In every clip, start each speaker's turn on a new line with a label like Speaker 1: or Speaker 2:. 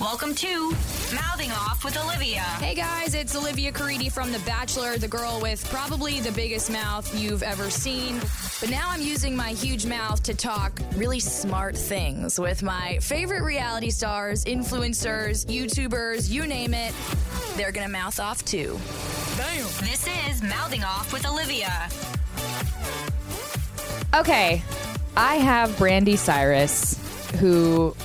Speaker 1: Welcome to Mouthing Off with Olivia.
Speaker 2: Hey guys, it's Olivia Caridi from The Bachelor, the girl with probably the biggest mouth you've ever seen. But now I'm using my huge mouth to talk really smart things with my favorite reality stars, influencers, YouTubers, you name it. They're gonna mouth off too.
Speaker 1: This is Mouthing Off with Olivia.
Speaker 3: Okay, I have Brandy Cyrus, who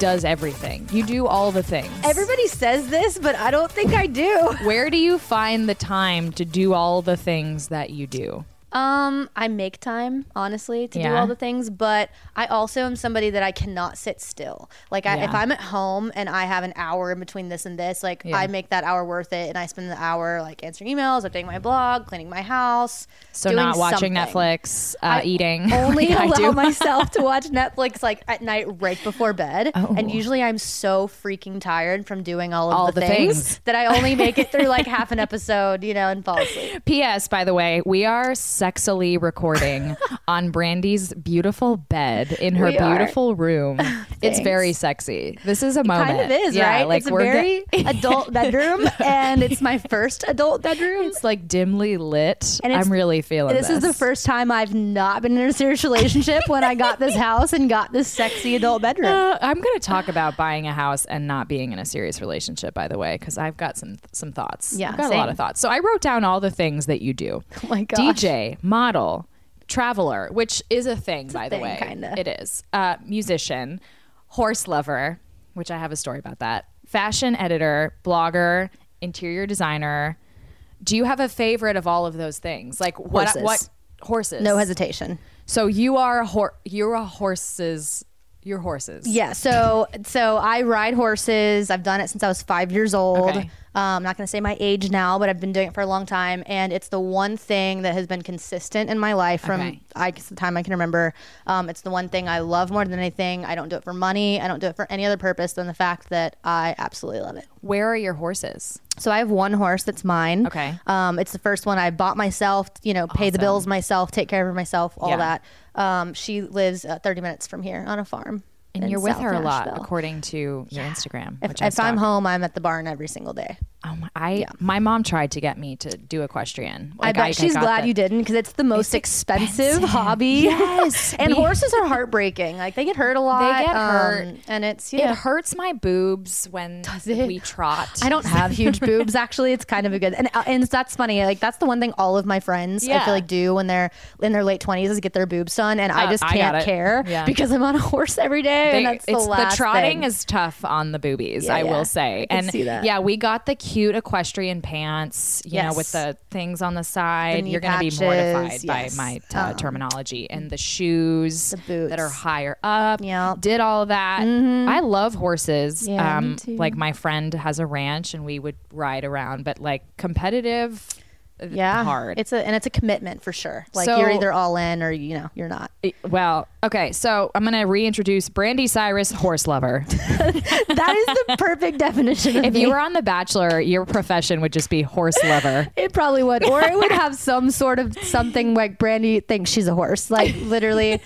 Speaker 3: does everything. You do all the things.
Speaker 4: Everybody says this, but I don't think I do.
Speaker 3: Where do you find the time to do all the things that you do?
Speaker 4: Um, I make time, honestly, to do
Speaker 3: Yeah.
Speaker 4: all the things, but I also am somebody that I cannot sit still. Like, I, if
Speaker 3: Yeah.
Speaker 4: I'm at home and I have an hour in between this and this, like, I make that hour worth it, and I spend the hour like answering emails, updating my blog, cleaning my house.
Speaker 3: So
Speaker 4: doing
Speaker 3: not watching
Speaker 4: something.
Speaker 3: Netflix, uh, eating.
Speaker 4: Only
Speaker 3: like I
Speaker 4: allow
Speaker 3: do.
Speaker 4: myself to watch Netflix like at night right before bed, and usually I'm so freaking tired from doing all of
Speaker 3: Oh. All
Speaker 4: the,
Speaker 3: the
Speaker 4: things,
Speaker 3: things.
Speaker 4: that I only make it through like half an episode, you know, and fall asleep.
Speaker 3: P.S. By the way, we are sexily recording on Brandy's beautiful bed in her
Speaker 4: We are.
Speaker 3: beautiful room. it's very sexy. This is a moment.
Speaker 4: Kind of is,
Speaker 3: Oh, yeah,
Speaker 4: right?
Speaker 3: Like
Speaker 4: it's a
Speaker 3: we're
Speaker 4: very
Speaker 3: get-
Speaker 4: adult bedroom, and it's my first adult bedroom.
Speaker 3: it's like dimly lit.
Speaker 4: And it's-
Speaker 3: I'm really feeling
Speaker 4: this
Speaker 3: this.
Speaker 4: is the first time I've not been in a serious relationship when I got this house and got this sexy adult bedroom.
Speaker 3: Uh, I'm going to talk about buying a house and not being in a serious relationship, by the way, because I've got some some thoughts.
Speaker 4: Yeah,
Speaker 3: I've got a
Speaker 4: same.
Speaker 3: lot of thoughts. So I wrote down all the things that you do. Oh
Speaker 4: my gosh.
Speaker 3: DJ, model, traveler, which is a thing, by the
Speaker 4: thing,
Speaker 3: way.
Speaker 4: kinda.
Speaker 3: It is. Uh, musician, horse lover, which I have a story about that. Fashion editor, blogger, interior designer. Do you have a favorite of all of those things? Like what?
Speaker 4: Horses.
Speaker 3: What horses?
Speaker 4: No hesitation.
Speaker 3: So you are a hor- you're a horses. You're horses.
Speaker 4: Yeah, so so I ride horses. I've done it since I was five years old.
Speaker 3: Okay.
Speaker 4: Um, I'm not going to say my age now, but I've been doing it for a long time, and it's the one thing that has been consistent in my life from
Speaker 3: Okay.
Speaker 4: I guess the time I can remember. Um, it's the one thing I love more than anything. I don't do it for money. I don't do it for any other purpose than the fact that I absolutely love it.
Speaker 3: Where are your horses?
Speaker 4: So I have one horse that's mine.
Speaker 3: Okay.
Speaker 4: Um, it's the first one I bought myself. You know, pay the bills myself, take care of her myself, all
Speaker 3: Yeah.
Speaker 4: that. Um, she lives uh, 30 minutes from here on a farm.
Speaker 3: And
Speaker 4: in
Speaker 3: you're with
Speaker 4: South
Speaker 3: her a lot,
Speaker 4: Nashville.
Speaker 3: according to your Instagram.
Speaker 4: If,
Speaker 3: which I
Speaker 4: if I'm
Speaker 3: stalked.
Speaker 4: home, I'm at the barn every single day.
Speaker 3: Oh my, I my mom tried to get me to do equestrian.
Speaker 4: I
Speaker 3: Like,
Speaker 4: bet she's
Speaker 3: got
Speaker 4: glad
Speaker 3: the-
Speaker 4: you didn't because it's the most expensive, hobby.
Speaker 3: Yes,
Speaker 4: and
Speaker 3: we-
Speaker 4: horses are heartbreaking. Like they get hurt a lot.
Speaker 3: get
Speaker 4: um,
Speaker 3: hurt.
Speaker 4: and it's
Speaker 3: It
Speaker 4: yeah.
Speaker 3: hurts my boobs when
Speaker 4: it?
Speaker 3: we trot.
Speaker 4: I don't have huge boobs. Actually, it's kind of a good and uh, and that's funny. Like that's the one thing all of my friends I
Speaker 3: Yeah.
Speaker 4: feel like do when they're in their late twenties is get their boobs done, and I
Speaker 3: Uh,
Speaker 4: just
Speaker 3: I got
Speaker 4: can't
Speaker 3: it.
Speaker 4: care
Speaker 3: Yeah.
Speaker 4: because I'm on a horse every day,
Speaker 3: They-
Speaker 4: and that's the
Speaker 3: it's
Speaker 4: last
Speaker 3: trotting
Speaker 4: thing.
Speaker 3: is tough on the boobies,
Speaker 4: Yeah,
Speaker 3: I
Speaker 4: yeah.
Speaker 3: will say.
Speaker 4: I can
Speaker 3: and
Speaker 4: see that.
Speaker 3: yeah, we got the cute equestrian pants, you know, with
Speaker 4: Yes.
Speaker 3: the things on the
Speaker 4: The
Speaker 3: side.
Speaker 4: knee
Speaker 3: You're going to be
Speaker 4: patches,
Speaker 3: mortified
Speaker 4: yes. Um,
Speaker 3: by my uh, terminology and the shoes
Speaker 4: boots.
Speaker 3: that are higher up.
Speaker 4: Yep. Mm-hmm.
Speaker 3: Did all of that. I love horses. Um,
Speaker 4: Yeah, me too.
Speaker 3: like my friend has a ranch and we would ride around, but like competitive uh,
Speaker 4: yeah
Speaker 3: hard.
Speaker 4: It's a and it's a commitment for sure. Like
Speaker 3: So-
Speaker 4: you're either all in or you know you're not.
Speaker 3: eh, well, okay, so I'm going to reintroduce Brandy Cyrus, horse lover.
Speaker 4: That is the perfect definition of
Speaker 3: If
Speaker 4: me.
Speaker 3: you were on The Bachelor, your profession would just be horse lover.
Speaker 4: It probably would, or it would have some sort of something like Brandy thinks she's a horse. Like literally,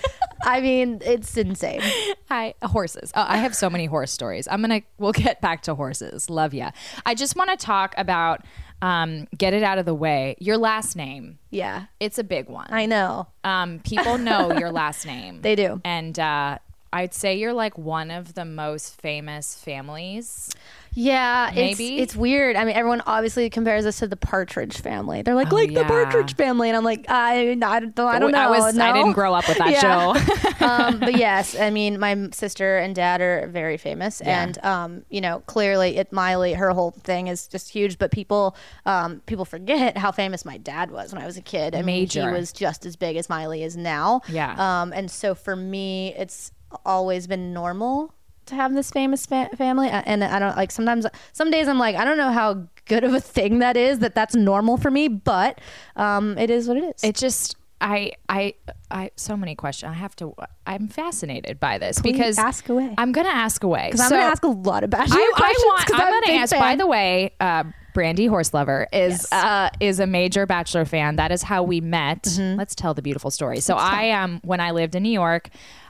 Speaker 4: I mean, it's insane.
Speaker 3: Hi, horses. Oh, I have so many horse stories. I'm gonna. We'll get back to horses. Love ya. I just want to talk about. Um, get it out of the way. Your last name.
Speaker 4: Yeah,
Speaker 3: It's a big one.
Speaker 4: I know.
Speaker 3: Um, people know your last name.
Speaker 4: They do.
Speaker 3: And uh, I'd say you're like one of the most famous families.
Speaker 4: Yeah,
Speaker 3: Maybe.
Speaker 4: it's it's weird. I mean, everyone obviously compares us to the Partridge Family. They're like, like
Speaker 3: Oh, yeah.
Speaker 4: the Partridge Family, and I'm like, I, I don't, I don't know. I,
Speaker 3: I was. I didn't grow up with that
Speaker 4: Yeah.
Speaker 3: show.
Speaker 4: um, but yes, I mean, my sister and dad are very famous, and um, you know, clearly, it Miley, her whole thing is just huge. But people, um, people forget how famous my dad was when I was a kid. I mean,
Speaker 3: Major.
Speaker 4: he was just as big as Miley is now.
Speaker 3: Yeah.
Speaker 4: Um, and so for me, it's always been normal to have this famous fa- family, A- and I don't like sometimes. Some days I'm like, I don't know how good of a thing that is that that's normal for me, but um, it is what it is.
Speaker 3: it just. I I I so many questions. I have to. I'm fascinated by this because
Speaker 4: ask away.
Speaker 3: I'm gonna ask away because
Speaker 4: I'm gonna ask a lot of bachelor
Speaker 3: I, I
Speaker 4: questions
Speaker 3: want.
Speaker 4: 'cause
Speaker 3: I'm,
Speaker 4: a
Speaker 3: gonna
Speaker 4: big
Speaker 3: ask. By
Speaker 4: fan.
Speaker 3: the way, uh, Brandy Horselover is uh, is a major Bachelor
Speaker 4: Mm-hmm.
Speaker 3: fan. That is how we met. Let's tell the beautiful story. So I um, when I lived in New York.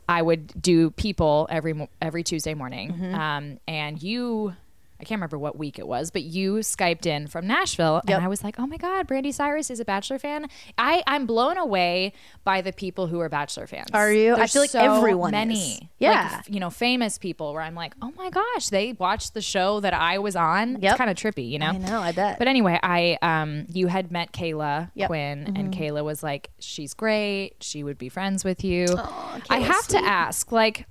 Speaker 3: I would do people every mo- every Tuesday morning.
Speaker 4: Mm-hmm.
Speaker 3: Um, and you, I can't remember what week it was, but you skyped in from Nashville,
Speaker 4: Yep.
Speaker 3: and I was like, oh my god, Brandy Cyrus is a Bachelor fan. I I'm blown away by the people who are Bachelor fans.
Speaker 4: Are you? I
Speaker 3: There's
Speaker 4: feel like
Speaker 3: so
Speaker 4: everyone
Speaker 3: many.
Speaker 4: is. Yeah.
Speaker 3: Like, f- you know, famous people where I'm like, oh my gosh, they watched the show that I was on.
Speaker 4: Yep.
Speaker 3: It's kind of trippy, you know.
Speaker 4: I know, I bet.
Speaker 3: But anyway, I um, you had met Kayla
Speaker 4: Yep. Mm-hmm.
Speaker 3: Quinn, and Kayla was like, she's great. She would be friends with you. I have to ask, like,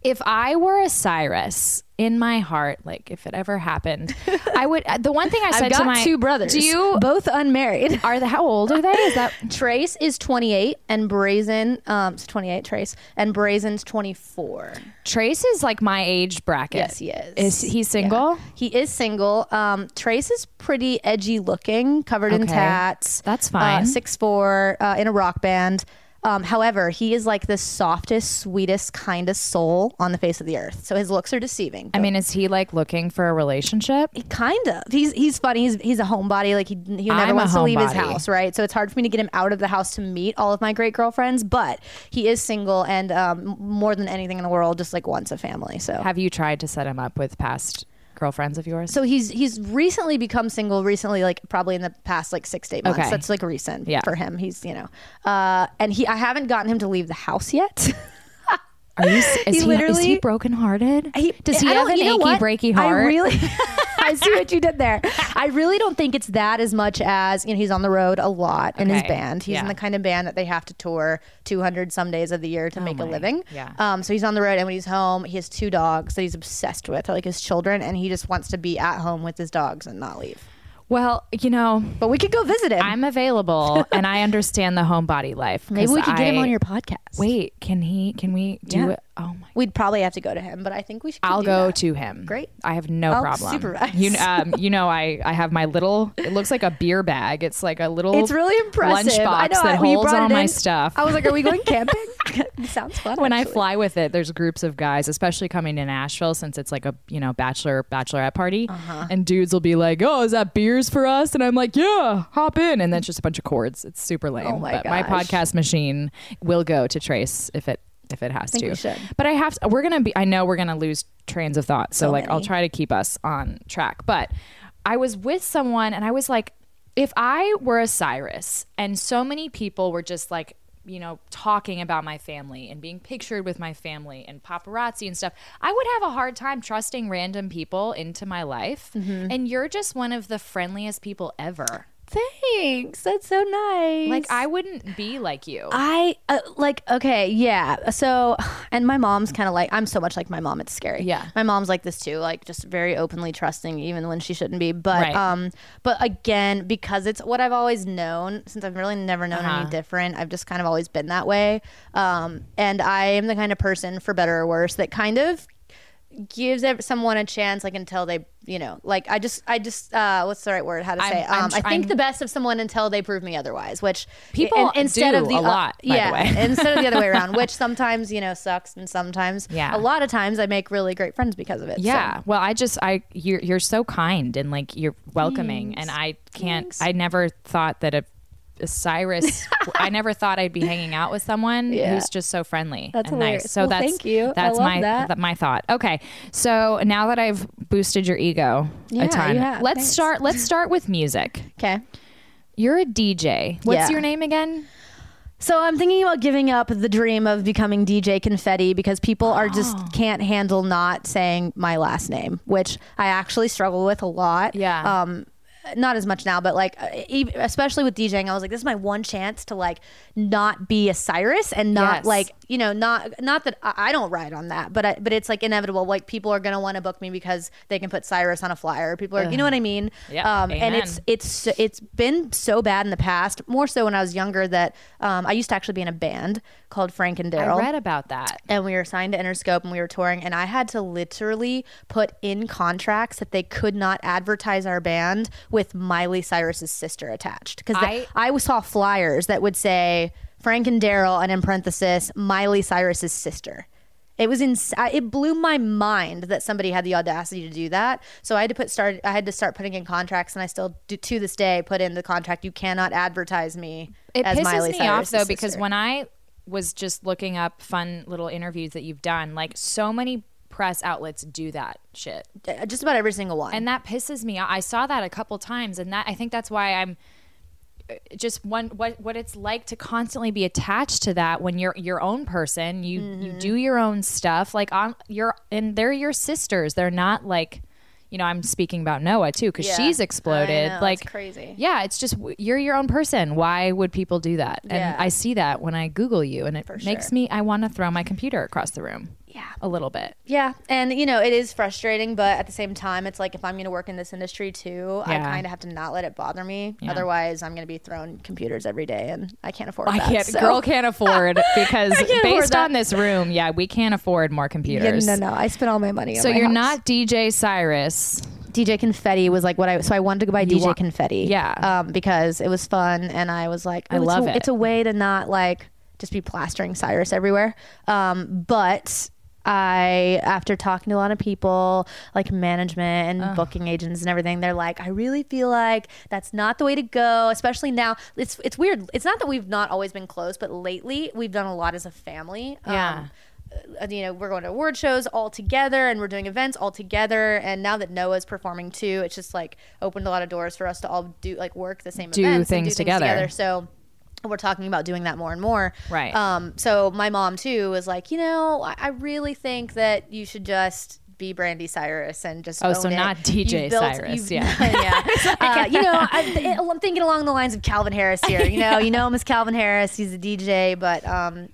Speaker 3: if I were a Cyrus in my heart, like if it ever happened, I would. uh, The one thing I said
Speaker 4: I've got
Speaker 3: to my
Speaker 4: two brothers.
Speaker 3: do you
Speaker 4: both unmarried?
Speaker 3: are the how old are they? Is that
Speaker 4: Trace is 28 and Brazen um it's 28 Trace and Brazen's 24.
Speaker 3: Trace is like my age bracket.
Speaker 4: Yes, he is.
Speaker 3: Is he single?
Speaker 4: Yeah. He is single. Um Trace is pretty edgy looking, covered in
Speaker 3: Okay.
Speaker 4: tats.
Speaker 3: That's fine.
Speaker 4: Uh, 6'4 uh, in a rock band. Um, however, he is like the softest, sweetest, kindest soul on the face of the earth. So his looks are deceiving.
Speaker 3: I mean, is he like looking for a relationship?
Speaker 4: kind of. He's he's funny. He's he's a homebody. Like he he never
Speaker 3: I'm a
Speaker 4: wants to leave his
Speaker 3: homebody.
Speaker 4: house, right? So it's hard for me to get him out of the house to meet all of my great girlfriends. But he is single, and um, more than anything in the world, just like wants a family. So
Speaker 3: Have you tried to set him up with past girlfriends of yours?
Speaker 4: so he's he's recently become single. Recently, like probably in the past like six to eight months.
Speaker 3: Okay.
Speaker 4: That's like recent
Speaker 3: Yeah.
Speaker 4: for him. He's you know, uh, and he I haven't gotten him to leave the house yet.
Speaker 3: Are you, s- is
Speaker 4: He
Speaker 3: he, is
Speaker 4: literally-
Speaker 3: he brokenhearted?
Speaker 4: He-
Speaker 3: Does he
Speaker 4: Eh, I
Speaker 3: have
Speaker 4: don't-
Speaker 3: an
Speaker 4: you know
Speaker 3: achy,
Speaker 4: what?
Speaker 3: breaky heart?
Speaker 4: I really, I see what you did there. I really don't think it's that as much as you know. He's on the road a lot in his
Speaker 3: Okay.
Speaker 4: band. He's in
Speaker 3: Yeah.
Speaker 4: the kind of band that they have to tour 200 some days of the year to make a
Speaker 3: Oh my.
Speaker 4: living.
Speaker 3: Yeah.
Speaker 4: Um. So he's on the road, and when he's home, he has two dogs that he's obsessed with, like his children, and he just wants to be at home with his dogs and not leave.
Speaker 3: well, you know,
Speaker 4: But we could go visit him.
Speaker 3: I'm available and I understand the homebody life. 'cause
Speaker 4: Maybe we could get him
Speaker 3: I-
Speaker 4: on your podcast.
Speaker 3: Wait, can he? Can we do
Speaker 4: Yeah.
Speaker 3: it? Oh my!
Speaker 4: We'd probably have to go to him, but I think we should.
Speaker 3: I'll
Speaker 4: do
Speaker 3: go
Speaker 4: that.
Speaker 3: to him.
Speaker 4: Great.
Speaker 3: I have no
Speaker 4: I'll
Speaker 3: problem.
Speaker 4: supervise.
Speaker 3: You kn- um, you know, I I have my little. It looks like a beer bag. It's like a little.
Speaker 4: It's really impressive.
Speaker 3: Lunchbox
Speaker 4: I know,
Speaker 3: that
Speaker 4: I, when you
Speaker 3: holds
Speaker 4: brought
Speaker 3: all
Speaker 4: it
Speaker 3: my
Speaker 4: in,
Speaker 3: stuff.
Speaker 4: I was like, "Are we going camping?" Sounds fun.
Speaker 3: when I
Speaker 4: actually.
Speaker 3: fly with it, there's groups of guys, especially coming to Nashville, since it's like a you know bachelor bachelorette party,
Speaker 4: Uh-huh.
Speaker 3: and dudes will be like, "Oh, is that beers for us?" And I'm like, "Yeah, hop in." And then it's just a bunch of cords. It's super lame.
Speaker 4: Oh my
Speaker 3: but my
Speaker 4: gosh.
Speaker 3: podcast machine will go to Trace if it if it has
Speaker 4: think
Speaker 3: to.
Speaker 4: we should.
Speaker 3: But I have to. We're gonna be. I know we're gonna lose trains of thought. So,
Speaker 4: So
Speaker 3: like, I'll
Speaker 4: many.
Speaker 3: try to keep us on track. But I was with someone, and I was like, if I were a Cyrus, and so many people were just like. You know, talking about my family and being pictured with my family and paparazzi and stuff, I would have a hard time trusting random people into my life. And you're just one of the friendliest people ever.
Speaker 4: Thanks. That's so nice.
Speaker 3: Like, I wouldn't be like you.
Speaker 4: I uh, like okay, yeah. So, and my mom's kind of like I'm so much like my mom. It's scary.
Speaker 3: Yeah.
Speaker 4: my mom's like this too, like just very openly trusting, even when she shouldn't be. But
Speaker 3: Right.
Speaker 4: um, but again, because it's what I've always known since I've really never known
Speaker 3: Uh-huh.
Speaker 4: any different. I've just kind of always been that way. Um, and I am the kind of person, for better or worse, that kind of gives ev- someone a chance like until they you know like i just i just uh what's the right word how to
Speaker 3: I'm-
Speaker 4: say it?
Speaker 3: I'm
Speaker 4: um,
Speaker 3: tr-
Speaker 4: i think
Speaker 3: I'm-
Speaker 4: the best of someone until they prove me otherwise which
Speaker 3: People
Speaker 4: in- instead
Speaker 3: do
Speaker 4: of the
Speaker 3: a
Speaker 4: o-
Speaker 3: lot, by the
Speaker 4: yeah
Speaker 3: way.
Speaker 4: instead of the other way around which sometimes you know sucks and sometimes
Speaker 3: Yeah.
Speaker 4: a lot of times i make really great friends because of it so.
Speaker 3: Yeah. Well, I just I you're you're so kind and like you're welcoming and I can't I never thought that a, a Cyrus I never thought I'd be hanging out with someone
Speaker 4: Yeah.
Speaker 3: who's just so friendly
Speaker 4: That's
Speaker 3: and
Speaker 4: hilarious.
Speaker 3: nice. So
Speaker 4: Well,
Speaker 3: that's
Speaker 4: thank you. I
Speaker 3: That's
Speaker 4: love
Speaker 3: my
Speaker 4: that.
Speaker 3: my thought. Okay. So now that I've boosted your ego
Speaker 4: Yeah,
Speaker 3: a ton,
Speaker 4: you have.
Speaker 3: let's
Speaker 4: Thanks.
Speaker 3: start let's start with music.
Speaker 4: okay
Speaker 3: You're a DJ. What's
Speaker 4: Yeah.
Speaker 3: your name again?
Speaker 4: so i'm thinking about giving up the dream of becoming dj confetti because people are just
Speaker 3: Oh.
Speaker 4: can't handle not saying my last name which i actually struggle with a lot
Speaker 3: Yeah.
Speaker 4: um not as much now, but like, uh, ev- especially with DJing, I was like, this is my one chance to like not be a Cyrus and not
Speaker 3: Yes.
Speaker 4: like, you know, not not that I, I don't ride on that, but I, but it's like inevitable. Like people are gonna want to book me because they can put Cyrus on a flyer. People are, you know what I mean?
Speaker 3: Yeah,
Speaker 4: Um, and it's
Speaker 3: amen.
Speaker 4: it's it's been so bad in the past, more so when I was younger. That um, I used to actually be in a band called Frank and Daryl
Speaker 3: I read about that.
Speaker 4: and we were signed to Interscope and we were touring and I had to literally put in contracts that they could not advertise our band with Miley Cyrus's sister attached because I, saw flyers that would say Frank and Daryl and in parenthesis Miley Cyrus's sister. It was in. It blew my mind that somebody had the audacity to do that. So I had to put start. I had to start putting in contracts, and I still do to this day put in the contract. You cannot advertise me.
Speaker 3: It
Speaker 4: as
Speaker 3: pisses
Speaker 4: Miley
Speaker 3: me
Speaker 4: Cyrus's
Speaker 3: off though because
Speaker 4: sister."
Speaker 3: when I was just looking up fun little interviews that you've done. Like so many press outlets do that shit.
Speaker 4: Uh, Just about every single one.
Speaker 3: and that pisses me off. I saw that a couple times, and that I think that's why I'm uh, just one what what it's like to constantly be attached to that when you're your own person. You you
Speaker 4: Mm-hmm.
Speaker 3: do your own stuff. Like on your and they're your sisters. They're not like. You know, I'm speaking about Noah too because
Speaker 4: Yeah.
Speaker 3: she's
Speaker 4: I
Speaker 3: exploded.
Speaker 4: know, it's
Speaker 3: like
Speaker 4: crazy.
Speaker 3: Yeah, it's just w- you're your own person. Why would people do that? And
Speaker 4: Yeah.
Speaker 3: I see that when I Google you, and it makes
Speaker 4: sure.
Speaker 3: me I want to throw my computer across the room.
Speaker 4: Yeah.
Speaker 3: a little bit.
Speaker 4: Yeah, and you know it is frustrating, but at the same time, it's like if I'm going to work in this industry too, I
Speaker 3: Yeah.
Speaker 4: kind of have to not let it bother me. Otherwise, I'm going to be thrown computers every day, and I can't afford.
Speaker 3: I
Speaker 4: that,
Speaker 3: can't.
Speaker 4: so-
Speaker 3: Girl can't afford because
Speaker 4: can't afford
Speaker 3: based
Speaker 4: that.
Speaker 3: on this room, yeah, we can't afford more
Speaker 4: Yeah,
Speaker 3: computers.
Speaker 4: no, no, I spent all my money. on
Speaker 3: So
Speaker 4: my
Speaker 3: you're
Speaker 4: house.
Speaker 3: not DJ Cyrus.
Speaker 4: DJ Confetti was like what I so I wanted to go buy DJ
Speaker 3: want-
Speaker 4: Confetti,
Speaker 3: Yeah.
Speaker 4: um, because it was fun, and I was like,
Speaker 3: I
Speaker 4: "Ooh, it's
Speaker 3: love
Speaker 4: a,
Speaker 3: it.
Speaker 4: It's a way to not like just be plastering Cyrus everywhere, um, but. I after talking to a lot of people like management and booking agents and everything they're like I really feel like that's not the way to go especially now it's it's weird it's not that we've not always been close but lately we've done a lot as a family
Speaker 3: Yeah.
Speaker 4: um, uh, you know we're going to award shows all together and we're doing events all together and now that noah's performing too it's just like opened a lot of doors for us to all do like work the same
Speaker 3: Do
Speaker 4: events and
Speaker 3: things together.
Speaker 4: so we're talking about doing that more and more
Speaker 3: Right.
Speaker 4: um so my mom too was like you know i, I really think that you should just be Brandy Cyrus and just
Speaker 3: Oh, so
Speaker 4: own it.
Speaker 3: not DJ
Speaker 4: You've
Speaker 3: Cyrus,
Speaker 4: you've-
Speaker 3: yeah.
Speaker 4: yeah. Uh, you know, I, I'm thinking along the lines of Calvin Harris here. You know, you know him as Calvin Harris. He's a DJ, but um,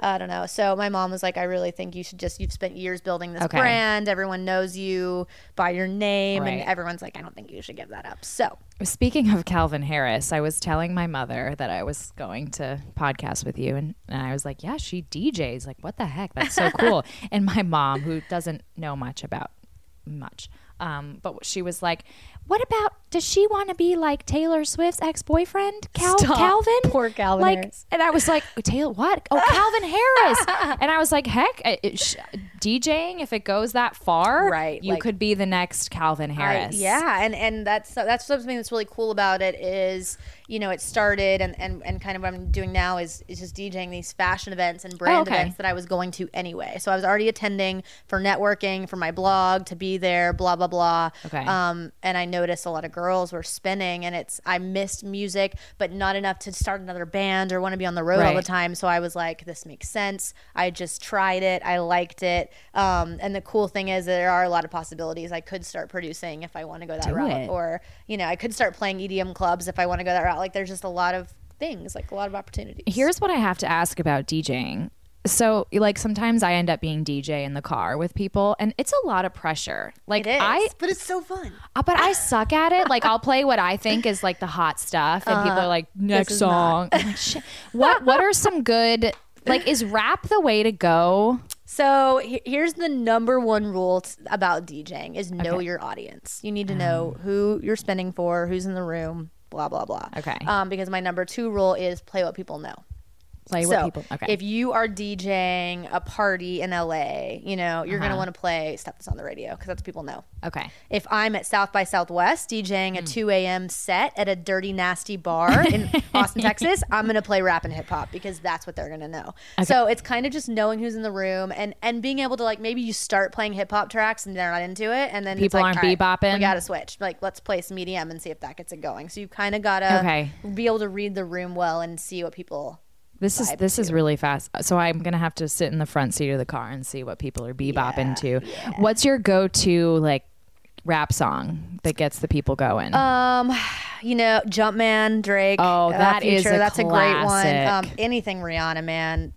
Speaker 4: I don't know. So my mom was like, I really think you should just. You've spent years building this
Speaker 3: Okay.
Speaker 4: brand. Everyone knows you by your name, and
Speaker 3: Right.
Speaker 4: everyone's like, I don't think you should give that up. So
Speaker 3: Speaking of Calvin Harris, I was telling my mother that I was going to podcast with you, and, and I was like, "Yeah, she DJs. Like, what the heck? That's so cool." and my mom, who doesn't know much about much, um, but she was like, "What about? Does she want to be like Taylor Swift's ex-boyfriend, Cal-
Speaker 4: Stop.
Speaker 3: Calvin?
Speaker 4: Poor Calvin
Speaker 3: Like,
Speaker 4: Harris.
Speaker 3: And I was like, "Taylor, what? Oh, Calvin Harris." and I was like, "Heck, it, it sh- DJing. If it goes that far,
Speaker 4: Right,
Speaker 3: You
Speaker 4: like-
Speaker 3: could be the next Calvin
Speaker 4: I-
Speaker 3: Harris.
Speaker 4: yeah, and and that's that's something that's really cool about it is you know it started and and, and kind of what I'm doing now is is just DJing these fashion events and brand
Speaker 3: Oh, okay.
Speaker 4: events that I was going to anyway. So I was already attending for networking for my blog to be there, blah blah blah.
Speaker 3: Okay.
Speaker 4: Um, and I noticed a lot of girls were spinning, and it's I missed music, but not enough to start another band or want to be on the road all the
Speaker 3: Right.
Speaker 4: time. So I was like, this makes sense. I just tried it. I liked it. Um, and the cool thing is there are a lot of possibilities. I could start producing if I want to go that
Speaker 3: Do
Speaker 4: route,
Speaker 3: it.
Speaker 4: or you know, I could start playing EDM clubs if I want to go that route. Like there's just a lot of things, like a lot of opportunities.
Speaker 3: Here's what I have to ask about DJing. So, like, sometimes I end up being DJ in the car with people, and it's a lot of pressure. Like,
Speaker 4: it is,
Speaker 3: I,
Speaker 4: but it's so fun.
Speaker 3: uh, but I suck at it. Like, I'll play what I think is like the hot stuff, and people are like, "Next
Speaker 4: Uh-huh.
Speaker 3: song."
Speaker 4: is not-
Speaker 3: I'm like, Shit. What What are some good? Like, is rap the way to go?
Speaker 4: So he- here's the number one rule t- about DJing is know your audience. You
Speaker 3: Mm.
Speaker 4: need to know who you're spending for, who's in the room, blah blah blah.
Speaker 3: Okay.
Speaker 4: Um, because my number two rule is play what people know.
Speaker 3: Play
Speaker 4: so
Speaker 3: what people. Okay.
Speaker 4: if you are DJing a party in LA, you know you're
Speaker 3: Uh-huh.
Speaker 4: gonna want to play stuff that's on the radio because that's what people know.
Speaker 3: okay.
Speaker 4: If I'm at South by Southwest
Speaker 3: Hmm.
Speaker 4: DJing a 2 a.m. set at a dirty, nasty bar in Austin, Texas, I'm going to play rap and hip hop because that's what they're going to know. So it's kind of just knowing who's in the room and, and being able to, like, maybe you start playing hip hop tracks and they're not into it. And then it's
Speaker 3: People
Speaker 4: like,
Speaker 3: aren't
Speaker 4: all right,
Speaker 3: bebopping?
Speaker 4: We got to switch. Like, let's play some EDM and see if that gets it going. So you kind of got to
Speaker 3: Okay.
Speaker 4: be able to read the room well and see what people.
Speaker 3: This is this is really fast. Uh, So I'm gonna have to sit in the front seat of the car and see what people are bebopping to. What's your go-to like rap song that gets the people going?
Speaker 4: um, You know, Jumpman, Drake.
Speaker 3: Oh,
Speaker 4: that
Speaker 3: that
Speaker 4: is
Speaker 3: is a
Speaker 4: that's a great one.
Speaker 3: classic.
Speaker 4: Um, anything Rihanna, man.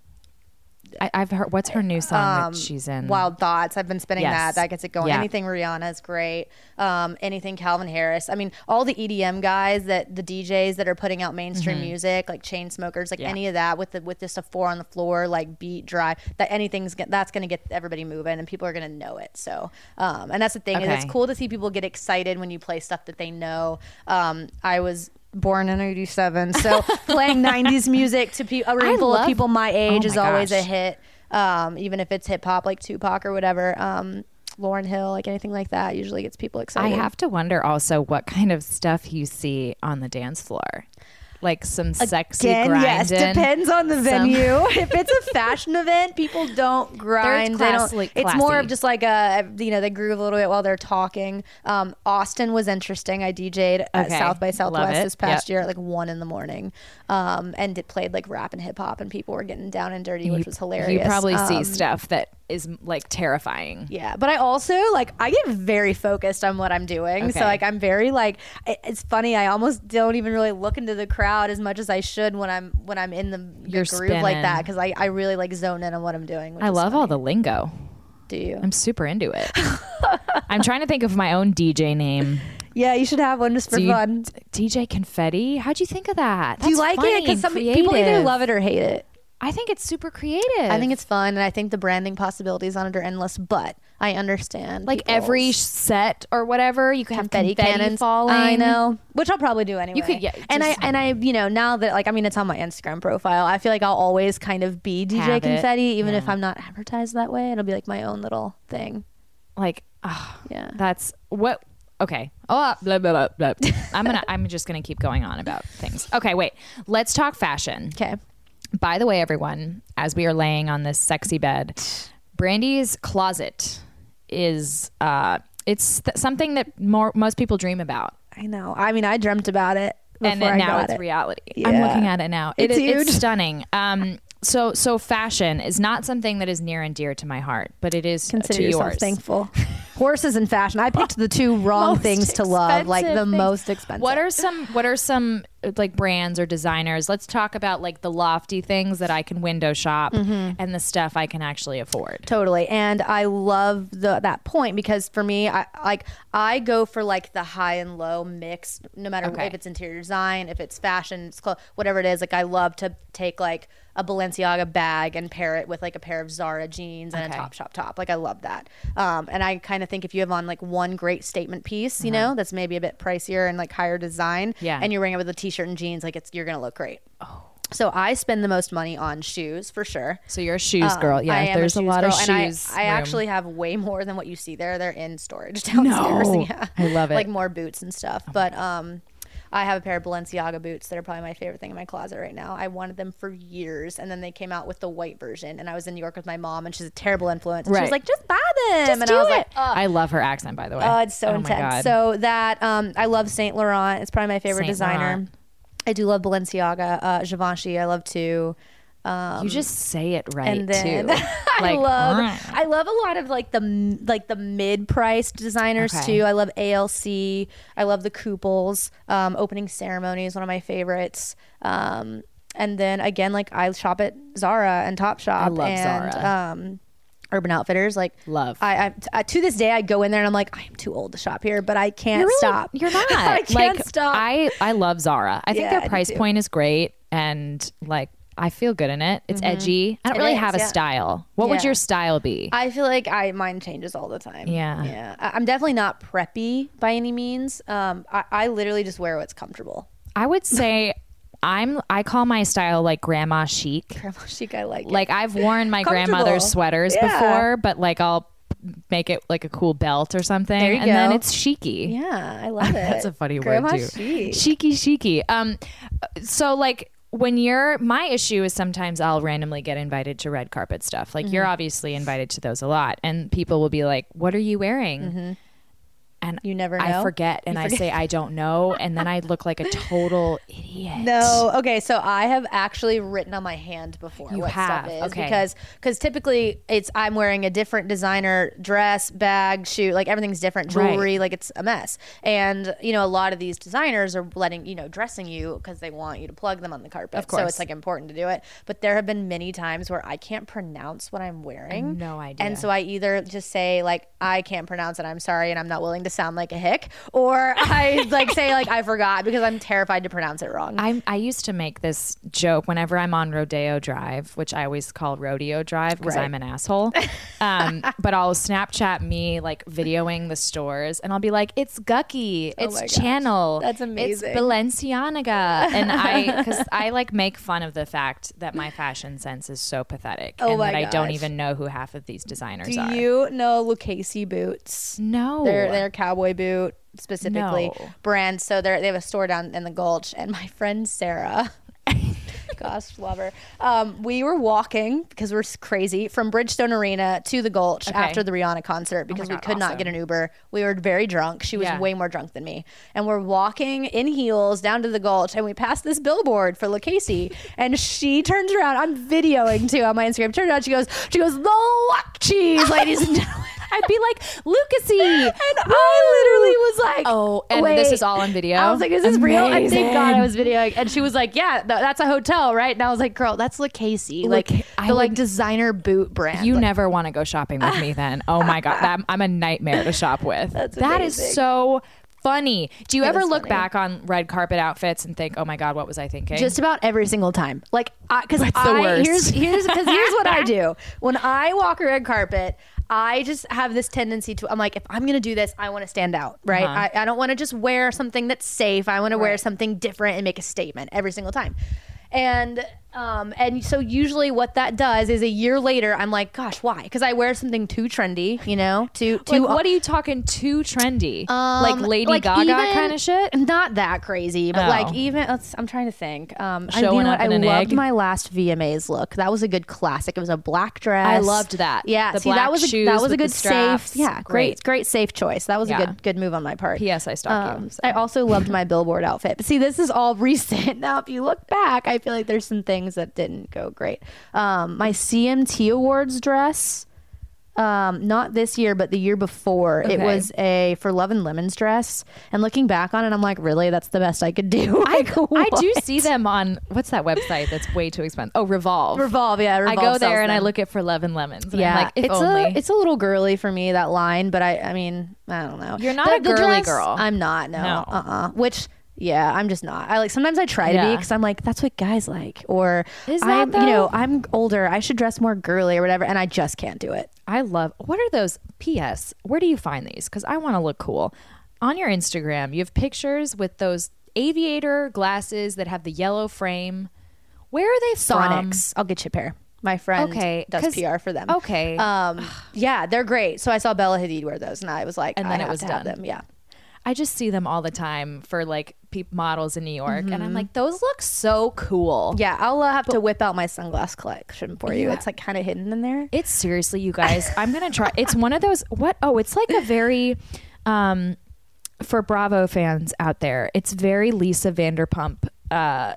Speaker 3: I, I've heard. What's her new song that she's in?
Speaker 4: Um, Wild Thoughts. I've been spinning
Speaker 3: Yes.
Speaker 4: that. That gets it going.
Speaker 3: Yeah.
Speaker 4: Anything Rihanna is great. Um, anything Calvin Harris. I mean, all the EDM guys that the DJs that are putting out mainstream music, like Chain Smokers, like
Speaker 3: Mm-hmm. Yeah.
Speaker 4: any of that, with the, with just a four on the floor, like beat drive. That anything's go- that's going to get everybody moving, and people are going to know it. So, um, and that's the thing. Is
Speaker 3: Okay.
Speaker 4: it's cool to see people get excited when you play stuff that they know. Um, I was. Born in '87, so playing '90s music to pe- a room full
Speaker 3: love- Oh
Speaker 4: of people my age
Speaker 3: my
Speaker 4: is always a
Speaker 3: gosh.
Speaker 4: hit hit, um, even if it's hip hop like Tupac or whatever. Um, Lauren Hill, like anything like that, usually gets people
Speaker 3: I
Speaker 4: excited.
Speaker 3: have to wonder also what kind of stuff you see on the dance floor. like some sexy
Speaker 4: Again,
Speaker 3: grinding.
Speaker 4: yes, depends on the
Speaker 3: Some-
Speaker 4: venue. if it's a fashion event, people don't grind. they
Speaker 3: class-
Speaker 4: don't.
Speaker 3: like
Speaker 4: it's more
Speaker 3: classy.
Speaker 4: of just like a you know they groove a little bit while they're talking. Um, Austin was interesting. I DJ'd at
Speaker 3: Okay,
Speaker 4: South by
Speaker 3: love
Speaker 4: Southwest
Speaker 3: it.
Speaker 4: this past
Speaker 3: Yep.
Speaker 4: year at like one in the morning, um, and it played like rap and hip hop, and people were getting down and dirty, which was hilarious.
Speaker 3: You probably see
Speaker 4: Um,
Speaker 3: stuff that is like terrifying.
Speaker 4: yeah, but I also like I get very focused on what I'm doing. So
Speaker 3: Okay.
Speaker 4: like I'm very like it, it's funny. I almost don't even really look into the crowd as much as I should when I'm when I'm in the, the
Speaker 3: You're
Speaker 4: groove like
Speaker 3: spinning.
Speaker 4: that because I I really like zone in on what I'm doing. Which
Speaker 3: I
Speaker 4: is
Speaker 3: love
Speaker 4: funny.
Speaker 3: all the lingo.
Speaker 4: Do you?
Speaker 3: I'm super into it. I'm trying to think of my own DJ name.
Speaker 4: Yeah, you should have one just for
Speaker 3: Do you-
Speaker 4: fun.
Speaker 3: DJ Confetti. How'd you think of that?
Speaker 4: Do you
Speaker 3: That's
Speaker 4: like it?
Speaker 3: funny
Speaker 4: Because
Speaker 3: and
Speaker 4: some people either
Speaker 3: creative.
Speaker 4: love it or hate it.
Speaker 3: I think it's super creative.
Speaker 4: I think it's fun, and I think the branding possibilities on it are endless. But I understand
Speaker 3: like every
Speaker 4: people's-
Speaker 3: set or whatever. You could have
Speaker 4: confetti,
Speaker 3: confetti,
Speaker 4: cannons
Speaker 3: falling.
Speaker 4: I know, which I'll probably do anyway.
Speaker 3: could, yeah,
Speaker 4: and I
Speaker 3: just-
Speaker 4: and I, you know, now that like I mean, it's on my Instagram profile. I feel like I'll always kind of be
Speaker 3: Have
Speaker 4: DJ
Speaker 3: it,
Speaker 4: Confetti, even if I'm not advertised that way. It'll be like my own little thing.
Speaker 3: Like, ah,
Speaker 4: Yeah.
Speaker 3: that's what. Okay. Oh, blah, blah, blah, blah. I'm gonna. I'm just gonna keep going on about things. Okay, wait. Let's talk fashion.
Speaker 4: Okay.
Speaker 3: By the way, everyone, as we are laying on this sexy bed, Brandy's closet is uh, it's th- something that more most people dream about,
Speaker 4: I know. I mean, I dreamt about it before
Speaker 3: and then
Speaker 4: I
Speaker 3: now
Speaker 4: got
Speaker 3: it's
Speaker 4: it.
Speaker 3: reality. I'm
Speaker 4: Yeah.
Speaker 3: looking at it now. It is-
Speaker 4: It's huge.
Speaker 3: stunning. Um, so so fashion is not something that is near and dear to my heart, but it is
Speaker 4: Consider
Speaker 3: to
Speaker 4: yourself
Speaker 3: yours.
Speaker 4: thankful. Horses and fashion. I picked the two wrong
Speaker 3: Most
Speaker 4: things to love, like the
Speaker 3: expensive things.
Speaker 4: most expensive.
Speaker 3: What are some what are some uh, like brands or designers? Let's talk about like the lofty things that I can window shop
Speaker 4: Mm-hmm.
Speaker 3: and the stuff I can actually afford.
Speaker 4: Totally. And I love the, that point because for me, I like I go for like the high and low mix, no matter
Speaker 3: Okay.
Speaker 4: if it's interior design, if it's fashion, it's clo- whatever it is. Like I love to take like a Balenciaga bag and pair it with like a pair of Zara jeans and
Speaker 3: Okay.
Speaker 4: a Topshop top. Like I love that. Um, and I kind of think if you have on like one great statement piece, you know, that's maybe a bit pricier and like higher design,
Speaker 3: Uh-huh. Yeah. Oh.
Speaker 4: and you're wearing it with a t-shirt and jeans, like it's you're gonna look great. So I spend the most money on shoes for sure.
Speaker 3: So you're a shoes
Speaker 4: Um,
Speaker 3: girl. Yeah,
Speaker 4: I am
Speaker 3: there's a,
Speaker 4: shoes
Speaker 3: lot of
Speaker 4: girl, and I-
Speaker 3: shoes.
Speaker 4: I,
Speaker 3: room.
Speaker 4: actually have way more than what you see there. They're in storage downstairs.
Speaker 3: No.
Speaker 4: Yeah.
Speaker 3: I love it.
Speaker 4: Like more boots and stuff. but um I have a pair of Balenciaga boots that are probably my favorite thing in my closet right now. I wanted them for years and then they came out with the white version and I was in New York with my mom and she's a terrible influence. And She was
Speaker 3: Right.
Speaker 4: like, just buy them. and
Speaker 3: do
Speaker 4: I was
Speaker 3: it.
Speaker 4: like,
Speaker 3: I love her accent, by the way.
Speaker 4: Oh, it's so
Speaker 3: my God.
Speaker 4: intense. So that um, I love Saint Laurent. It's probably my favorite
Speaker 3: Saint
Speaker 4: designer.
Speaker 3: Laurent.
Speaker 4: I do love Balenciaga, uh, Givenchy. I love too. Um,
Speaker 3: you just say it right
Speaker 4: and then
Speaker 3: too.
Speaker 4: I
Speaker 3: Like, uh-huh.
Speaker 4: love
Speaker 3: "Argh."
Speaker 4: I love a lot of like the m- like the mid priced designers
Speaker 3: Okay.
Speaker 4: too. I love ALC. I love the Couples. Um, opening ceremony is one of my favorites. Um, and then again, like I shop at Zara and Topshop
Speaker 3: love
Speaker 4: and
Speaker 3: Zara.
Speaker 4: um, Urban Outfitters. Like
Speaker 3: Love.
Speaker 4: I, I, t- I- to this day I go in there and I'm like I'm too old to shop here, but I can't
Speaker 3: You're really-
Speaker 4: stop.
Speaker 3: You're not.
Speaker 4: I can't
Speaker 3: like,
Speaker 4: stop.
Speaker 3: I I love Zara. I think
Speaker 4: Yeah, I do
Speaker 3: their price
Speaker 4: too.
Speaker 3: point is great, and like I feel good in it. It's edgy. I don't
Speaker 4: Mm-hmm. It
Speaker 3: really
Speaker 4: is,
Speaker 3: have a
Speaker 4: yeah.
Speaker 3: style. What would
Speaker 4: Yeah.
Speaker 3: your style be?
Speaker 4: I feel like I mine changes all the time.
Speaker 3: Yeah.
Speaker 4: yeah. I, I'm definitely not preppy by any means. Um, I, I literally just wear what's comfortable.
Speaker 3: I would say I'm. I call my style like grandma chic.
Speaker 4: Grandma chic, I like. it.
Speaker 3: Like I've worn my
Speaker 4: Comfortable.
Speaker 3: grandmother's sweaters
Speaker 4: Yeah.
Speaker 3: before, but like I'll make it like a cool belt or something,
Speaker 4: There you
Speaker 3: and then
Speaker 4: go.
Speaker 3: it's chicy.
Speaker 4: yeah, I love it.
Speaker 3: That's a funny
Speaker 4: Grandma
Speaker 3: word too.
Speaker 4: Chic.
Speaker 3: Chicky chicky. Um so like when you're my issue is sometimes I'll randomly get invited to red carpet stuff. Like
Speaker 4: Mm-hmm.
Speaker 3: you're obviously invited to those a lot and people will be like, "What are you wearing?" And
Speaker 4: Mm-hmm. You never know?
Speaker 3: I forget and I say I don't know and then I look like a total idiot.
Speaker 4: No, okay. So I have actually written on my hand before what
Speaker 3: have,
Speaker 4: stuff is
Speaker 3: okay.
Speaker 4: because because typically it's I'm wearing a different designer dress, bag, shoe, like everything's different,
Speaker 3: Right.
Speaker 4: jewelry, like it's a mess. And you know, a lot of these designers are letting you know dressing you because they want you to plug them on the carpet. Of so
Speaker 3: course.
Speaker 4: it's like important to do it. But there have been many times where I can't pronounce what I'm wearing.
Speaker 3: no idea.
Speaker 4: And so I either just say like I can't pronounce it, I'm sorry, and I'm not willing to sound like a hick, or I like say like I forgot because I'm terrified to pronounce it wrong.
Speaker 3: I, I used to make this joke whenever I'm on Rodeo Drive, which I always call Rodeo Drive because
Speaker 4: Right.
Speaker 3: I'm an asshole. Um, but I'll Snapchat me like videoing the stores and I'll be like, it's Gucky, it's
Speaker 4: Oh my gosh.
Speaker 3: Channel.
Speaker 4: That's amazing.
Speaker 3: It's Balenciaga. And I, because I like make fun of the fact that my fashion sense is so pathetic
Speaker 4: Oh
Speaker 3: and
Speaker 4: my
Speaker 3: that I don't
Speaker 4: gosh.
Speaker 3: even know who half of these designers
Speaker 4: Do
Speaker 3: are.
Speaker 4: you know Lucchese boots?
Speaker 3: no.
Speaker 4: They're they're cowboy boot specifically
Speaker 3: No.
Speaker 4: brands. So they they have a store down in the Gulch, and my friend Sarah. Gosh, love her. Um, we were walking because we're s- crazy from Bridgestone Arena to the Gulch after the Rihanna concert because we
Speaker 3: Oh God,
Speaker 4: could not
Speaker 3: awesome.
Speaker 4: get an Uber. We were very drunk. She was
Speaker 3: Yeah.
Speaker 4: way more drunk than me. And we're walking in heels down to the Gulch and we passed this billboard for LaCasey. and she turns around. I'm videoing too on my Instagram. Turns around, she goes, she goes, the luck cheese, ladies and gentlemen.
Speaker 3: I'd be like, Lucasy.
Speaker 4: And I literally was like,
Speaker 3: Oh, and this
Speaker 4: wait.
Speaker 3: is all on video.
Speaker 4: I was like, is this real? And thank God I
Speaker 3: Amazing.
Speaker 4: was videoing. And she was like, yeah, th- that's a hotel, right? And I was like, girl, that's LaCasey. Like,
Speaker 3: I
Speaker 4: the like
Speaker 3: would-
Speaker 4: designer boot brand.
Speaker 3: You
Speaker 4: Like,
Speaker 3: never want to go shopping with me then. Oh my God. That, I'm a nightmare to shop with. That's
Speaker 4: amazing.
Speaker 3: so funny. Do you ever
Speaker 4: is
Speaker 3: look
Speaker 4: funny.
Speaker 3: back on red carpet outfits and think, oh my God, what was I thinking?
Speaker 4: Just about every single time. Like, because
Speaker 3: That's the
Speaker 4: I
Speaker 3: worst.
Speaker 4: here's here's because here's what I do when I walk a red carpet. I just have this tendency to. I'm like, if I'm gonna do this, I want to stand out, right?
Speaker 3: Uh-huh.
Speaker 4: I, I don't want to just wear something that's safe. I want to wear something different and make a statement every single time. And um, and so usually what that does is a year later, I'm like, gosh, why? Because I wear something too trendy, you know, too too.
Speaker 3: like, what are you talking too trendy? like
Speaker 4: um,
Speaker 3: Lady Gaga
Speaker 4: even-
Speaker 3: kind of shit?
Speaker 4: Not that crazy, but
Speaker 3: Oh.
Speaker 4: like even let's, I'm trying to think. Um, I, you know
Speaker 3: Showing
Speaker 4: what?
Speaker 3: up
Speaker 4: I
Speaker 3: in an
Speaker 4: loved
Speaker 3: egg?
Speaker 4: my last VMAs look. That was a good classic. It was a black dress.
Speaker 3: I loved that.
Speaker 4: Yeah,
Speaker 3: The
Speaker 4: see,
Speaker 3: black
Speaker 4: that was a,
Speaker 3: shoes
Speaker 4: that was a
Speaker 3: with the
Speaker 4: good safe.
Speaker 3: straps.
Speaker 4: Yeah, great,
Speaker 3: Great.
Speaker 4: great safe choice. That was
Speaker 3: Yeah.
Speaker 4: a good good move on my part.
Speaker 3: P.S. I stalk you,
Speaker 4: Um, I also loved my billboard outfit. But see, this is all recent. Now, if you look back, I feel like there's some things that didn't go great. Um, my CMT awards dress. Um, not this year, but the year before. It
Speaker 3: Okay.
Speaker 4: was a for love and lemons dress. And looking back on it, I'm like, really, that's the best I could do. Like,
Speaker 3: I do
Speaker 4: what?
Speaker 3: see them on what's that website that's way too expensive? Oh, Revolve.
Speaker 4: Revolve, yeah.
Speaker 3: I
Speaker 4: Revolve
Speaker 3: go
Speaker 4: sells
Speaker 3: there and I
Speaker 4: them.
Speaker 3: look at for love and lemons. And
Speaker 4: Yeah,
Speaker 3: I'm like, if
Speaker 4: it's
Speaker 3: only.
Speaker 4: a it's a little girly for me that line, but I I mean I don't know.
Speaker 3: You're not a girly girl.
Speaker 4: I'm not. No.
Speaker 3: No.
Speaker 4: Uh. uh Which yeah, I'm just not. I like sometimes I try to be
Speaker 3: Yeah.
Speaker 4: because I'm like that's what guys like, or
Speaker 3: Is that
Speaker 4: I'm you know
Speaker 3: though?
Speaker 4: I'm older. I should dress more girly or whatever, and I just can't do it.
Speaker 3: I love. What are those? P.S. Where do you find these? Because I want to look cool. On your Instagram, you have pictures with those aviator glasses that have the yellow frame. Where are they from?
Speaker 4: Sonics. I'll get you a pair. My friend
Speaker 3: Okay,
Speaker 4: does
Speaker 3: 'cause-
Speaker 4: PR for them.
Speaker 3: okay.
Speaker 4: Um. yeah, they're great. So I saw Bella Hadid wear those, and I was like,
Speaker 3: And
Speaker 4: I
Speaker 3: then it
Speaker 4: have
Speaker 3: was
Speaker 4: to have
Speaker 3: done.
Speaker 4: them. Yeah.
Speaker 3: I just see them all the time for like peop models in New York, and I'm like, those look so cool.
Speaker 4: Yeah, I'll uh, have to whip out my sunglass collection for you. It's like kind of hidden in there.
Speaker 3: It's seriously, you guys. I'm gonna try. It's one of those. What? Oh, it's like a very, um, for Bravo fans out there, it's very Lisa Vanderpump uh,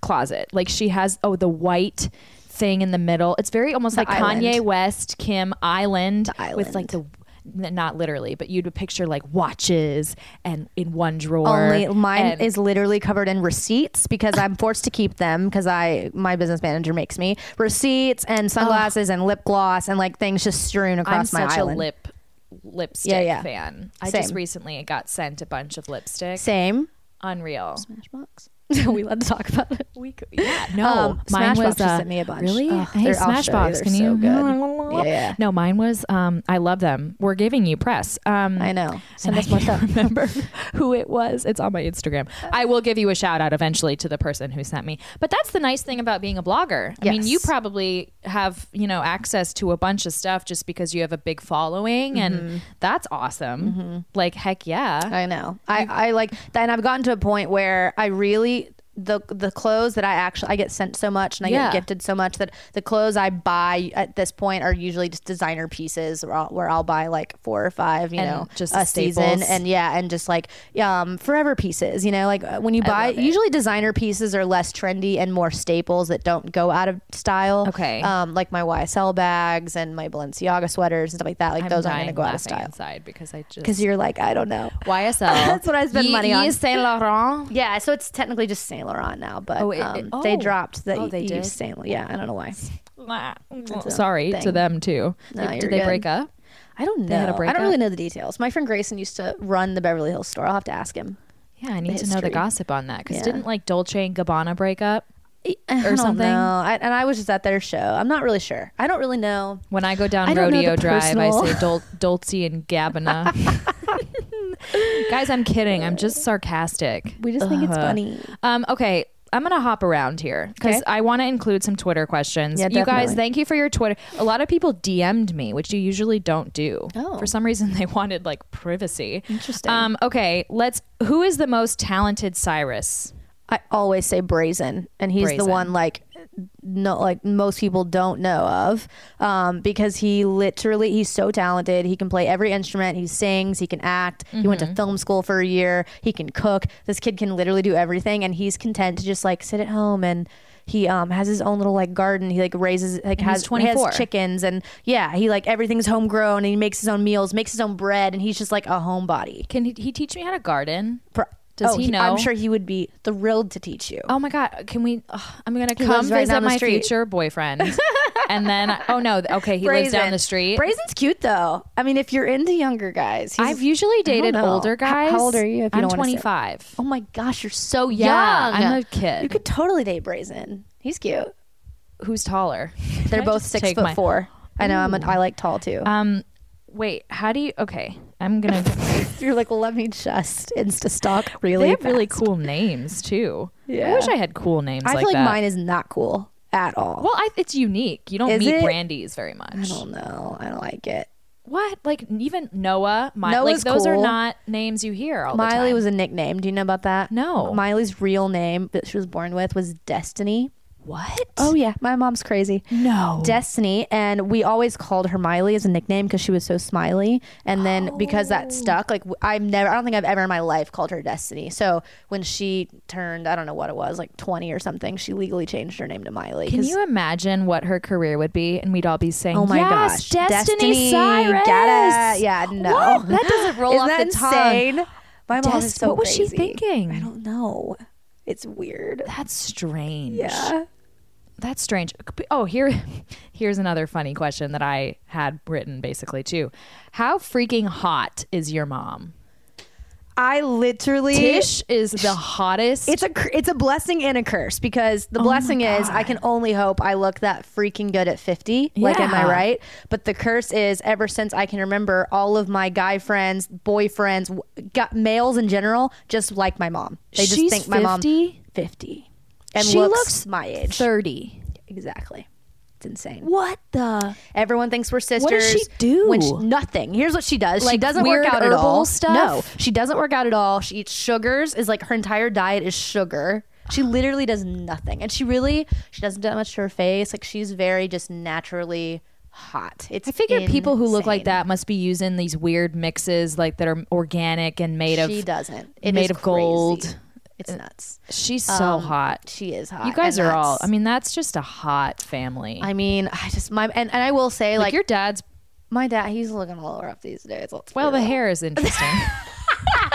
Speaker 3: closet. Like she has oh the white thing in the middle. It's very almost like Kanye
Speaker 4: island.
Speaker 3: West, Kim Island, with like the
Speaker 4: island.
Speaker 3: n- not literally, but you'd picture like watches and in one drawer.
Speaker 4: Only mine
Speaker 3: and-
Speaker 4: is literally covered in receipts because I'm forced to keep them because I my business manager makes me receipts and sunglasses and lip gloss and like things just strewn
Speaker 3: I'm
Speaker 4: across my
Speaker 3: such
Speaker 4: island.
Speaker 3: a lip lipstick
Speaker 4: Yeah, yeah.
Speaker 3: fan. I just
Speaker 4: Same.
Speaker 3: recently got sent a bunch of lipstick.
Speaker 4: Same.
Speaker 3: Unreal.
Speaker 4: Smashbox. we love to talk about it. We could, yeah.
Speaker 3: No,
Speaker 4: Um,
Speaker 3: mine
Speaker 4: Smashbox
Speaker 3: was
Speaker 4: just
Speaker 3: uh,
Speaker 4: sent me a bunch.
Speaker 3: Really?
Speaker 4: Ugh,
Speaker 3: hey,
Speaker 4: they're- I'll show you.
Speaker 3: Smashbox,
Speaker 4: They're
Speaker 3: can
Speaker 4: so
Speaker 3: you?
Speaker 4: good. Yeah, yeah.
Speaker 3: No, mine was. Um, I love them. We're giving you press. Um,
Speaker 4: I know.
Speaker 3: and
Speaker 4: Send
Speaker 3: I
Speaker 4: us more
Speaker 3: can't
Speaker 4: stuff.
Speaker 3: remember who it was. It's on my Instagram. I will give you a shout out eventually to the person who sent me. But that's the nice thing about being a blogger. I mean, you
Speaker 4: Yes.
Speaker 3: probably have you know access to a bunch of stuff just because you have a big following, and that's awesome. Like heck yeah.
Speaker 4: Mm-hmm. I know. I, I like and I've gotten to a point where I really the the clothes that I actually I get sent so much and I
Speaker 3: Yeah.
Speaker 4: get gifted so much that the clothes I buy at this point are usually just designer pieces where I'll, where I'll buy like four or five, you
Speaker 3: And
Speaker 4: know,
Speaker 3: just
Speaker 4: a season
Speaker 3: staples.
Speaker 4: and yeah, and just like um forever pieces, you know, like uh, when you buy
Speaker 3: love it.
Speaker 4: usually designer pieces are less trendy and more staples that don't go out of style.
Speaker 3: Okay.
Speaker 4: Um like my YSL bags and my Balenciaga sweaters and stuff like that, like
Speaker 3: I'm
Speaker 4: those aren't going to
Speaker 3: dying
Speaker 4: go out of
Speaker 3: laughing
Speaker 4: style.
Speaker 3: inside because I just
Speaker 4: Cuz you're like, I don't know.
Speaker 3: YSL.
Speaker 4: That's what I spend
Speaker 3: Ye-
Speaker 4: money on.
Speaker 3: Yves Saint Laurent.
Speaker 4: Yeah, so it's technically just Saint Laurent now, but
Speaker 3: Oh, it-
Speaker 4: um,
Speaker 3: it-
Speaker 4: they
Speaker 3: oh.
Speaker 4: dropped the
Speaker 3: Oh, they
Speaker 4: Yves
Speaker 3: did?
Speaker 4: Saint. La- Yeah, I don't know why. a
Speaker 3: Sorry to
Speaker 4: thing.
Speaker 3: them too.
Speaker 4: No,
Speaker 3: Did
Speaker 4: you're
Speaker 3: they
Speaker 4: good.
Speaker 3: break up?
Speaker 4: I don't
Speaker 3: had a
Speaker 4: know. I
Speaker 3: breakup?
Speaker 4: don't really know the details. My friend Grayson used to run the Beverly Hills store. I'll have to ask him.
Speaker 3: Yeah, I need to know
Speaker 4: history.
Speaker 3: the gossip on that because
Speaker 4: Yeah.
Speaker 3: didn't like Dolce and Gabbana break up?
Speaker 4: I
Speaker 3: Or
Speaker 4: don't
Speaker 3: something?
Speaker 4: know. I, and I was just at their show. I'm not really sure. I don't really know.
Speaker 3: When I go down
Speaker 4: I don't know
Speaker 3: Rodeo
Speaker 4: the
Speaker 3: Drive, I
Speaker 4: personal.
Speaker 3: say Dol- Dolce and Gabbana. Guys, I'm kidding. I'm just sarcastic.
Speaker 4: We just think it's
Speaker 3: Ugh.
Speaker 4: funny.
Speaker 3: Um, okay, I'm gonna hop around here because
Speaker 4: Okay.
Speaker 3: I want to include some Twitter questions.
Speaker 4: Yeah,
Speaker 3: you guys,
Speaker 4: definitely.
Speaker 3: thank you for your Twitter. A lot of people DM'd me, which you usually don't do.
Speaker 4: Oh.
Speaker 3: For some reason, they wanted like privacy.
Speaker 4: Interesting.
Speaker 3: Um, okay, let's. Who is the most talented Cyrus?
Speaker 4: I always say brazen, and he's
Speaker 3: Brazen.
Speaker 4: the one like no like most people don't know of um, because he literally he's so talented. He can play every instrument. He sings. He can act. He went
Speaker 3: Mm-hmm.
Speaker 4: to film school for a year. He can cook. This kid can literally do everything, and he's content to just like sit at home and. He um has his own little like garden. He like raises like
Speaker 3: he's
Speaker 4: has, he
Speaker 3: 24.
Speaker 4: has chickens and yeah he like everything's homegrown and he makes his own meals, makes his own bread, and he's just like a homebody.
Speaker 3: Can he, he teach me how to garden?
Speaker 4: Pro-
Speaker 3: Does
Speaker 4: oh,
Speaker 3: he know?
Speaker 4: I'm sure he would be thrilled to teach you.
Speaker 3: Oh my god! Can we? ugh, I'm gonna come
Speaker 4: lives right
Speaker 3: visit
Speaker 4: down the
Speaker 3: my
Speaker 4: street.
Speaker 3: future boyfriend, and then oh no, th- okay, he lives down
Speaker 4: Brazen.
Speaker 3: the street.
Speaker 4: Brazen's cute though. I mean, if you're into younger guys, he's,
Speaker 3: I've usually dated
Speaker 4: know.
Speaker 3: older
Speaker 4: How- how
Speaker 3: guys.
Speaker 4: old are you, if you
Speaker 3: I'm
Speaker 4: don't wanna say?
Speaker 3: 25.
Speaker 4: oh my gosh, you're so young.
Speaker 3: Yeah, I'm a kid.
Speaker 4: You could totally date Brazen. He's cute.
Speaker 3: Who's taller? Can
Speaker 4: They're
Speaker 3: I
Speaker 4: both
Speaker 3: just
Speaker 4: six
Speaker 3: take
Speaker 4: foot
Speaker 3: my-
Speaker 4: four. I know. I'm an, I like tall too.
Speaker 3: Um, wait. How do you? Okay, I'm gonna.
Speaker 4: you're like, well, let me just insta stalk really.
Speaker 3: they have really
Speaker 4: fast.
Speaker 3: cool names too. I
Speaker 4: Yeah.
Speaker 3: wish I had cool names.
Speaker 4: I feel like,
Speaker 3: that.
Speaker 4: mine is not cool at all.
Speaker 3: Well, I, it's unique. You don't
Speaker 4: Is
Speaker 3: meet
Speaker 4: it?
Speaker 3: Brandy's very much.
Speaker 4: I don't know. I don't like it.
Speaker 3: What? Like even Noah, Miley. Like
Speaker 4: Noah's
Speaker 3: those are
Speaker 4: cool.
Speaker 3: not names you hear all the time.
Speaker 4: Miley was a nickname. Do you know about that?
Speaker 3: No.
Speaker 4: Miley's real name that she was born with was Destiny.
Speaker 3: what?
Speaker 4: Oh yeah, my mom's crazy.
Speaker 3: no.
Speaker 4: Destiny, and we always called her Miley as a nickname because she was so smiley. And then
Speaker 3: Oh.
Speaker 4: because that stuck, like w- I'm never, I don't think I've ever in my life called her Destiny. So when she turned, I don't know what it was, like 20 or something, she legally changed her name to Miley.
Speaker 3: Can
Speaker 4: 'cause-
Speaker 3: you imagine what her career would be? And we'd all be saying,
Speaker 4: Oh my
Speaker 3: yes,
Speaker 4: gosh,
Speaker 3: Destiny,
Speaker 4: Destiny,
Speaker 3: Cyrus.
Speaker 4: get it. Yeah, no.
Speaker 3: What? That doesn't roll
Speaker 4: Isn't
Speaker 3: off
Speaker 4: that
Speaker 3: the
Speaker 4: insane?
Speaker 3: tongue.
Speaker 4: My mom is
Speaker 3: Des-
Speaker 4: so
Speaker 3: what was she
Speaker 4: crazy.
Speaker 3: thinking?
Speaker 4: I don't know. It's weird.
Speaker 3: That's strange.
Speaker 4: Yeah.
Speaker 3: That's strange. Oh, here, here's another funny question that I had written basically too. How freaking hot is your mom?
Speaker 4: I literally.
Speaker 3: Tish is the hottest.
Speaker 4: It's a cur- it's a blessing and a curse because
Speaker 3: Oh
Speaker 4: the blessing is I can only hope I look that freaking good at 50. Like am I
Speaker 3: Yeah.
Speaker 4: right? But the curse is ever since I can remember all of my guy friends, boyfriends, w- got males in general just like my mom. They just
Speaker 3: She's
Speaker 4: think my mom
Speaker 3: 50?
Speaker 4: 50 and
Speaker 3: She
Speaker 4: looks,
Speaker 3: looks
Speaker 4: my age.
Speaker 3: thirty.
Speaker 4: exactly. It's insane.
Speaker 3: What the?
Speaker 4: Everyone thinks we're sisters.
Speaker 3: does she do?
Speaker 4: When she- nothing. Here's what she does. she
Speaker 3: Like
Speaker 4: doesn't
Speaker 3: weird
Speaker 4: work out at
Speaker 3: herbal
Speaker 4: all.
Speaker 3: stuff?
Speaker 4: No, she doesn't work out at all. She eats sugars. Is like her entire diet is sugar. She literally does nothing, and she really she doesn't do that much to her face. Like she's very just naturally hot. It's
Speaker 3: I figured people who look like
Speaker 4: insane.
Speaker 3: that must be using these weird mixes, like that are organic and made
Speaker 4: She
Speaker 3: of.
Speaker 4: doesn't. It
Speaker 3: made
Speaker 4: is
Speaker 3: of gold.
Speaker 4: crazy. It's nuts.
Speaker 3: She's so hot.
Speaker 4: She is hot.
Speaker 3: You guys
Speaker 4: and
Speaker 3: are all.
Speaker 4: that's-
Speaker 3: I mean, that's just a hot family.
Speaker 4: I mean, I just my and, and I will say
Speaker 3: like,
Speaker 4: like,
Speaker 3: your dad's.
Speaker 4: my dad. He's looking a little rough these days. Let's be
Speaker 3: Well, the
Speaker 4: real.
Speaker 3: hair is interesting.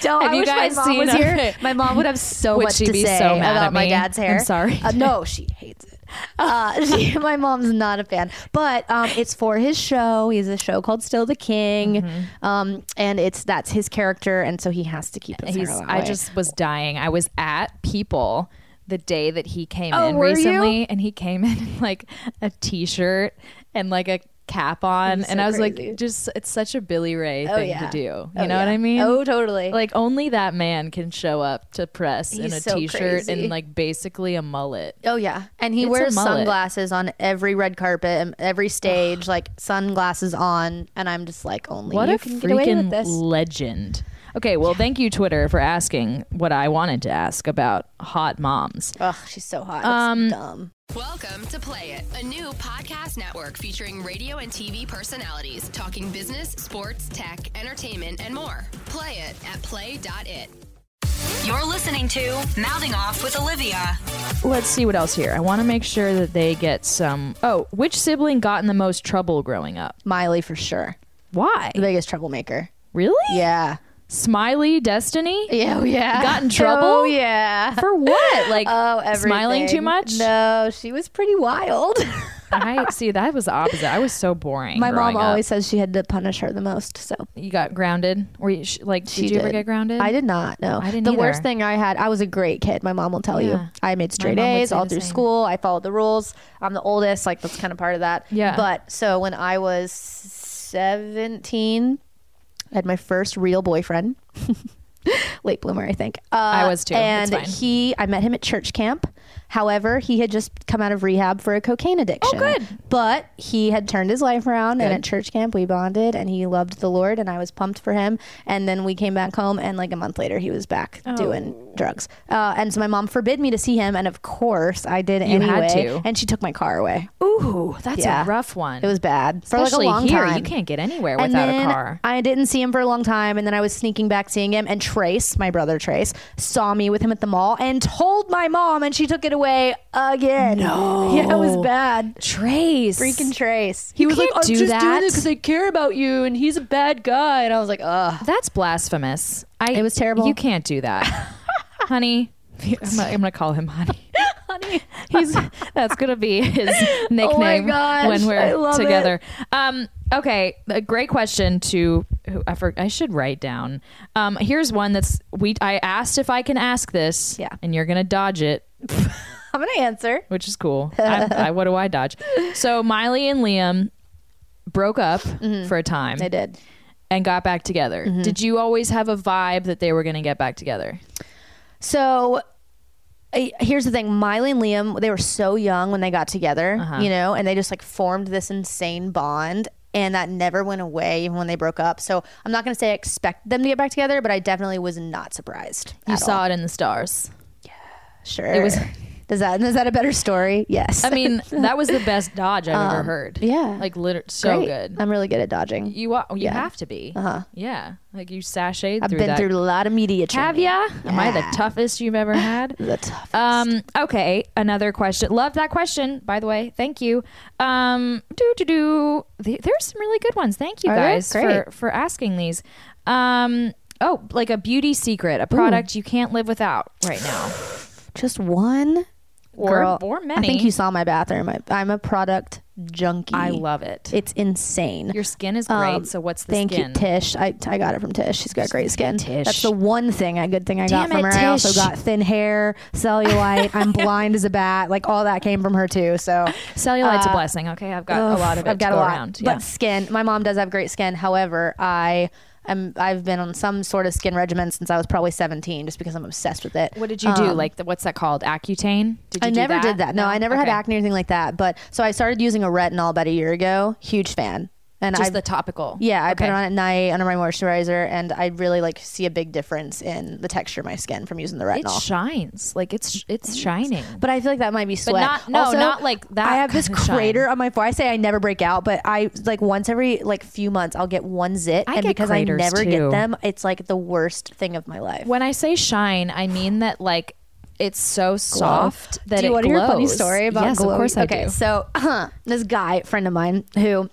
Speaker 4: Don't.
Speaker 3: Have
Speaker 4: I
Speaker 3: you
Speaker 4: wish
Speaker 3: guys
Speaker 4: my mom
Speaker 3: seen
Speaker 4: was
Speaker 3: it?
Speaker 4: here. My mom would have so
Speaker 3: Would
Speaker 4: much
Speaker 3: she
Speaker 4: to
Speaker 3: be
Speaker 4: say
Speaker 3: so mad
Speaker 4: about
Speaker 3: at
Speaker 4: my
Speaker 3: me?
Speaker 4: dad's hair.
Speaker 3: I'm sorry.
Speaker 4: Uh, no, she hates it. Uh, she, my mom's not a fan, but um, it's for his show. He has a show called Still the King, um, and it's that's his character, and so he has to keep his
Speaker 3: He's.
Speaker 4: hair. That
Speaker 3: I
Speaker 4: way.
Speaker 3: just was dying. I was at people the day that he came
Speaker 4: Oh,
Speaker 3: in
Speaker 4: were you?
Speaker 3: recently, and he came in in like a t-shirt and like a cap on, and
Speaker 4: so
Speaker 3: I was
Speaker 4: crazy.
Speaker 3: like, just it's such a Billy Ray
Speaker 4: Oh,
Speaker 3: thing
Speaker 4: yeah.
Speaker 3: to do. You
Speaker 4: Oh,
Speaker 3: know what
Speaker 4: yeah.
Speaker 3: I mean?
Speaker 4: Oh, totally.
Speaker 3: Like only that man can show up to press in
Speaker 4: He's
Speaker 3: a
Speaker 4: so
Speaker 3: t-shirt
Speaker 4: crazy.
Speaker 3: and like basically a mullet.
Speaker 4: Oh yeah, and he
Speaker 3: It's a
Speaker 4: wears
Speaker 3: mullet.
Speaker 4: sunglasses on every red carpet and every stage, like sunglasses on. And I'm just like, only
Speaker 3: What
Speaker 4: you
Speaker 3: a
Speaker 4: can get away with
Speaker 3: freaking
Speaker 4: this.
Speaker 3: legend. Okay, well, thank you, Twitter, for asking what I wanted to ask about hot moms.
Speaker 4: Ugh, she's so hot. It's dumb.
Speaker 1: Welcome to Play It, a new podcast network featuring radio and TV personalities talking business, sports, tech, entertainment, and more. Play it at play.it. You're listening to Mouthing Off with Olivia.
Speaker 3: Let's see what else here. I want to make sure that they get some. Oh, which sibling got in the most trouble growing up?
Speaker 4: Miley for sure,
Speaker 3: Why?
Speaker 4: the biggest troublemaker.
Speaker 3: Really?
Speaker 4: Yeah.
Speaker 3: Smiley Destiny?
Speaker 4: Yeah, oh, yeah.
Speaker 3: Got in trouble?
Speaker 4: Oh, yeah.
Speaker 3: For what? Like
Speaker 4: oh, everything.
Speaker 3: smiling too much?
Speaker 4: No, she was pretty wild.
Speaker 3: I see. That was the opposite. I was so boring.
Speaker 4: My mom
Speaker 3: growing up.
Speaker 4: always says she had to punish her the most, so
Speaker 3: You got grounded? Were you sh- like?
Speaker 4: she
Speaker 3: did you ever get grounded?
Speaker 4: I did not. No,
Speaker 3: I didn't
Speaker 4: The
Speaker 3: either.
Speaker 4: worst thing I had, I was a great kid. My mom will tell
Speaker 3: Yeah.
Speaker 4: you, I made straight
Speaker 3: mom would
Speaker 4: A's
Speaker 3: say
Speaker 4: all
Speaker 3: the
Speaker 4: through
Speaker 3: same.
Speaker 4: school. I followed the rules. I'm the oldest, like that's kind of part of that.
Speaker 3: Yeah.
Speaker 4: But so when I was 17, I had my first real boyfriend. late bloomer, I think. Uh,
Speaker 3: I was too. It's
Speaker 4: And
Speaker 3: fine.
Speaker 4: he, I met him at church camp. However, he had just come out of rehab for a cocaine addiction. Oh,
Speaker 3: good.
Speaker 4: But he had turned his life around, and
Speaker 3: Good.
Speaker 4: at church camp we bonded, and he loved the Lord, and I was pumped for him. And then we came back home, and like a month later, he was back
Speaker 3: Oh.
Speaker 4: doing drugs. Uh, and so my mom forbid me to see him, and of course I did
Speaker 3: You had
Speaker 4: anyway.
Speaker 3: to.
Speaker 4: And she took my car away.
Speaker 3: Ooh, that's
Speaker 4: Yeah.
Speaker 3: a rough one.
Speaker 4: It was bad for
Speaker 3: Especially
Speaker 4: like a long
Speaker 3: here,
Speaker 4: time.
Speaker 3: you can't get anywhere
Speaker 4: And
Speaker 3: without
Speaker 4: then
Speaker 3: a car.
Speaker 4: I didn't see him for a long time, and then I was sneaking back seeing him. And Trace, my brother Trace, saw me with him at the mall and told my mom, and she took it away again. No, yeah, it was bad.
Speaker 3: Trace,
Speaker 4: Freaking Trace.
Speaker 3: You can't do that."
Speaker 4: I care about you, and he's a bad guy." And I was like, "Ugh."
Speaker 3: that's blasphemous. I,
Speaker 4: It was terrible.
Speaker 3: You can't do that, honey. I'm gonna, I'm gonna call him honey.
Speaker 4: Honey, Oh
Speaker 3: He's that's gonna be his nickname
Speaker 4: gosh,
Speaker 3: when we're
Speaker 4: I love
Speaker 3: together. Um, okay, a great question to who I, for, I should write down. Um, here's one that's we I asked if I can ask this,
Speaker 4: Yeah.
Speaker 3: and you're gonna dodge it,
Speaker 4: I'm gonna answer.
Speaker 3: which is cool. I, I, what do I dodge? So Miley and Liam broke up
Speaker 4: Mm-hmm.
Speaker 3: for a time
Speaker 4: I did.
Speaker 3: and got back together. Did you always have a vibe that they were gonna get back together?
Speaker 4: So I- here's the thing Miley and Liam, they were so young when they got together,
Speaker 3: Uh-huh.
Speaker 4: you know, and they just like formed this insane bond. And that never went away even when they broke up. So I'm not going to say I expected them to get back together, but I definitely was not surprised.
Speaker 3: You
Speaker 4: at
Speaker 3: saw it in the stars.
Speaker 4: all. Sure. It was. Does that is that a better story? Yes.
Speaker 3: I mean, that was the best dodge I've ever heard.
Speaker 4: yeah.
Speaker 3: like literally so
Speaker 4: Great.
Speaker 3: good.
Speaker 4: I'm really good at dodging.
Speaker 3: You are. You have to be. Uh-huh. Yeah. Like you sashayed
Speaker 4: I've
Speaker 3: through
Speaker 4: been
Speaker 3: that.
Speaker 4: through a lot of media
Speaker 3: Have
Speaker 4: training.
Speaker 3: ya? Am I the
Speaker 4: Yeah.
Speaker 3: toughest you've ever had?
Speaker 4: The tough.
Speaker 3: um. Okay. Another question. Love that question. By the way, thank you. Um. Do do do. The- There's some really good ones. Thank you
Speaker 4: Are there?
Speaker 3: guys for
Speaker 4: Oh, Great.
Speaker 3: for asking these. Um. Oh, like a beauty secret, a product you can't live without right now.
Speaker 4: Just one.
Speaker 3: Or-
Speaker 4: Girl,
Speaker 3: or
Speaker 4: I think
Speaker 3: many.
Speaker 4: you saw my bathroom. I, I'm a product junkie.
Speaker 3: I love it.
Speaker 4: It's insane.
Speaker 3: Your skin is great.
Speaker 4: Um,
Speaker 3: so what's the
Speaker 4: Thank
Speaker 3: skin?
Speaker 4: you, Tish. I, I got it from Tish. She's got great skin.
Speaker 3: Tish.
Speaker 4: That's the one thing I good thing I
Speaker 3: Damn
Speaker 4: got from
Speaker 3: it,
Speaker 4: her. I also
Speaker 3: Tish.
Speaker 4: got thin hair, cellulite. I'm blind as a bat. Like all that came from her too. So
Speaker 3: Cellulite's a blessing. Okay, I've got
Speaker 4: Ugh,
Speaker 3: a lot of it
Speaker 4: Uh, I've got
Speaker 3: to
Speaker 4: a
Speaker 3: go
Speaker 4: lot.
Speaker 3: around.
Speaker 4: But skin. My mom does have great skin. However, I am I've been on some sort of skin regimen since I was probably 17, just because I'm obsessed with it. Um,
Speaker 3: What did you do? Like the, what's that called? Accutane? Did you
Speaker 4: I
Speaker 3: do
Speaker 4: never did that. No, I never had
Speaker 3: Okay.
Speaker 4: acne or anything like that. But so I started using a retinol about a year ago. Huge fan. And
Speaker 3: Just
Speaker 4: I've,
Speaker 3: the topical.
Speaker 4: Yeah, I
Speaker 3: okay.
Speaker 4: put it on at night under my moisturizer, and I really like see a big difference in the texture of my skin from using the
Speaker 3: It
Speaker 4: retinol.
Speaker 3: shines like it's it's shining.
Speaker 4: but I feel like that might be sweat.
Speaker 3: not- no,
Speaker 4: Also,
Speaker 3: not like that
Speaker 4: I have this
Speaker 3: kind of shine.
Speaker 4: crater on my forehead. I say I never break out, but I like once every like few months I'll get one zit,
Speaker 3: I
Speaker 4: and
Speaker 3: get
Speaker 4: because I
Speaker 3: craters,
Speaker 4: never
Speaker 3: too.
Speaker 4: get them, it's like the worst thing of my life.
Speaker 3: When I say shine, I mean that like it's so soft that
Speaker 4: do you
Speaker 3: it
Speaker 4: want to hear a funny
Speaker 3: glows.
Speaker 4: story about
Speaker 3: yes,
Speaker 4: glowy?
Speaker 3: Of course I
Speaker 4: okay,
Speaker 3: do.
Speaker 4: so this guy, friend of mine, who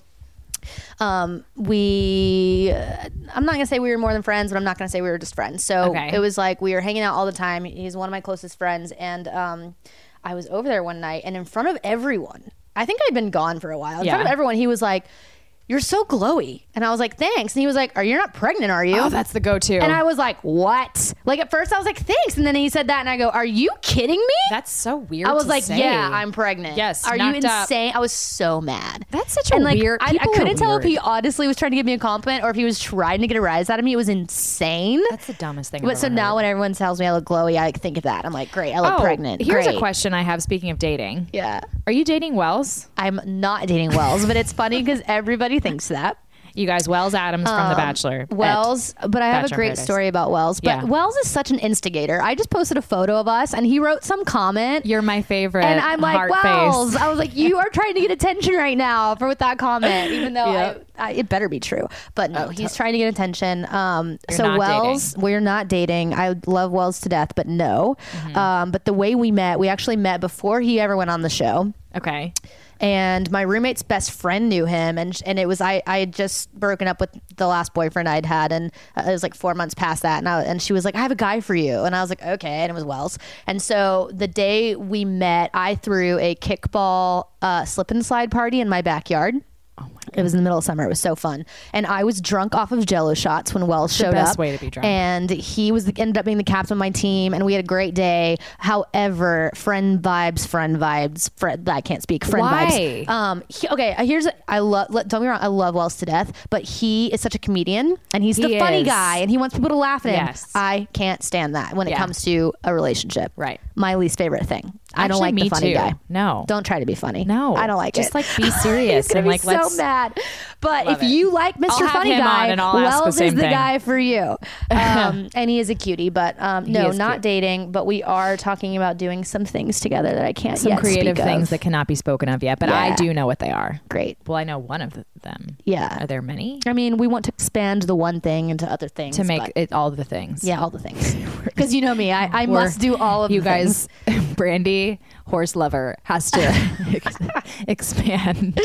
Speaker 4: um we uh, i'm not gonna say we were more than friends but i'm not gonna say we were just friends so
Speaker 3: Okay.
Speaker 4: it was like we were hanging out all the time he's one of my closest friends and um i was over there one night and in front of everyone i think i'd been gone for a while in
Speaker 3: Yeah.
Speaker 4: front of everyone he was like you're so glowy and i was like thanks and he was like are you not pregnant are you
Speaker 3: Oh, that's the go-to.
Speaker 4: and i was like what like at first i was like thanks and then he said that and i go are you kidding me
Speaker 3: that's so weird.
Speaker 4: I was
Speaker 3: to
Speaker 4: like,
Speaker 3: say.
Speaker 4: yeah, I'm pregnant.
Speaker 3: Yes,
Speaker 4: Are you
Speaker 3: knocked up.
Speaker 4: insane? I was so mad.
Speaker 3: That's such a
Speaker 4: and like,
Speaker 3: weird-
Speaker 4: I, I
Speaker 3: people are
Speaker 4: couldn't tell if
Speaker 3: weird.
Speaker 4: he honestly was trying to give me a compliment or if he was trying to get a rise out of me. It was insane.
Speaker 3: That's the dumbest thing. I've
Speaker 4: but so
Speaker 3: ever
Speaker 4: now
Speaker 3: heard.
Speaker 4: when everyone tells me I look glowy, I think of that. I'm like, great, I look
Speaker 3: oh,
Speaker 4: pregnant.
Speaker 3: Here's
Speaker 4: great.
Speaker 3: a question I have. Speaking of dating,
Speaker 4: Yeah.
Speaker 3: are you dating Wells?
Speaker 4: I'm not dating Wells, but it's funny because everybody thinks that.
Speaker 3: You guys, Wells Adams from The Bachelor. Ed.
Speaker 4: Um, Wells, but I
Speaker 3: Bachelor
Speaker 4: have a
Speaker 3: in
Speaker 4: great
Speaker 3: Paradise.
Speaker 4: story about Wells. But
Speaker 3: Yeah.
Speaker 4: Wells is such an instigator. I just posted a photo of us and he wrote some comment.
Speaker 3: you're my favorite.
Speaker 4: and I'm like,
Speaker 3: heart
Speaker 4: Wells.
Speaker 3: face.
Speaker 4: I was like, you are trying to get attention right now for with that comment, even though I, I, it better be true. But no, he's trying to get attention. Um, so
Speaker 3: Oh, not
Speaker 4: Wells, we're not dating. I love Wells to death, but no.
Speaker 3: Mm-hmm.
Speaker 4: Um, but the way we met, we actually met before he ever went on the show
Speaker 3: Okay.
Speaker 4: and my roommate's best friend knew him and and it was I I had just broken up with the last boyfriend I'd had and uh, it was like 4 months past that and I, and she was like I have a guy for you and I was like okay and it was Wells and so the day
Speaker 3: Oh
Speaker 4: we met I threw a kickball uh, slip and slide party in my backyard It was in the middle of summer. It was so fun, and I was drunk off of Jello shots when Wells showed
Speaker 3: best
Speaker 4: up.
Speaker 3: way to be drunk.
Speaker 4: And he was the, ended up being the captain of my team, and we had a great day. However, friend vibes, friend vibes. Fred, I can't speak. Friend
Speaker 3: Why?
Speaker 4: vibes. Um. he- okay. Here's a- I love. Don't get me wrong. I love Wells to death, but he is such a comedian, and he's the
Speaker 3: He
Speaker 4: funny
Speaker 3: is.
Speaker 4: guy, and he wants people to laugh at him.
Speaker 3: Yes.
Speaker 4: I can't stand that when it
Speaker 3: Yeah.
Speaker 4: comes to a relationship.
Speaker 3: Right.
Speaker 4: My least favorite thing. I don't
Speaker 3: Actually,
Speaker 4: like
Speaker 3: me
Speaker 4: the funny
Speaker 3: too.
Speaker 4: guy.
Speaker 3: No.
Speaker 4: Don't try to be funny.
Speaker 3: No,
Speaker 4: I don't like
Speaker 3: just,
Speaker 4: it.
Speaker 3: like, be serious
Speaker 4: He's gonna
Speaker 3: and,
Speaker 4: be
Speaker 3: like,
Speaker 4: so
Speaker 3: let's-
Speaker 4: mad. But if
Speaker 3: it.
Speaker 4: you like
Speaker 3: I'll
Speaker 4: Mr.
Speaker 3: have
Speaker 4: Funny
Speaker 3: him
Speaker 4: Guy,
Speaker 3: on and I'll ask the
Speaker 4: Wells is
Speaker 3: same
Speaker 4: the
Speaker 3: thing.
Speaker 4: guy for you. Um, and he is a cutie, but um, no,
Speaker 3: is
Speaker 4: not
Speaker 3: cute.
Speaker 4: dating. But we are talking about doing some things together that I can't
Speaker 3: Some
Speaker 4: yet
Speaker 3: creative
Speaker 4: speak
Speaker 3: things
Speaker 4: of.
Speaker 3: that cannot be spoken of yet, but I
Speaker 4: Yeah.
Speaker 3: do know what they are.
Speaker 4: Great.
Speaker 3: Well, I know one of them.
Speaker 4: Yeah.
Speaker 3: Are there many?
Speaker 4: I mean, we want to expand the one thing into other things
Speaker 3: To make
Speaker 4: but-
Speaker 3: it all the things.
Speaker 4: yeah, all the things. Because you know me, I, I
Speaker 3: We're-
Speaker 4: must do all of
Speaker 3: you
Speaker 4: the things.
Speaker 3: guys. Brandy, horse lover, has to ex- expand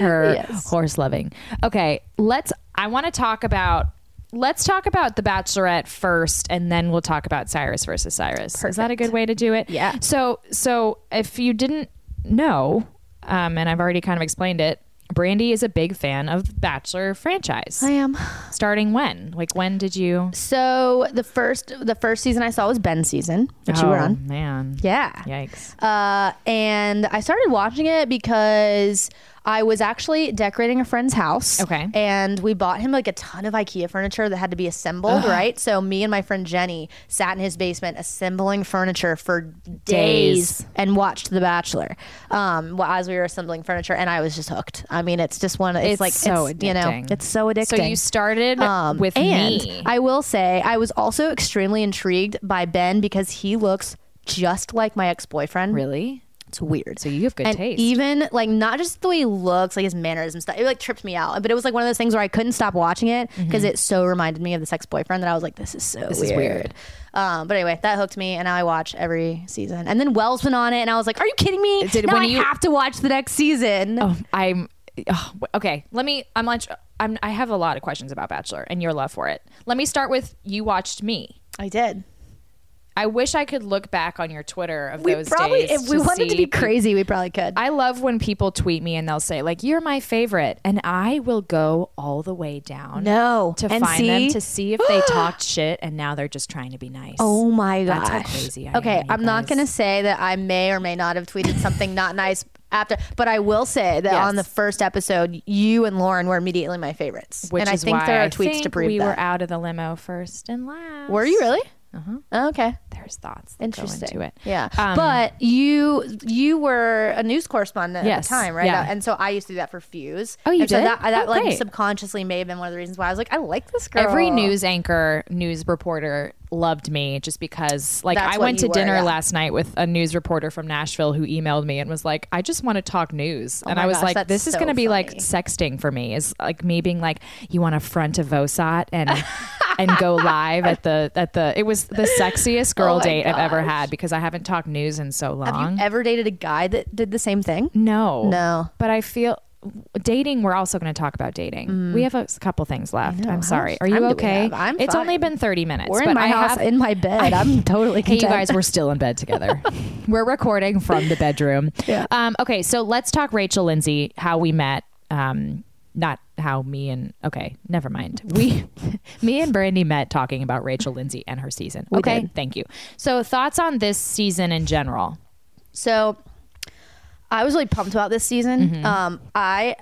Speaker 3: her
Speaker 4: Yes.
Speaker 3: horse loving. Okay, let's. I want to talk about. Let's talk about The Bachelorette first, and then we'll talk about Cyrus versus Cyrus. Is that a good way to do it?
Speaker 4: Yeah.
Speaker 3: So, so if you didn't know, um, and I've already kind of explained it, Brandy is a big fan of the Bachelor franchise.
Speaker 4: I am.
Speaker 3: Starting when? Like when did you?
Speaker 4: So the first the first season I saw was Ben's season, which you were
Speaker 3: Oh,
Speaker 4: on.
Speaker 3: man.
Speaker 4: Yeah.
Speaker 3: Yikes.
Speaker 4: Uh, and I started watching it because I was actually decorating a friend's house.
Speaker 3: Okay.
Speaker 4: And we bought him like a ton of IKEA furniture that had to be assembled, right? So me and my friend Jenny sat in his basement assembling furniture for days,
Speaker 3: Days.
Speaker 4: and watched The Bachelor um, wh- as we were assembling furniture. And I was just hooked. I mean, it's just one, it's,
Speaker 3: It's
Speaker 4: like,
Speaker 3: so
Speaker 4: it's, you know,
Speaker 3: addicting.
Speaker 4: it's so addicting.
Speaker 3: So you started
Speaker 4: Um,
Speaker 3: with
Speaker 4: and
Speaker 3: me.
Speaker 4: I will say, I was also extremely intrigued by Ben because he looks just like my ex boyfriend.
Speaker 3: really?
Speaker 4: It's weird.
Speaker 3: So you have good
Speaker 4: and
Speaker 3: taste.
Speaker 4: Even like not just the way he looks, like his manners and stuff. It like tripped me out. But it was like one of those things where I couldn't stop watching it because it so reminded me of this ex boyfriend that I was like, this is so
Speaker 3: Mm-hmm. is
Speaker 4: weird.
Speaker 3: weird.
Speaker 4: Um, but anyway, that hooked me, and now I watch every season. And then Wells went on it, and I was like, "Are you kidding me?
Speaker 3: Did-
Speaker 4: now
Speaker 3: when
Speaker 4: I
Speaker 3: you-
Speaker 4: have to watch the next season."
Speaker 3: Oh, I'm oh, okay. Let me. I'm like. I'm. I have a lot of questions about Bachelor and your love for it. Let me start with you watched me.
Speaker 4: I did.
Speaker 3: I wish I could look back on your Twitter of
Speaker 4: We
Speaker 3: those
Speaker 4: probably,
Speaker 3: days.
Speaker 4: if we wanted to
Speaker 3: see
Speaker 4: be crazy, we probably could.
Speaker 3: I love when people tweet me and they'll say like you're my favorite and I will go all the way down
Speaker 4: No.
Speaker 3: to
Speaker 4: And
Speaker 3: find
Speaker 4: see?
Speaker 3: them to see if they talked shit and now they're just trying to be nice.
Speaker 4: Oh my gosh.
Speaker 3: That's how crazy I
Speaker 4: okay,
Speaker 3: am, you
Speaker 4: I'm not
Speaker 3: guys.
Speaker 4: going to say that I may or may not have tweeted something not nice after, but I will say that
Speaker 3: Yes.
Speaker 4: on the first episode, you and Lauren were immediately my favorites.
Speaker 3: Which
Speaker 4: and I
Speaker 3: is
Speaker 4: think
Speaker 3: why
Speaker 4: there are
Speaker 3: I
Speaker 4: tweets to
Speaker 3: think
Speaker 4: prove
Speaker 3: we
Speaker 4: that.
Speaker 3: were out of the limo first and last.
Speaker 4: Were you really? Uh-huh. Okay.
Speaker 3: There's thoughts. that go
Speaker 4: Interesting.
Speaker 3: into it.
Speaker 4: Yeah.
Speaker 3: Um,
Speaker 4: but you you were a news correspondent
Speaker 3: Yes,
Speaker 4: at the time, right?
Speaker 3: yeah.
Speaker 4: And so I used to do that for Fuse.
Speaker 3: Oh, you
Speaker 4: and So
Speaker 3: did?
Speaker 4: that that
Speaker 3: Oh,
Speaker 4: like
Speaker 3: great.
Speaker 4: subconsciously may have been one of the reasons why I was like, I like this girl.
Speaker 3: every news anchor, news reporter loved me just because like
Speaker 4: That's
Speaker 3: I
Speaker 4: what
Speaker 3: went to
Speaker 4: you were,
Speaker 3: dinner
Speaker 4: yeah.
Speaker 3: last night with a news reporter from Nashville who emailed me and was like, I just want to talk news. and
Speaker 4: Oh my
Speaker 3: I was
Speaker 4: gosh,
Speaker 3: like,
Speaker 4: that's
Speaker 3: this is
Speaker 4: so
Speaker 3: gonna be like
Speaker 4: funny.
Speaker 3: sexting for me is like me being like, you want to front a Vosat and and go live at the at the it was the sexiest girl
Speaker 4: Oh my
Speaker 3: date I've ever
Speaker 4: gosh.
Speaker 3: had because I haven't talked news in so long.
Speaker 4: Have you ever dated a guy that did the same thing?
Speaker 3: No.
Speaker 4: No.
Speaker 3: But I feel dating, we're also going to talk about dating. We have a s- couple things left. I'm sorry. Are
Speaker 4: time do
Speaker 3: you
Speaker 4: we
Speaker 3: okay?
Speaker 4: have? Mm-hmm. I'm
Speaker 3: it's only
Speaker 4: fine.
Speaker 3: been 30 minutes.
Speaker 4: We're
Speaker 3: but
Speaker 4: in my
Speaker 3: I
Speaker 4: house,
Speaker 3: have-
Speaker 4: in my bed. I'm totally
Speaker 3: Hey,
Speaker 4: content.
Speaker 3: you guys, we're still in bed together. we're recording from the bedroom.
Speaker 4: Yeah.
Speaker 3: Um, okay, so let's talk Rachel Lindsay, how we met. Um, not how me and okay, never mind. We, me and Brandy met talking about Rachel Lindsay and her season. okay,
Speaker 4: did.
Speaker 3: thank you. So thoughts on this season in general?
Speaker 4: So I was really pumped about this season. Um, I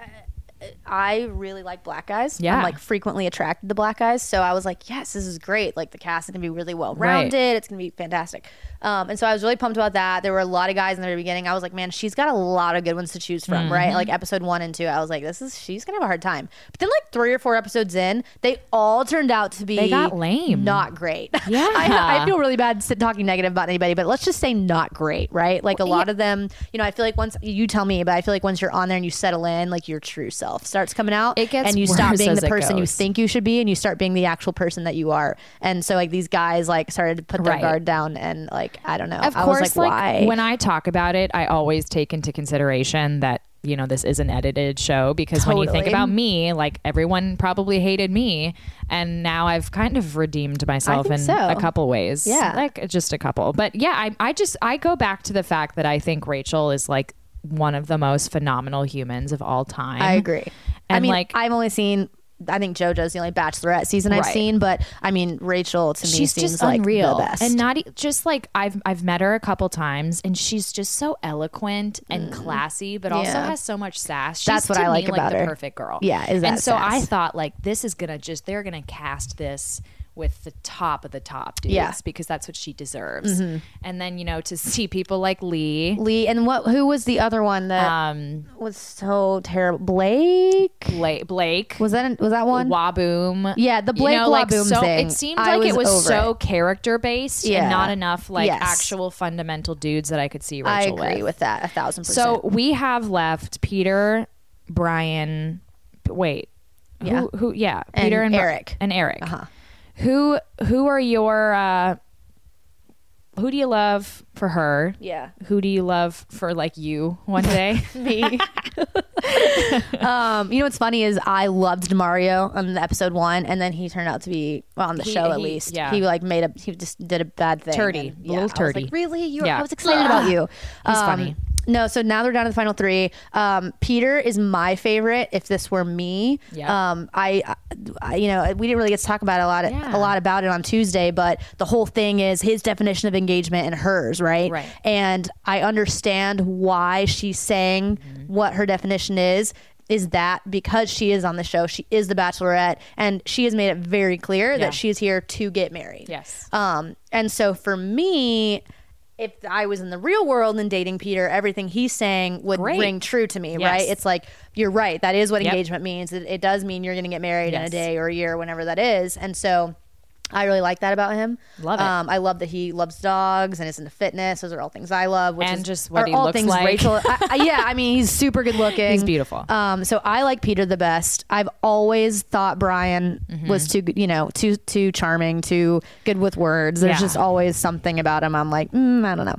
Speaker 4: I really like black guys.
Speaker 3: Yeah.
Speaker 4: I'm like frequently attracted to black guys. So I was like, yes, this is great. Like the cast is gonna be really well rounded. It's gonna be fantastic. Um, and so I was really pumped about that. There were a lot of guys in the very beginning. I was like, man, she's got a lot of good ones to choose from, right? Like episode one and two. I was like, this is she's gonna have a hard time. But then like three or four episodes in, they all turned out to be
Speaker 3: They got lame.
Speaker 4: Not great.
Speaker 3: Yeah.
Speaker 4: I, I feel really bad sit- talking negative about anybody, but let's just say not great, right? Like a lot of them, you know, I feel like once you tell me, but I feel like once you're on there and you settle in, like your true self starts coming out.
Speaker 3: It gets
Speaker 4: and you stop
Speaker 3: worse
Speaker 4: being
Speaker 3: as
Speaker 4: the
Speaker 3: it
Speaker 4: person you
Speaker 3: goes.
Speaker 4: think you should be, and you start being the actual person that you are. And so like these guys like started to put their
Speaker 3: Right.
Speaker 4: guard down, and like I don't know,
Speaker 3: of
Speaker 4: I
Speaker 3: course,
Speaker 4: was
Speaker 3: like,
Speaker 4: like, why?
Speaker 3: when I talk about it, I always take into consideration that you know this is an edited show because when you think
Speaker 4: Totally.
Speaker 3: about me, like everyone probably hated me, and now I've kind of redeemed myself
Speaker 4: think
Speaker 3: in
Speaker 4: so.
Speaker 3: a couple ways.
Speaker 4: Yeah.
Speaker 3: like just a couple, but yeah, I, I just I go back to the fact that I think Rachel is like one of the most phenomenal humans of all time.
Speaker 4: I agree. I
Speaker 3: And,
Speaker 4: mean,
Speaker 3: like-
Speaker 4: I've only seen. I think JoJo's the only Bachelorette season I've
Speaker 3: Right.
Speaker 4: seen, but I mean, Rachel to me
Speaker 3: she's
Speaker 4: seems
Speaker 3: just
Speaker 4: like
Speaker 3: unreal
Speaker 4: the best.
Speaker 3: and not e- just like I've I've met her a couple times and she's just so eloquent and classy, but also
Speaker 4: Mm. Yeah.
Speaker 3: has so much sass. She's,
Speaker 4: That's what
Speaker 3: to
Speaker 4: I like
Speaker 3: me,
Speaker 4: about
Speaker 3: the
Speaker 4: her.
Speaker 3: Perfect girl.
Speaker 4: Yeah, is
Speaker 3: and
Speaker 4: that
Speaker 3: so I
Speaker 4: sass.
Speaker 3: thought like this is gonna just they're gonna cast this with the top of the top dudes
Speaker 4: Yeah. Mm-hmm.
Speaker 3: because that's what she deserves. And then you know to see people like Lee,
Speaker 4: Lee and what? Who was the other one that
Speaker 3: um,
Speaker 4: was so terrible? Blake
Speaker 3: Blake, Blake
Speaker 4: was that? Was that one?
Speaker 3: Waboom.
Speaker 4: Yeah, the Blake Waboom
Speaker 3: so,
Speaker 4: thing.
Speaker 3: It seemed
Speaker 4: I
Speaker 3: like it
Speaker 4: was
Speaker 3: was
Speaker 4: over
Speaker 3: so character based
Speaker 4: Yeah.
Speaker 3: and not enough like
Speaker 4: Yes.
Speaker 3: actual fundamental dudes that I could see
Speaker 4: I
Speaker 3: Rachel
Speaker 4: agree with. that a thousand percent.
Speaker 3: So we have left Peter, Brian, wait,
Speaker 4: Yeah.
Speaker 3: who, who yeah,
Speaker 4: And
Speaker 3: Peter and Bri-
Speaker 4: Eric.
Speaker 3: and Eric. Uh-huh. Who who are your uh, who do you love for her?
Speaker 4: Yeah.
Speaker 3: Who do you love for like you one day?
Speaker 4: me. um, you know what's funny is I loved Mario on the episode one, and then he turned out to be well, on the
Speaker 3: He-
Speaker 4: show at
Speaker 3: he-
Speaker 4: least.
Speaker 3: yeah.
Speaker 4: He like made a he just did a bad thing.
Speaker 3: Turdy.
Speaker 4: and,
Speaker 3: Little
Speaker 4: I was like,
Speaker 3: turdy.
Speaker 4: really? You?
Speaker 3: Yeah.
Speaker 4: I was excited about you.
Speaker 3: He's
Speaker 4: Um,
Speaker 3: funny.
Speaker 4: No, so now they're down to the final three. Um, Peter is my favorite. If this were me,
Speaker 3: Yeah.
Speaker 4: Um, I, I, you know, we didn't really get to talk about it a lot,
Speaker 3: Yeah.
Speaker 4: a lot about it on Tuesday, but the whole thing is his definition of engagement and hers, right?
Speaker 3: Right.
Speaker 4: and I understand why she's saying
Speaker 3: Mm-hmm.
Speaker 4: what her definition is. Is that because she is on the show? She is the Bachelorette, and she has made it very clear
Speaker 3: Yeah.
Speaker 4: that she is here to get married.
Speaker 3: Yes.
Speaker 4: Um, and so for me, if I was in the real world and dating Peter, everything he's saying would
Speaker 3: Great.
Speaker 4: ring true to me,
Speaker 3: Yes.
Speaker 4: right? It's like you're right. That is what
Speaker 3: Yep.
Speaker 4: engagement means. It, it does mean you're going to get married in a
Speaker 3: Yes.
Speaker 4: day or a year, whenever that is. And so. I really like that about him.
Speaker 3: Love it.
Speaker 4: Um, I love that he loves dogs and is into fitness. Those are all things I love, which
Speaker 3: And
Speaker 4: is
Speaker 3: just what
Speaker 4: are
Speaker 3: he
Speaker 4: all
Speaker 3: looks
Speaker 4: things
Speaker 3: like.
Speaker 4: Rachel. I, I- yeah, I mean, he's super good looking.
Speaker 3: He's beautiful.
Speaker 4: Um, so I like Peter the best. I've always thought Brian
Speaker 3: Mm-hmm.
Speaker 4: was too, good- you know, too too charming, too good with words. There's
Speaker 3: Yeah.
Speaker 4: just always something about him. I'm like, mm, I don't know.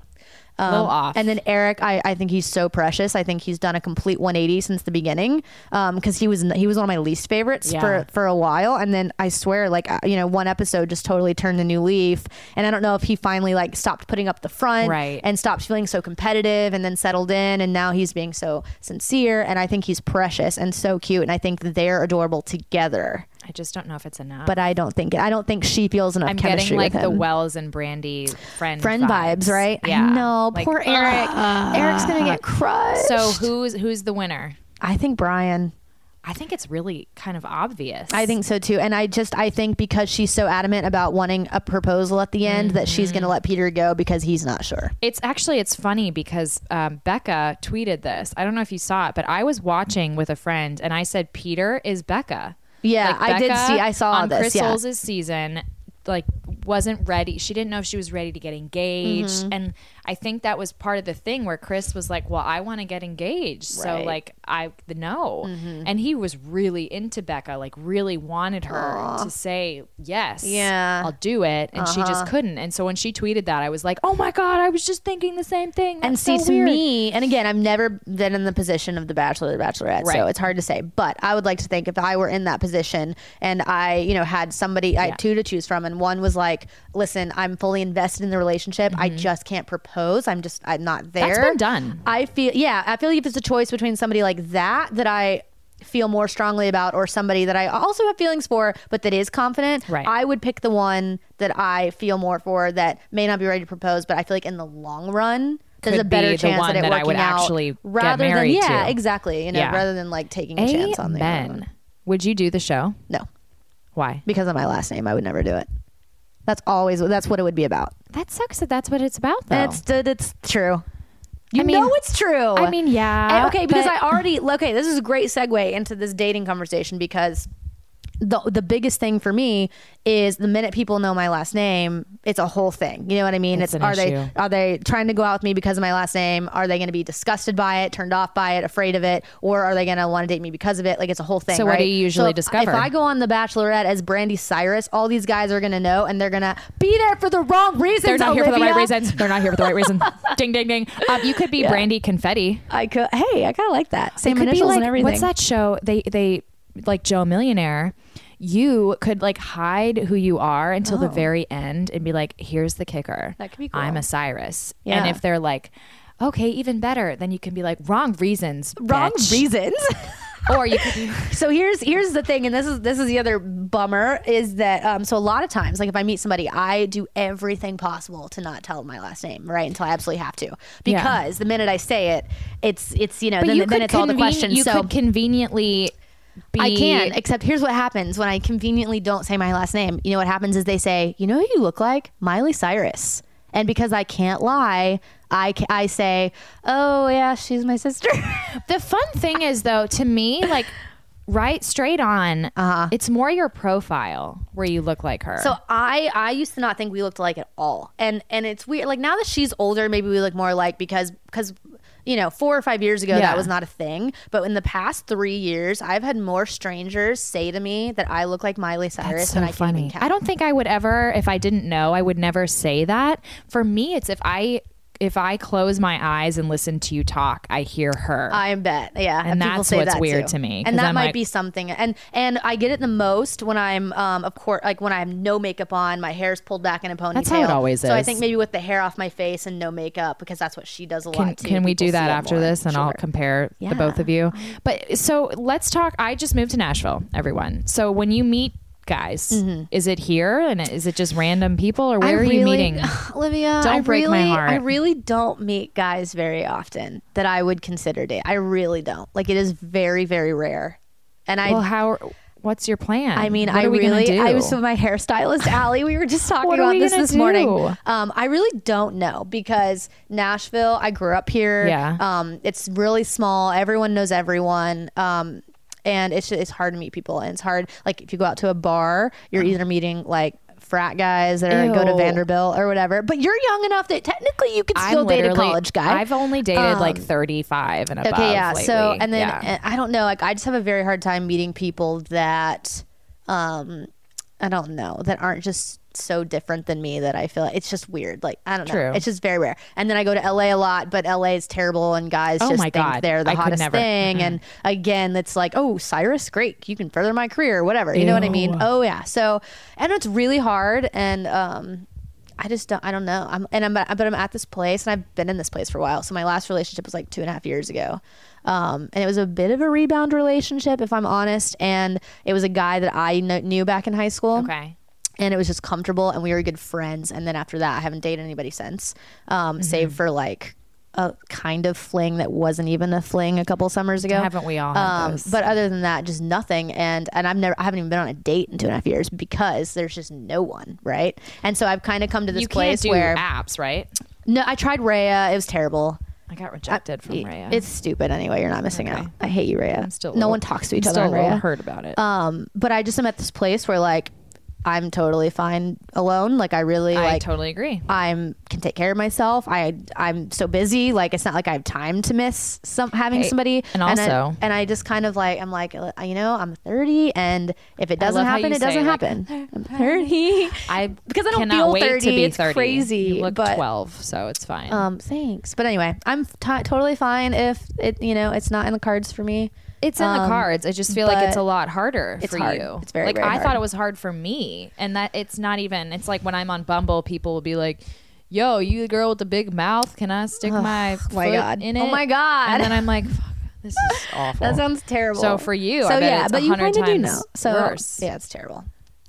Speaker 4: Um,
Speaker 3: Little off.
Speaker 4: And then Eric, I, I think he's so precious. I think he's done a complete 180 since the beginning. Um, because he was he was one of my least favorites
Speaker 3: Yeah.
Speaker 4: for for a while, and then I swear, like uh, you know, one episode just totally turned a new leaf. And I don't know if he finally like stopped putting up the front,
Speaker 3: Right.
Speaker 4: and stopped feeling so competitive, and then settled in, and now he's being so sincere. And I think he's precious and so cute, and I think they're adorable together.
Speaker 3: I just don't know if it's enough.
Speaker 4: But I don't think I don't think she feels enough
Speaker 3: I'm getting
Speaker 4: chemistry
Speaker 3: like
Speaker 4: with
Speaker 3: the
Speaker 4: him.
Speaker 3: Wells and Brandy friend
Speaker 4: Friend vibes, right?
Speaker 3: Yeah.
Speaker 4: I know.
Speaker 3: Like,
Speaker 4: Poor Eric. Eric's gonna get crushed.
Speaker 3: So who's who's the winner?
Speaker 4: I think Brian.
Speaker 3: I think it's really kind of obvious.
Speaker 4: I think so too. And I just I think because she's so adamant about wanting a proposal at the end that she's going to let Peter go because he's not sure.
Speaker 3: it's actually it's funny because um, Becca tweeted this. I don't know if you saw it, but I was watching with a friend and I said Peter is Becca.
Speaker 4: Yeah, I did
Speaker 3: Becca
Speaker 4: see- I saw
Speaker 3: on
Speaker 4: this,
Speaker 3: Chris
Speaker 4: yeah.
Speaker 3: Soules' season. Like wasn't ready. She didn't know if she was ready to get engaged,
Speaker 4: Mm-hmm.
Speaker 3: and I think that was part of the thing where Chris was like, "Well, I want to get engaged, so
Speaker 4: Right. Mm-hmm.
Speaker 3: like I no," and he was really into Becca, like really wanted her to say yes,
Speaker 4: Yeah. Uh-huh.
Speaker 3: I'll do it, and she just couldn't. And so when she tweeted that, I was like, "Oh my god, I was just thinking the same thing."
Speaker 4: And
Speaker 3: That's
Speaker 4: see,
Speaker 3: so
Speaker 4: to
Speaker 3: weird."
Speaker 4: me, and again, I've never been in the position of the bachelor or the bachelorette, so
Speaker 3: Right.
Speaker 4: it's hard to say. But I would like to think if I were in that position and I, you know, had somebody, I had two to choose from, and one was like, listen, I'm fully invested in the relationship. I just can't propose. I'm just, I'm not there.
Speaker 3: Mm-hmm. That's been done.
Speaker 4: I feel, yeah, I feel if it's a choice between somebody like that, that I, feel more strongly about or somebody that I also have feelings for but that is confident
Speaker 3: Right.
Speaker 4: I would pick the one that I feel more for that may not be ready to propose, but I feel like in the long run, there's
Speaker 3: Could
Speaker 4: a better
Speaker 3: be the
Speaker 4: chance
Speaker 3: one
Speaker 4: at it
Speaker 3: that I
Speaker 4: working
Speaker 3: would
Speaker 4: out
Speaker 3: actually get
Speaker 4: rather
Speaker 3: married
Speaker 4: than yeah,
Speaker 3: to.
Speaker 4: exactly. You know,
Speaker 3: Yeah.
Speaker 4: rather than like taking a chance on the other
Speaker 3: Amen.
Speaker 4: one.
Speaker 3: Would you do the show?
Speaker 4: No,
Speaker 3: Why?
Speaker 4: because of my last name, I would never do it. That's always that's what it would be about.
Speaker 3: That sucks that that's what it's about, though.
Speaker 4: That's that it's true. You
Speaker 3: I mean-
Speaker 4: know it's true.
Speaker 3: I mean, yeah,
Speaker 4: And- okay, because
Speaker 3: Uh, but-
Speaker 4: I already okay. This is a great segue into this dating conversation because the the biggest thing for me is the minute people know my last name, it's a whole thing. You know what I mean?
Speaker 3: It's an
Speaker 4: it's are
Speaker 3: issue.
Speaker 4: they are they trying to go out with me because of my last name? Are they going to be disgusted by it, turned off by it, afraid of it, or are they going to want to date me because of it? Like it's a whole thing.
Speaker 3: So what do
Speaker 4: right?
Speaker 3: you usually
Speaker 4: So if-
Speaker 3: discover?
Speaker 4: If I go on The Bachelorette as Brandy Cyrus, all these guys are going to know, and they're going to be there for the wrong reasons.
Speaker 3: They're not here for the right
Speaker 4: Olivia.
Speaker 3: reasons. They're not here for the right reason. ding, ding, ding. Um, you could be Brandy Confetti.
Speaker 4: I could. Hey, I kind of like that. Same
Speaker 3: could be
Speaker 4: initials
Speaker 3: like
Speaker 4: and everything.
Speaker 3: what's that show? They they like Joe Millionaire. You could like hide who you are until the very end and be like, "Here's the kicker.
Speaker 4: Oh. That could be cool.
Speaker 3: I'm a Cyrus." And
Speaker 4: Yeah.
Speaker 3: if they're like, "Okay, even better," then you can be like, "Wrong reasons.
Speaker 4: Wrong
Speaker 3: bitch."
Speaker 4: reasons.
Speaker 3: or you could
Speaker 4: so here's here's the thing and this is this is the other bummer is that um so a lot of times like if i meet somebody i do everything possible to not tell my last name right until i absolutely have to because the minute i say it it's it's you know then,
Speaker 3: you could
Speaker 4: then it's all the
Speaker 3: conven-
Speaker 4: questions
Speaker 3: You
Speaker 4: so
Speaker 3: could conveniently be
Speaker 4: I can, except here's what happens when I conveniently don't say my last name. You know what happens is they say, you know who you look like? Miley Cyrus. And because I can't lie, I, ca- I say, oh, yeah, she's my sister.
Speaker 3: The fun thing is though, to me, like right straight on, uh-huh. it's more your profile where you look like her.
Speaker 4: so I, I used to not think we looked alike at all. And, and it's weird. Like now that she's older, maybe we look more alike because, because you know, four or five years ago,
Speaker 3: Yeah.
Speaker 4: that was not a thing. But in the past three years, I've had more strangers say to me that I look like Miley Cyrus
Speaker 3: That's
Speaker 4: than I can even count.
Speaker 3: I don't think I would ever, if I didn't know, I would never say that. For me, it's if I if I close my eyes and listen to you talk, I hear her.
Speaker 4: I bet. Yeah.
Speaker 3: And
Speaker 4: people
Speaker 3: that's
Speaker 4: say
Speaker 3: what's
Speaker 4: that
Speaker 3: weird
Speaker 4: too.
Speaker 3: to me, 'cause
Speaker 4: And that
Speaker 3: I'm
Speaker 4: might
Speaker 3: like-
Speaker 4: be something. And and I get it the most when I'm um of course like when I have no makeup on, my hair's pulled back in a ponytail.
Speaker 3: That's how it always
Speaker 4: So I
Speaker 3: is.
Speaker 4: think maybe with the hair off my face and no makeup because that's what she does a
Speaker 3: can,
Speaker 4: lot too.
Speaker 3: can we
Speaker 4: People
Speaker 3: do that
Speaker 4: see it
Speaker 3: after
Speaker 4: more.
Speaker 3: this and I'll
Speaker 4: Sure.
Speaker 3: compare the both of you? But so let's talk. I just moved to Nashville, everyone. So when you meet guys, is it here and is it just random people or where
Speaker 4: Mm-hmm. I
Speaker 3: are
Speaker 4: really,
Speaker 3: you meeting?
Speaker 4: Olivia?
Speaker 3: Don't
Speaker 4: I
Speaker 3: break my
Speaker 4: really, I
Speaker 3: heart.
Speaker 4: really don't meet guys very often that I would consider date. I really don't. Like it is very very rare. And I
Speaker 3: well, how? What's your plan?
Speaker 4: I mean,
Speaker 3: What
Speaker 4: I
Speaker 3: are we gonna
Speaker 4: really,
Speaker 3: do?
Speaker 4: I was with my hairstylist, Allie. We were just talking
Speaker 3: What are
Speaker 4: about
Speaker 3: we
Speaker 4: this
Speaker 3: gonna
Speaker 4: this morning.
Speaker 3: do?
Speaker 4: Um, I really don't know because Nashville, I grew up here.
Speaker 3: Yeah.
Speaker 4: Um, it's really small. Everyone knows everyone. Um, and it's it's hard to meet people, and it's hard. Like if you go out to a bar, you're either meeting like frat guys that are go to
Speaker 3: Ew.
Speaker 4: Vanderbilt or whatever. But you're young enough that technically you can
Speaker 3: I'm
Speaker 4: still date a
Speaker 3: literally-
Speaker 4: college guy. Um,
Speaker 3: I've only dated like 35 and above.
Speaker 4: Okay, yeah. So,
Speaker 3: lately.
Speaker 4: and then
Speaker 3: Yeah.
Speaker 4: and I don't know. Like, I just have a very hard time meeting people that, um, I don't know, that aren't just so different than me that I feel it's just weird. Like, I don't
Speaker 3: True.
Speaker 4: know. It's just very rare. And then I go to LA a lot, but LA is terrible, and guys
Speaker 3: Oh
Speaker 4: just
Speaker 3: my
Speaker 4: think
Speaker 3: God.
Speaker 4: they're the
Speaker 3: I could
Speaker 4: hottest
Speaker 3: never.
Speaker 4: thing. And
Speaker 3: Mm-hmm.
Speaker 4: again, it's like, oh, Cyrus, great. You can further my career, whatever. You know what I mean?
Speaker 3: Ew.
Speaker 4: Oh, yeah. So, and it's really hard. And, um, I just don't. I don't know. I'm and I'm but I'm at this place, and I've been in this place for a while. So my last relationship was like two and a half years ago, um, and it was a bit of a rebound relationship, if I'm honest. And it was a guy that I kn- knew back in high school.
Speaker 3: okay.
Speaker 4: And it was just comfortable, and we were good friends. And then after that, I haven't dated anybody since, um,
Speaker 3: Mm-hmm.
Speaker 4: save for like a kind of fling that wasn't even a fling a couple summers ago.
Speaker 3: Haven't we all had
Speaker 4: Um,
Speaker 3: those?
Speaker 4: but other than that, just nothing. And and I've never, I haven't even been on a date in two and a half years because there's just no one, right? And so I've kind of come to this
Speaker 3: You can't
Speaker 4: place
Speaker 3: do
Speaker 4: where
Speaker 3: apps, right? Uh,
Speaker 4: no, I tried Raya. It was terrible.
Speaker 3: I got rejected from Raya.
Speaker 4: It's stupid anyway. You're not missing out. I hate you, Raya.
Speaker 3: I'm still a
Speaker 4: no
Speaker 3: little-
Speaker 4: one talks to each
Speaker 3: I'm
Speaker 4: other on
Speaker 3: Still a little
Speaker 4: Raya.
Speaker 3: hurt about it.
Speaker 4: Um, but I just am at this place where like I'm totally fine alone. Like I really
Speaker 3: I
Speaker 4: like
Speaker 3: totally agree.
Speaker 4: I'm can take care of myself. I I'm so busy. Like it's not like I have time to miss some having
Speaker 3: Hey,
Speaker 4: somebody.
Speaker 3: and
Speaker 4: I-
Speaker 3: also-
Speaker 4: and I, just kind of like I'm like uh, you know I'm 30, and if it doesn't
Speaker 3: love how
Speaker 4: happen,
Speaker 3: you
Speaker 4: it
Speaker 3: say,
Speaker 4: doesn't
Speaker 3: like,
Speaker 4: happen. I'm 30
Speaker 3: I
Speaker 4: because I don't
Speaker 3: cannot
Speaker 4: feel
Speaker 3: wait
Speaker 4: 30.
Speaker 3: To be
Speaker 4: It's
Speaker 3: 30.
Speaker 4: crazy,
Speaker 3: You look
Speaker 4: but-
Speaker 3: 12, so it's fine.
Speaker 4: Um, thanks. But anyway, I'm t- totally fine if it, you know, it's not in the cards for me.
Speaker 3: it's in the
Speaker 4: um,
Speaker 3: cards. I just feel like it's
Speaker 4: but
Speaker 3: a lot harder
Speaker 4: it's
Speaker 3: for
Speaker 4: hard.
Speaker 3: you.
Speaker 4: It's very,
Speaker 3: like
Speaker 4: very
Speaker 3: I
Speaker 4: hard.
Speaker 3: thought it was hard for me, and that it's not even. It's like when I'm on Bumble, people will be like. Yo, you the girl with the big mouth? Can I stick my foot
Speaker 4: my God.
Speaker 3: in it?
Speaker 4: Oh my God.
Speaker 3: And then I'm like, Fuck, this is awful.
Speaker 4: That sounds terrible.
Speaker 3: So for you, I
Speaker 4: so
Speaker 3: bet
Speaker 4: yeah,
Speaker 3: it's
Speaker 4: but you
Speaker 3: 100
Speaker 4: kinda do
Speaker 3: times
Speaker 4: know. So
Speaker 3: worse.
Speaker 4: yeah, it's terrible.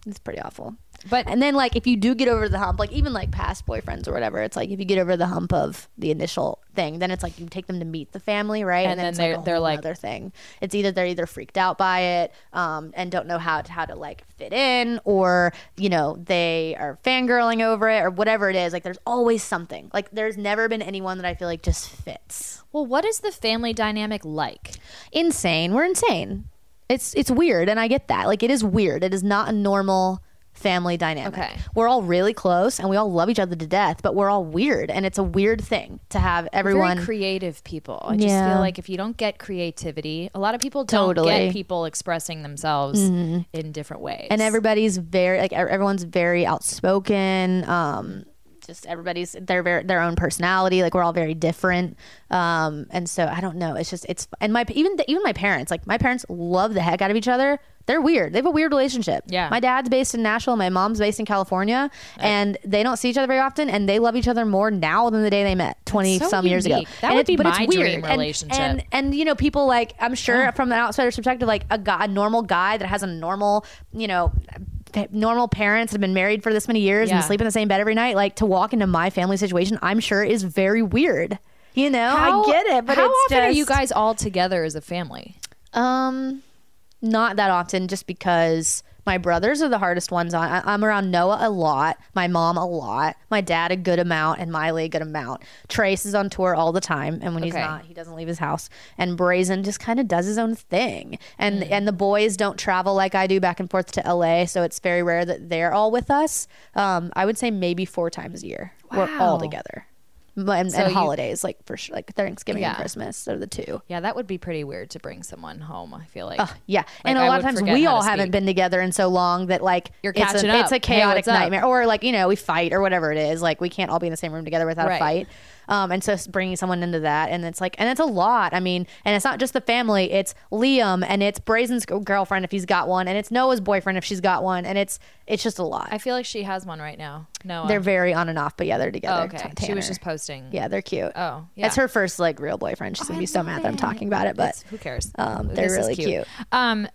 Speaker 4: It's pretty awful.
Speaker 3: But
Speaker 4: And then like if you do get over the hump, like even like past boyfriends or whatever, it's like if you get over the hump of the initial thing, then it's like you take them to meet the family, right?
Speaker 3: And then
Speaker 4: it's,
Speaker 3: they're-
Speaker 4: like a
Speaker 3: they're
Speaker 4: whole
Speaker 3: like-
Speaker 4: other thing. It's either they're either freaked out by it, um, and don't know how to, how to like fit in, or you know they are fangirling over it or whatever it is. Like there's always something. Like there's never been anyone that I feel like just fits.
Speaker 3: Well, what is the family dynamic like?
Speaker 4: Insane. We're insane. It's it's weird, and I get that. Like it is weird. It is not a normal family dynamic.
Speaker 3: Okay.
Speaker 4: We're all really close, and we all love each other to death, but we're all weird, and it's a weird thing to have everyone.
Speaker 3: Very creative people. I just
Speaker 4: Yeah.
Speaker 3: feel like if you don't get creativity, a lot of people don't
Speaker 4: Totally. Mm-hmm.
Speaker 3: get people expressing themselves in different ways.
Speaker 4: and everybody's very like e- everyone's very outspoken. Um, just everybody's their ver- their own personality. Like we're all very different. Um, and so I don't know. It's just it's and my even the, even my parents like my parents love the heck out of each other. they're weird. They have a weird relationship.
Speaker 3: Yeah.
Speaker 4: My dad's based in Nashville. My mom's based in California. And they don't see each other very often. And they love each other more now than the day they met 20
Speaker 3: so
Speaker 4: some years ago.
Speaker 3: unique. That
Speaker 4: and
Speaker 3: would
Speaker 4: it's-
Speaker 3: be
Speaker 4: but
Speaker 3: my
Speaker 4: it's weird.
Speaker 3: dream
Speaker 4: And-
Speaker 3: relationship.
Speaker 4: And, and, you know, people like, I'm sure from an outsider's perspective, like a, guy, a normal guy that has a normal, you know, pa- normal parents that have been married for this many years
Speaker 3: Yeah.
Speaker 4: and sleep in the same bed every night, like to walk into my family situation, I'm sure is very weird. You know,
Speaker 3: How-
Speaker 4: I get it, but
Speaker 3: how
Speaker 4: it's
Speaker 3: often are you
Speaker 4: just-
Speaker 3: guys all together as a family?
Speaker 4: Um, not that often, just because my brothers are the hardest ones on. I, I'm around Noah a lot, my mom a lot, my dad a good amount, and Miley a good amount. Trace is on tour all the time, and when he's
Speaker 3: Okay.
Speaker 4: not, he doesn't leave his house. And Brazen just kind of does his own thing,
Speaker 3: Mm.
Speaker 4: and and the boys don't travel like I do back and forth to LA, so it's very rare that they're all with us. Um, I would say maybe four times a year we're
Speaker 3: Wow.
Speaker 4: all together. And,
Speaker 3: So
Speaker 4: and
Speaker 3: you-
Speaker 4: holidays, like for sure, like Thanksgiving
Speaker 3: Yeah.
Speaker 4: and Christmas, are the two.
Speaker 3: Yeah, that would be pretty weird to bring someone home. I feel like.
Speaker 4: Yeah, and a
Speaker 3: I
Speaker 4: lot of
Speaker 3: would
Speaker 4: times
Speaker 3: forget
Speaker 4: we
Speaker 3: how to
Speaker 4: all haven't
Speaker 3: speak.
Speaker 4: been together in so long that like
Speaker 3: You're
Speaker 4: it's
Speaker 3: catching
Speaker 4: a,
Speaker 3: up.
Speaker 4: It's a
Speaker 3: Hey,
Speaker 4: chaotic
Speaker 3: what's up?
Speaker 4: nightmare, or like you know we fight or whatever it is. Like we can't all be in the same room together without
Speaker 3: Right.
Speaker 4: a fight. Um, and so s- bringing someone into that, and it's like, and it's a lot. I mean, and it's not just the family. It's Liam, and it's Brazen's g- girlfriend if he's got one, and it's Noah's boyfriend if she's got one, and it's it's just a lot.
Speaker 3: I feel like she has one right now. No, um,
Speaker 4: they're very on and off, but yeah, they're
Speaker 3: oh,
Speaker 4: together.
Speaker 3: okay.
Speaker 4: T-
Speaker 3: She was
Speaker 4: Tanner.
Speaker 3: just posting.
Speaker 4: yeah, they're cute.
Speaker 3: Oh, yeah. Oh,
Speaker 4: that's her first like real boyfriend. She's gonna be so mad that I'm talking about it, but
Speaker 3: It's- who cares?
Speaker 4: um, they're
Speaker 3: This is
Speaker 4: really cute.
Speaker 3: Um,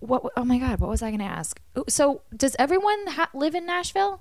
Speaker 3: what? Oh my God, what was I going to ask? Ooh, So, does everyone ha- live in Nashville?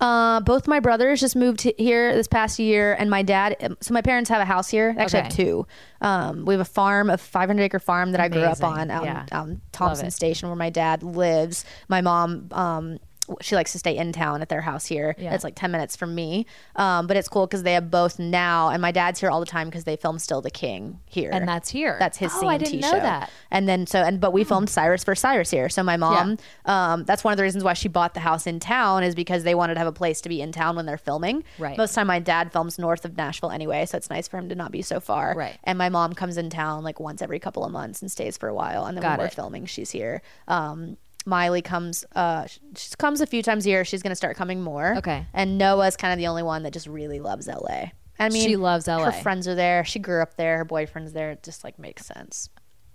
Speaker 4: Uh, both my brothers just moved he- here this past year, and my dad. um, So my parents have a house here. Actually, I have
Speaker 3: Okay.
Speaker 4: two. Um, we have a farm, a 500 acre farm that I grew up
Speaker 3: Amazing.
Speaker 4: on out,
Speaker 3: Yeah.
Speaker 4: in, out in Thompson Station, where my dad lives. My mom, um, w- she likes to stay in town at their house here.
Speaker 3: Yeah.
Speaker 4: It's like 10 minutes from me, um, but it's cool because they have both now, and my dad's here all the time because they film Still the King here,
Speaker 3: And that's here.
Speaker 4: That's his
Speaker 3: Oh,
Speaker 4: CMT
Speaker 3: I didn't know
Speaker 4: show.
Speaker 3: that.
Speaker 4: And then so and
Speaker 3: Hmm.
Speaker 4: but we filmed Cyrus for Cyrus here. So my mom, um, that's one of the reasons why she bought the house in town is because they wanted to have a place to be in town when they're filming.
Speaker 3: Right.
Speaker 4: Most of the time my dad films north of Nashville anyway, so it's nice for him to not be so far.
Speaker 3: Right.
Speaker 4: And my mom comes in town like once every couple of months and stays for a while. And then
Speaker 3: Got
Speaker 4: when
Speaker 3: it.
Speaker 4: we're filming, she's here. Um, Miley comes, uh, she she comes a few times a year. She's gonna start coming more.
Speaker 3: Okay.
Speaker 4: And Noah's kind of the only one that just really loves LA. I mean,
Speaker 3: She loves LA.
Speaker 4: Her friends are there. She grew up there. Her boyfriend's there. It just like makes sense.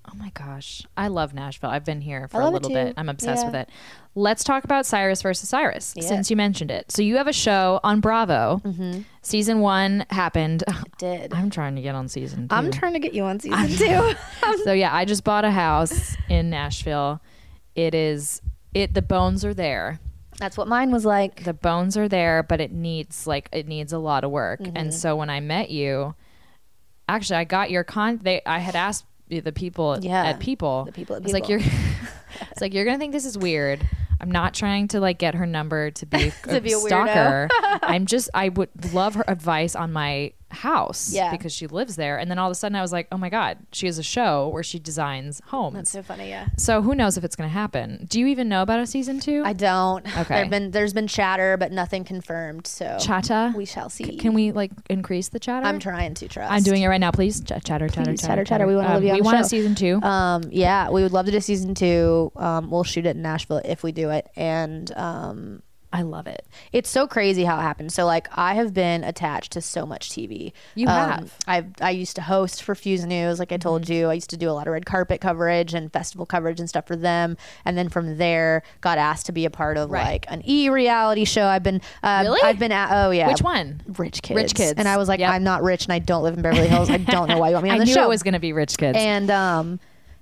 Speaker 3: Oh my gosh, I love Nashville. I've been here for a
Speaker 4: love it
Speaker 3: little
Speaker 4: too.
Speaker 3: bit. I'm obsessed
Speaker 4: Yeah.
Speaker 3: with it. Let's talk about Cyrus versus Cyrus
Speaker 4: Yeah. Mm-hmm.
Speaker 3: since you mentioned it. So you have a show on Bravo. Season one happened.
Speaker 4: did.
Speaker 3: I'm trying to get on season 2
Speaker 4: I'm trying to get you on season two.
Speaker 3: so yeah, I just bought a house in Nashville. It is it. The bones are there.
Speaker 4: That's what mine was like.
Speaker 3: the bones are there but it needs like it needs a lot of work
Speaker 4: Mm-hmm.
Speaker 3: and so when i met you actually i got your con they i had asked the the people
Speaker 4: Yeah.
Speaker 3: at people
Speaker 4: The people
Speaker 3: I
Speaker 4: at
Speaker 3: was like you're
Speaker 4: People.
Speaker 3: it's like you're gonna think this is weird i'm not trying to like get her number to be a,
Speaker 4: To be a weirdo.
Speaker 3: stalker i'm just i would love her advice on my house
Speaker 4: Yeah.
Speaker 3: because she lives there and then all of a sudden i was like oh my god she has a show where she designs homes
Speaker 4: so funny, yeah.
Speaker 3: so who knows if it's gonna happen do you even know about a season two
Speaker 4: I don't.
Speaker 3: Okay.
Speaker 4: There've been there's been chatter, but nothing confirmed. So
Speaker 3: Chata?
Speaker 4: we shall see.
Speaker 3: Can we like increase the chatter?
Speaker 4: I'm trying to trust.
Speaker 3: I'm doing it right now, please. Ch- chatter, chatter,
Speaker 4: Please,
Speaker 3: chatter,
Speaker 4: chatter, chatter. We wanna
Speaker 3: Um,
Speaker 4: live you on
Speaker 3: We
Speaker 4: the
Speaker 3: want a
Speaker 4: show.
Speaker 3: season two.
Speaker 4: Um, yeah, we would love to do season two. Um, we'll shoot it in Nashville if we do it, and um,
Speaker 3: I love it.
Speaker 4: it's so crazy how it happens. So like I have been attached to so much TV.
Speaker 3: You have. Mm-hmm.
Speaker 4: I I used to host for Fuse News, like I told you. I used to do a lot of red carpet coverage and festival coverage and stuff for them. And then from there, got asked to be a part of
Speaker 3: Right.
Speaker 4: like an e reality show. I've been uh,
Speaker 3: Really?
Speaker 4: I've been at oh yeah
Speaker 3: Which one?
Speaker 4: rich kids
Speaker 3: Rich Kids.
Speaker 4: and I was like
Speaker 3: Yep.
Speaker 4: I'm not rich and I don't live in Beverly Hills. I don't know why you want me on
Speaker 3: I
Speaker 4: the
Speaker 3: knew
Speaker 4: show
Speaker 3: it was going to be Rich Kids.
Speaker 4: and um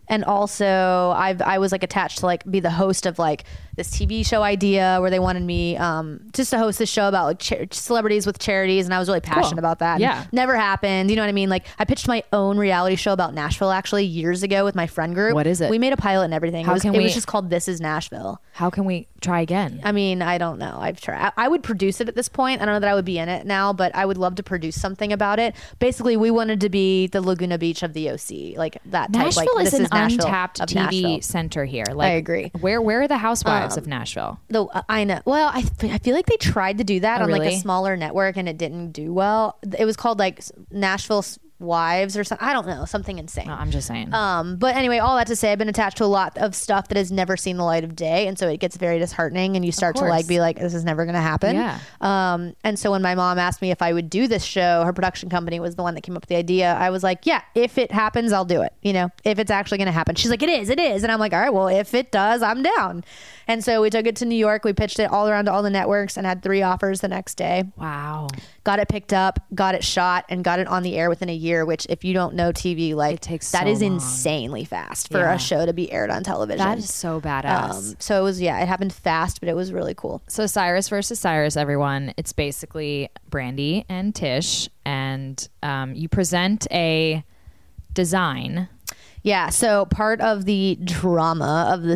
Speaker 4: and also I've I was like attached to like be the host of like this TV show idea where they wanted me um just to host this show about like cha- celebrities with charities and I was really passionate
Speaker 3: Cool.
Speaker 4: about that. And
Speaker 3: Yeah.
Speaker 4: Never happened. You know what I mean? Like I pitched my own reality show about Nashville actually years ago with my friend group.
Speaker 3: What is it?
Speaker 4: We made a pilot and everything.
Speaker 3: How
Speaker 4: it was,
Speaker 3: can
Speaker 4: it
Speaker 3: we-
Speaker 4: was just called This is Nashville.
Speaker 3: How can we try again?
Speaker 4: I mean, I don't know. I've tried. I, I would produce it at this point. I don't know that I would be in it now, but I would love to produce something about it. Basically, we wanted to be the Laguna Beach of the OC, like that type.
Speaker 3: Nashville
Speaker 4: like,
Speaker 3: is
Speaker 4: this
Speaker 3: an
Speaker 4: is Nashville
Speaker 3: untapped
Speaker 4: of
Speaker 3: TV
Speaker 4: Nashville.
Speaker 3: center here. Like,
Speaker 4: agree. Um,
Speaker 3: Where Where are the housewives of Nashville?
Speaker 4: Though uh, I know. Well, I, f- I feel like they tried to do that
Speaker 3: Oh,
Speaker 4: on like
Speaker 3: really?
Speaker 4: a smaller network and it didn't do well. It was called like S- Nashville S- wives or something. I don't know, something insane.
Speaker 3: No, I'm just saying.
Speaker 4: Um, but anyway, all that to say, I've been attached to a lot of stuff that has never seen the light of day, and so it gets very disheartening, and you start to like
Speaker 3: course.
Speaker 4: be like, "This is never going to happen."
Speaker 3: Yeah.
Speaker 4: Um, and so when my mom asked me if I would do this show, her production company was the one that came up with the idea. I was like, "Yeah, if it happens, I'll do it." You know, if it's actually going to happen. She's like, "It is, it is," and I'm like, "All right, well, if it does, I'm down." And so we took it to New York. We pitched it all around to all the networks and had three offers the next day
Speaker 3: wow.
Speaker 4: got it picked up, got it shot, and got it on the air within a year. Which, if you don't know TV, like
Speaker 3: takes
Speaker 4: that
Speaker 3: so
Speaker 4: is
Speaker 3: long.
Speaker 4: insanely fast for
Speaker 3: Yeah.
Speaker 4: a show to be aired on television.
Speaker 3: That is so badass.
Speaker 4: Um, so it was, yeah, it happened fast, but it was really cool.
Speaker 3: So Cyrus versus Cyrus, everyone. It's basically Brandy and Tish, and um, you present a design.
Speaker 4: Yeah. So part of the drama of the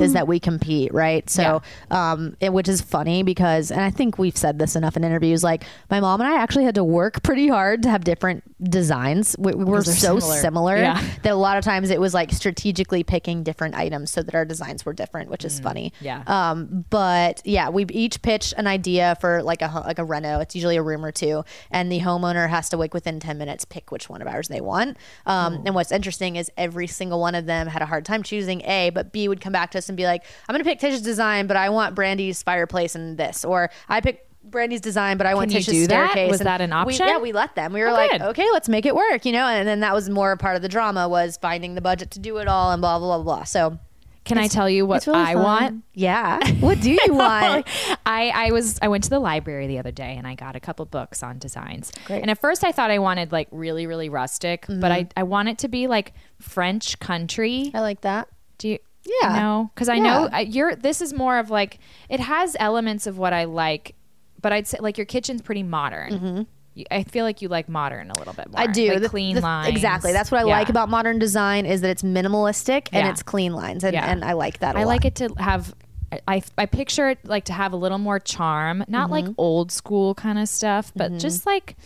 Speaker 4: is that we compete, right? So, um, it, which is funny because, and I think we've said this enough in interviews. Like my mom and I actually had to work pretty hard to have different designs. We, we were
Speaker 3: they're
Speaker 4: so
Speaker 3: similar.
Speaker 4: similar,
Speaker 3: Yeah.
Speaker 4: that a lot of times it was like strategically picking different items so that our designs were different, which is funny.
Speaker 3: Mm, yeah.
Speaker 4: Um, but yeah, we each pitch an idea for like a ho- like a reno. It's usually a room or two, and the homeowner has to like within ten minutes pick which one of ours they want. Um,
Speaker 3: Mm.
Speaker 4: and what's interesting is every single one of them had a hard time choosing A, but B would come back to us and be like, "I'm gonna pick Tish's design, but I want Brandy's fireplace and this," or "I pick." Brandy's design, but I want
Speaker 3: Can you
Speaker 4: Tish's
Speaker 3: do that?
Speaker 4: staircase.
Speaker 3: Was
Speaker 4: And
Speaker 3: that an
Speaker 4: we-
Speaker 3: option?
Speaker 4: yeah, we let them. We were
Speaker 3: Oh,
Speaker 4: like,
Speaker 3: good.
Speaker 4: okay, let's make it work, you know. And then that was more part of the drama was finding the budget to do it all and blah blah blah blah. So
Speaker 3: Can I tell you what
Speaker 4: it's really
Speaker 3: I
Speaker 4: fun.
Speaker 3: want?
Speaker 4: Yeah. What do you want?
Speaker 3: I, I was I went to the library the other day and I got a couple books on designs. And at first I thought I wanted like really really rustic, but
Speaker 4: Mm-hmm.
Speaker 3: I I want it to be like French country.
Speaker 4: I like that.
Speaker 3: Do you?
Speaker 4: Yeah.
Speaker 3: No, because I
Speaker 4: Yeah.
Speaker 3: know I, you're. This is more of like it has elements of what I like, but I'd say like your kitchen's pretty modern. You- I feel like you like modern a little bit more.
Speaker 4: Mm-hmm. I do
Speaker 3: like
Speaker 4: The-
Speaker 3: clean
Speaker 4: the-
Speaker 3: lines.
Speaker 4: Exactly. That's what I
Speaker 3: Yeah.
Speaker 4: like about modern design is that it's minimalistic and
Speaker 3: Yeah.
Speaker 4: it's clean lines, and,
Speaker 3: Yeah.
Speaker 4: and I like that. I
Speaker 3: I like
Speaker 4: it.
Speaker 3: it to have. I- I, I picture it like to have a little more charm, not
Speaker 4: Mm-hmm.
Speaker 3: like old school kind of stuff, but just like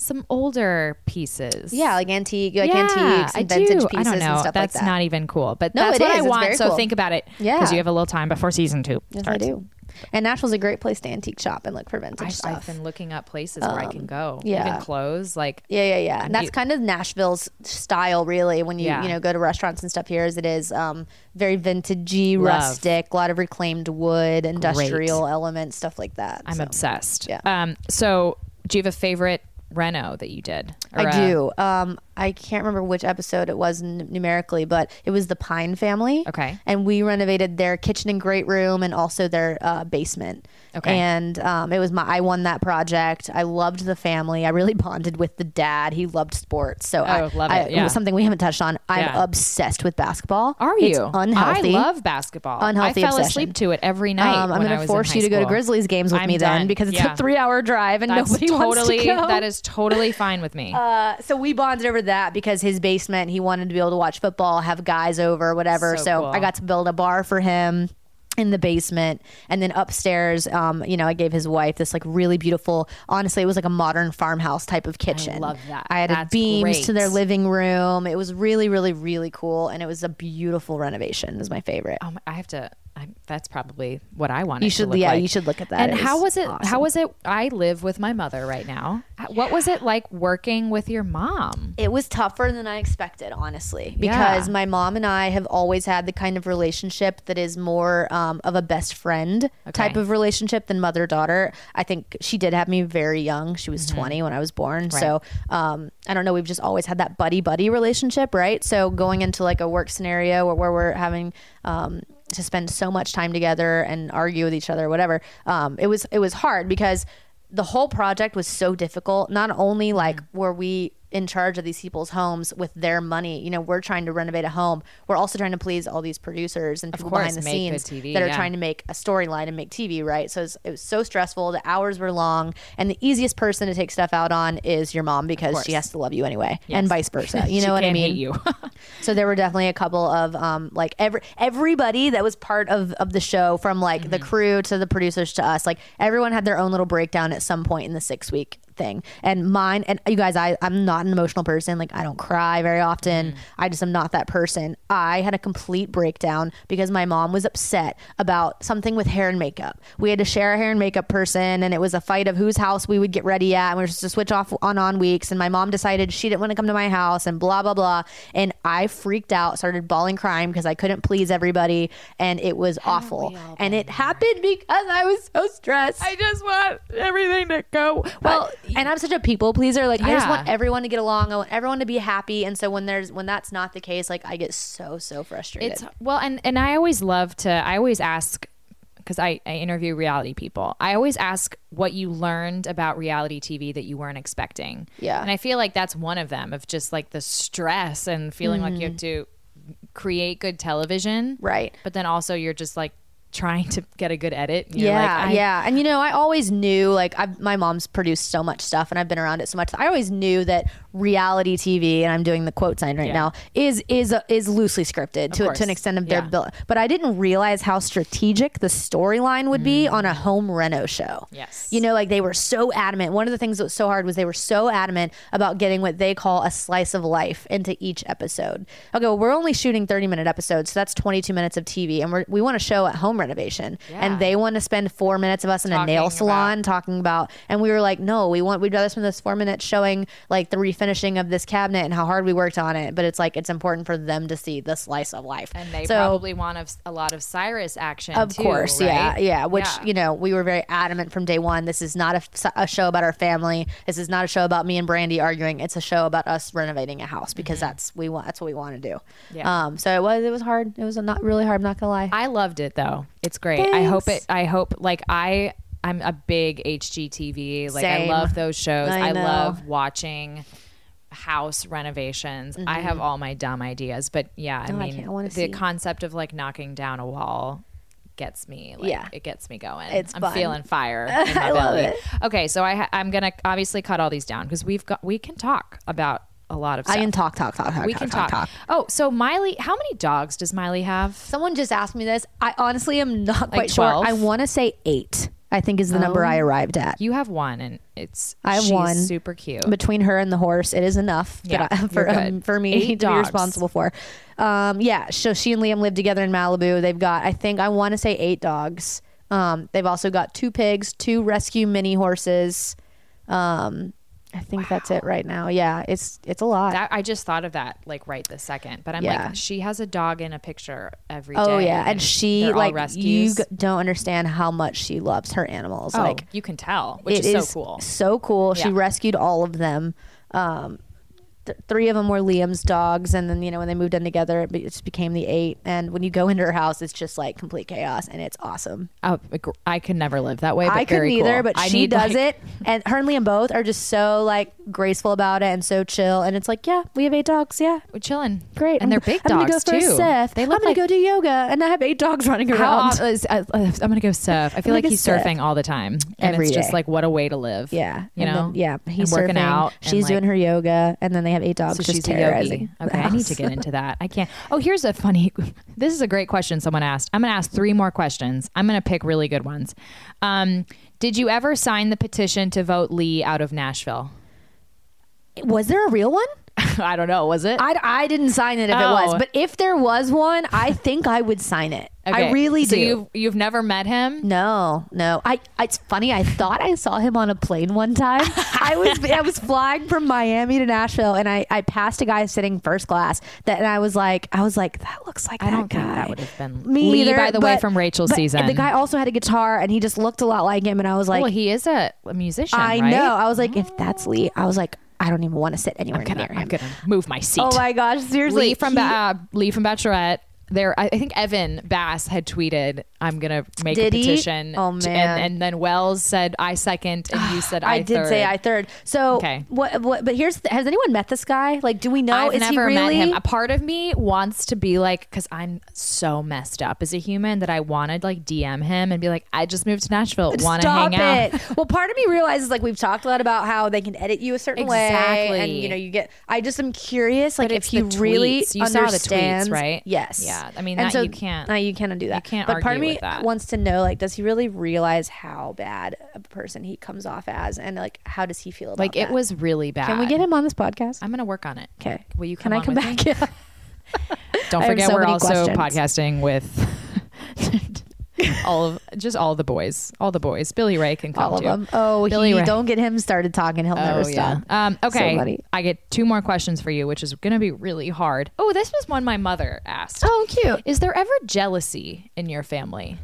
Speaker 3: some older pieces.
Speaker 4: Yeah, like antique, like
Speaker 3: Yeah,
Speaker 4: antiques
Speaker 3: I
Speaker 4: and vintage
Speaker 3: do.
Speaker 4: pieces
Speaker 3: I don't know.
Speaker 4: and stuff
Speaker 3: that's
Speaker 4: like that.
Speaker 3: not even cool, but
Speaker 4: No,
Speaker 3: that's
Speaker 4: it
Speaker 3: what
Speaker 4: is.
Speaker 3: I
Speaker 4: It's
Speaker 3: want.
Speaker 4: very
Speaker 3: So
Speaker 4: cool.
Speaker 3: think about it, because
Speaker 4: Yeah.
Speaker 3: you have a little time before season two.
Speaker 4: yes, I
Speaker 3: starts.
Speaker 4: do. And Nashville's a great place to antique shop and look for vintage
Speaker 3: I,
Speaker 4: stuff.
Speaker 3: I've been looking up places where I can go.
Speaker 4: Um, yeah.
Speaker 3: Even clothes. Like,
Speaker 4: Yeah, yeah, yeah. And that's
Speaker 3: you-
Speaker 4: kind of Nashville's style, really. When you
Speaker 3: Yeah.
Speaker 4: you know go to restaurants and stuff here, as it is um, very vintagey,
Speaker 3: Love.
Speaker 4: rustic, a lot of reclaimed wood, industrial elements, stuff like that.
Speaker 3: I'm
Speaker 4: so.
Speaker 3: obsessed.
Speaker 4: yeah.
Speaker 3: Um, so, do you have a favorite reno that you did? Or a-
Speaker 4: I do. Um, I can't remember which episode it was n- numerically, but it was the Pine family.
Speaker 3: Okay.
Speaker 4: And we renovated their kitchen and great room and also their uh, basement.
Speaker 3: Okay.
Speaker 4: And um, it was my, I won that project. I loved the family. I really bonded with the dad. He loved sports. So I
Speaker 3: Oh, love it.
Speaker 4: I,
Speaker 3: Yeah.
Speaker 4: was something we haven't touched on. I'm
Speaker 3: Yeah.
Speaker 4: obsessed with basketball.
Speaker 3: Are
Speaker 4: It's
Speaker 3: you
Speaker 4: unhealthy.
Speaker 3: I love basketball.
Speaker 4: Unhealthy
Speaker 3: I fell
Speaker 4: obsession.
Speaker 3: asleep to it every night.
Speaker 4: Um, I'm
Speaker 3: when
Speaker 4: going
Speaker 3: I was
Speaker 4: to
Speaker 3: in
Speaker 4: force
Speaker 3: high
Speaker 4: you to go to
Speaker 3: school.
Speaker 4: Grizzlies games with
Speaker 3: I'm
Speaker 4: me
Speaker 3: done.
Speaker 4: then because it's
Speaker 3: Yeah.
Speaker 4: a three hour drive and
Speaker 3: That's
Speaker 4: nobody
Speaker 3: totally.
Speaker 4: wants to go.
Speaker 3: That is totally fine with me.
Speaker 4: Uh, so we bonded over that because his basement, he wanted to be able to watch football, have guys over, whatever.
Speaker 3: So
Speaker 4: So,
Speaker 3: cool.
Speaker 4: I got to build a bar for him in the basement and then upstairs um you know I gave his wife this like really beautiful honestly it was like a modern farmhouse type of kitchen
Speaker 3: love that.
Speaker 4: I added
Speaker 3: That's
Speaker 4: beams to their
Speaker 3: great.
Speaker 4: living room it was really really really cool and it was a beautiful renovation it was my favorite
Speaker 3: Um, I have to. I, that's probably what I want.
Speaker 4: You
Speaker 3: it
Speaker 4: should-
Speaker 3: To look
Speaker 4: yeah,
Speaker 3: like.
Speaker 4: you should look at that.
Speaker 3: And
Speaker 4: It
Speaker 3: how
Speaker 4: was
Speaker 3: was it? How was it? I live with my mother right now. H- What was it like working with your mom?
Speaker 4: it was tougher than I expected, honestly, because
Speaker 3: Yeah.
Speaker 4: my mom and I have always had the kind of relationship that is more um, of a best friend type of relationship than mother daughter. I think she did have me very young. She was 20 when I was born. So um, I don't know. We've just always had that buddy buddy relationship, right? So going into like a work scenario where, where we're having. Um, to spend so much time together and argue with each other, whatever. Um, it was it was hard because the whole project was so difficult. Not only like were we in charge of these people's homes with their money, you know, we're trying to renovate a home. We're also trying to please all these producers and people
Speaker 3: course,
Speaker 4: behind the
Speaker 3: make good
Speaker 4: scenes
Speaker 3: TV,
Speaker 4: that are
Speaker 3: yeah.
Speaker 4: trying to make a storyline and make TV, right? So it was, it was so stressful. The hours were long, and the easiest person to take stuff out on is your mom because she has to love you anyway, and vice versa. You know what I
Speaker 3: Can't
Speaker 4: mean?
Speaker 3: hate you.
Speaker 4: So there were definitely a couple of um, like every everybody that was part of of the show, from like the crew to the producers to us, like everyone had their own little breakdown at some point in the six week thing. And mine, and you guys, I, I'm not an emotional person. Like, I don't cry very often. I just am not that person. I had a complete breakdown because my mom was upset about something with hair and makeup. We had to share a hair and makeup person, and it was a fight of whose house we would get ready at. And we were supposed to switch off on on weeks. And my mom decided she didn't want to come to my house, and blah, blah, blah. And I freaked out, started bawling, crying because I couldn't please everybody. And it was awful. And it happened because I was so stressed.
Speaker 3: I just want everything to go.
Speaker 4: Well,
Speaker 3: Well,
Speaker 4: and I'm such a people pleaser. Like I just
Speaker 3: Yeah.
Speaker 4: want everyone to get along. I want everyone to be happy. And so when there's when that's not the case, like I get so so frustrated.
Speaker 3: it's well, and and I always love to. I always ask because I, I interview reality people. I always ask what you learned about reality TV that you weren't expecting.
Speaker 4: Yeah.
Speaker 3: and I feel like that's one of them of just like the stress and feeling like you have to create good television,
Speaker 4: Mm-hmm. Right.
Speaker 3: But then also you're just like trying to get a good edit. and you're
Speaker 4: yeah,
Speaker 3: like, I-
Speaker 4: yeah, and you know, I always knew like I've, my mom's produced so much stuff, and I've been around it so much. I always knew that reality TV, and I'm doing the quote sign right now, is is uh, is loosely scripted to to an
Speaker 3: course.
Speaker 4: extent of their
Speaker 3: Yeah.
Speaker 4: built. But I didn't realize how strategic the storyline would be on a home reno show.
Speaker 3: Mm. Yes.
Speaker 4: you know, like they were so adamant. One of the things that was so hard was they were so adamant about getting what they call a slice of life into each episode. Okay, well, we're only shooting 30 minute episodes, so that's 22 minutes of TV, and we're, we want to show at home renovation, and they want to spend four minutes of us in a nail
Speaker 3: Talking
Speaker 4: salon talking about, and we were like, no, we want we'd rather spend those four minutes showing like the refinishing of this cabinet and how hard we worked on it, but it's like it's important for them to see the slice of life,
Speaker 3: and they
Speaker 4: So-
Speaker 3: probably want a, a lot of Cyrus action.
Speaker 4: of
Speaker 3: too,
Speaker 4: course yeah
Speaker 3: right?
Speaker 4: yeah which
Speaker 3: Yeah.
Speaker 4: you know we were very adamant from day one this is not a, a show about our family this is not a show about me and brandy arguing it's a show about us renovating a house because that's we want that's what we want to do
Speaker 3: Mm-hmm. Yeah.
Speaker 4: um so it was it was hard it was not really hard i'm not gonna lie
Speaker 3: I loved it though. It's great. I hope it. I hope like I. I'm a big HGTV. Like
Speaker 4: Same.
Speaker 3: I love those shows.
Speaker 4: I
Speaker 3: I,
Speaker 4: know.
Speaker 3: love watching house renovations. I have all my dumb ideas, but yeah, I
Speaker 4: No, Mm-hmm. Oh, I
Speaker 3: mean
Speaker 4: can't- I wanna
Speaker 3: the
Speaker 4: see.
Speaker 3: concept of like knocking down a wall gets me. Like,
Speaker 4: Yeah.
Speaker 3: it gets me going.
Speaker 4: It's
Speaker 3: I'm
Speaker 4: fun.
Speaker 3: feeling fire. In my
Speaker 4: I love
Speaker 3: belly.
Speaker 4: it.
Speaker 3: Okay, so I ha- I'm gonna obviously cut all these down because we've got we can talk about a lot of.
Speaker 4: i
Speaker 3: stuff.
Speaker 4: can talk talk talk talk
Speaker 3: we
Speaker 4: talk,
Speaker 3: can talk. Oh, so Miley, how many dogs does Miley have?
Speaker 4: someone just asked me this i honestly am not quite sure
Speaker 3: 12?
Speaker 4: i want to say eight i think is the number
Speaker 3: Oh.
Speaker 4: i arrived at
Speaker 3: You have one, and it's
Speaker 4: I have
Speaker 3: she's
Speaker 4: one.
Speaker 3: super cute.
Speaker 4: between her and the horse, it is enough that
Speaker 3: Yeah,
Speaker 4: I- for
Speaker 3: you're
Speaker 4: um,
Speaker 3: good.
Speaker 4: for me
Speaker 3: Eight
Speaker 4: to be
Speaker 3: dogs.
Speaker 4: responsible for. Um, yeah, so she and Liam live together in Malibu. They've got, I think, I want to say eight dogs. Um, they've also got two pigs, two rescue mini horses. Um, I think that's it right now. Yeah, it's it's a lot.
Speaker 3: that, I just thought of that like right this second, but I'm
Speaker 4: Yeah.
Speaker 3: like, she has a dog in a picture every day.
Speaker 4: oh yeah, and she
Speaker 3: they're all
Speaker 4: like you
Speaker 3: rescues.
Speaker 4: g- don't understand how much she loves her animals.
Speaker 3: oh,
Speaker 4: Like
Speaker 3: you can tell, which
Speaker 4: it
Speaker 3: is,
Speaker 4: is
Speaker 3: so cool.
Speaker 4: so cool. She
Speaker 3: Yeah.
Speaker 4: rescued all of them. Um, th- three of them were Liam's dogs, and then you know when they moved in together, it, be- it just became the eight. And when you go into her house, it's just like complete chaos, and it's awesome.
Speaker 3: Oh, gr- I could never live that way. But
Speaker 4: I couldn't
Speaker 3: very cool.
Speaker 4: either, but
Speaker 3: I
Speaker 4: she
Speaker 3: need,
Speaker 4: does
Speaker 3: like-
Speaker 4: it, and her and Liam both are just so like graceful about it and so chill. And it's like, yeah, we have eight dogs, yeah.
Speaker 3: We're chilling,
Speaker 4: Great,
Speaker 3: and they're big
Speaker 4: I'm
Speaker 3: dogs
Speaker 4: gonna go for
Speaker 3: too.
Speaker 4: a sif.
Speaker 3: They look
Speaker 4: I'm gonna
Speaker 3: like
Speaker 4: go do yoga, and I have eight dogs running around.
Speaker 3: how off- is- I, I'm gonna go surf. I feel
Speaker 4: gonna
Speaker 3: like
Speaker 4: go
Speaker 3: he's
Speaker 4: surf.
Speaker 3: surfing all the time, and
Speaker 4: Every
Speaker 3: it's just
Speaker 4: day.
Speaker 3: like what a way to live.
Speaker 4: Yeah,
Speaker 3: you
Speaker 4: and
Speaker 3: know,
Speaker 4: then- yeah, he's
Speaker 3: and working
Speaker 4: surfing,
Speaker 3: out. and,
Speaker 4: She's
Speaker 3: like-
Speaker 4: doing her yoga, and then they have eight dogs
Speaker 3: So
Speaker 4: just
Speaker 3: she's a yogi.
Speaker 4: terrorizing. the
Speaker 3: Okay, I need to
Speaker 4: house.
Speaker 3: get into that. I can't. Oh, here's a funny. This is a great question someone asked. I'm gonna ask three more questions. I'm gonna pick really good ones. Um, did you ever sign the petition to vote Lee out of Nashville?
Speaker 4: Was there a real one?
Speaker 3: I don't know. Was it?
Speaker 4: I, I didn't sign it if it was,
Speaker 3: Oh.
Speaker 4: but if there was one, I think I would sign it. I
Speaker 3: Okay,
Speaker 4: really
Speaker 3: so
Speaker 4: do.
Speaker 3: You've you've never met him.
Speaker 4: no, no. I it's funny. I thought I saw him on a plane one time. I was I was flying from Miami to Nashville, and I, I passed a guy sitting first class. That and I was like I was like that looks like
Speaker 3: I
Speaker 4: that
Speaker 3: don't
Speaker 4: guy.
Speaker 3: think that would have been
Speaker 4: Me
Speaker 3: Lee,
Speaker 4: either,
Speaker 3: by the way,
Speaker 4: but-
Speaker 3: from Rachel's
Speaker 4: but
Speaker 3: season.
Speaker 4: The guy also had a guitar, and he just looked a lot like him. And I was like,
Speaker 3: well, he is a, a musician.
Speaker 4: I
Speaker 3: right? Oh.
Speaker 4: know. I was like, if that's Lee, I was like, I don't even want to sit anywhere
Speaker 3: I'm
Speaker 4: near
Speaker 3: gonna,
Speaker 4: him.
Speaker 3: I'm gonna move my seat.
Speaker 4: Oh my gosh, seriously.
Speaker 3: Lee from
Speaker 4: he-
Speaker 3: Ba- uh, Lee from Bachelorette. There, I I think Evan Bass had tweeted, "I'm gonna make
Speaker 4: Did
Speaker 3: a
Speaker 4: he?
Speaker 3: petition."
Speaker 4: Oh,
Speaker 3: to-
Speaker 4: man.
Speaker 3: and, and then Wells said, "I second, and you said, "I,
Speaker 4: I, did
Speaker 3: third.
Speaker 4: say I third. So
Speaker 3: Okay.
Speaker 4: what? What? But here's the, has anyone met this guy? Like, do we know?
Speaker 3: I've
Speaker 4: oh, is
Speaker 3: never
Speaker 4: he really?
Speaker 3: met him. A part of me wants to be like, because I'm so messed up as a human that I wanted like DM him and be like, "I just moved to Nashville, want to hang
Speaker 4: Stop
Speaker 3: out."
Speaker 4: it. well, part of me realizes like we've talked a lot about how they can edit you a certain way, and
Speaker 3: Exactly.
Speaker 4: you know you get. I just am curious, like
Speaker 3: But
Speaker 4: if
Speaker 3: it's
Speaker 4: he
Speaker 3: the
Speaker 4: really
Speaker 3: tweets. You saw the tweets,
Speaker 4: understands,
Speaker 3: right?
Speaker 4: Yes.
Speaker 3: Yeah. Yeah, I mean, that you can't-
Speaker 4: No, you cannot do that.
Speaker 3: can't
Speaker 4: But part of
Speaker 3: argue
Speaker 4: me
Speaker 3: with that.
Speaker 4: wants to know, like, does he really realize how bad a person he comes off as, and like, how does he feel? About
Speaker 3: Like it
Speaker 4: that?
Speaker 3: was really bad.
Speaker 4: Can we get him on this podcast?
Speaker 3: I'm gonna work on it.
Speaker 4: okay.
Speaker 3: Will you come
Speaker 4: Can I
Speaker 3: on
Speaker 4: come
Speaker 3: with
Speaker 4: back? Yeah.
Speaker 3: Don't
Speaker 4: I have
Speaker 3: forget,
Speaker 4: so
Speaker 3: we're
Speaker 4: many
Speaker 3: also
Speaker 4: questions.
Speaker 3: podcasting with all of just all the boys, all the boys. Billy Ray can come
Speaker 4: All of
Speaker 3: too.
Speaker 4: them. Oh,
Speaker 3: Billy
Speaker 4: he,
Speaker 3: Ray. Oh,
Speaker 4: don't get him started talking. He'll never stop.
Speaker 3: Um, okay,
Speaker 4: funny.
Speaker 3: I get two more questions for you, which is going to be really hard. Oh, this was one my mother asked.
Speaker 4: Oh, cute.
Speaker 3: Is there ever jealousy in your family?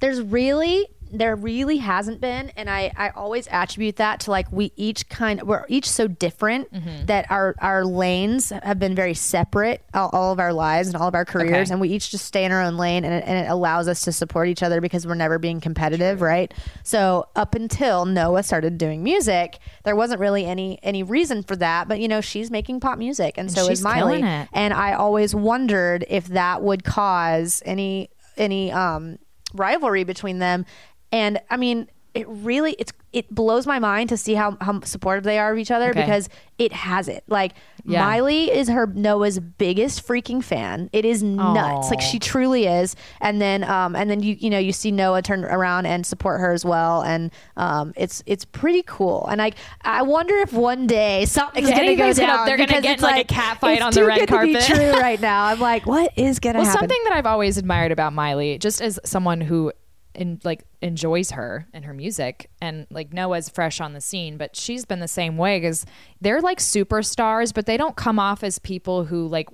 Speaker 4: there's really there really hasn't been and I, I always attribute that to like we each kind we're each so different
Speaker 3: Mm-hmm.
Speaker 4: that our our lanes have been very separate all, all of our lives and all of our careers
Speaker 3: Okay.
Speaker 4: and we each just stay in our own lane and it, and it allows us to support each other because we're never being competitive right so up until noah started doing music there wasn't really any any reason for that but you know she's making pop music and, so
Speaker 3: she's
Speaker 4: is miley
Speaker 3: killing it.
Speaker 4: and I always wondered if that would cause any any um, rivalry between them. And I mean, it really it's it blows my mind to see how how supportive they are of each other
Speaker 3: Okay.
Speaker 4: because it has it. Like
Speaker 3: Yeah.
Speaker 4: Miley is her Noah's biggest freaking fan. It is nuts. Like
Speaker 3: Aw.
Speaker 4: she truly is. And then um and then you you know you see Noah turn around and support her as well. And um it's it's pretty cool. And I I wonder if one day something's gonna go
Speaker 3: Anything's gonna-
Speaker 4: down.
Speaker 3: they're gonna
Speaker 4: because
Speaker 3: get
Speaker 4: it's
Speaker 3: in, like, a cat fight
Speaker 4: it's
Speaker 3: on the
Speaker 4: too
Speaker 3: red
Speaker 4: good To
Speaker 3: carpet.
Speaker 4: be true right now. I'm like, what is gonna
Speaker 3: Well,
Speaker 4: happen?
Speaker 3: something that I've always admired about Miley, just as someone who in, like enjoys her and her music, and like Noah's fresh on the scene, but she's been the same way because they're like superstars, but they don't come off as people who like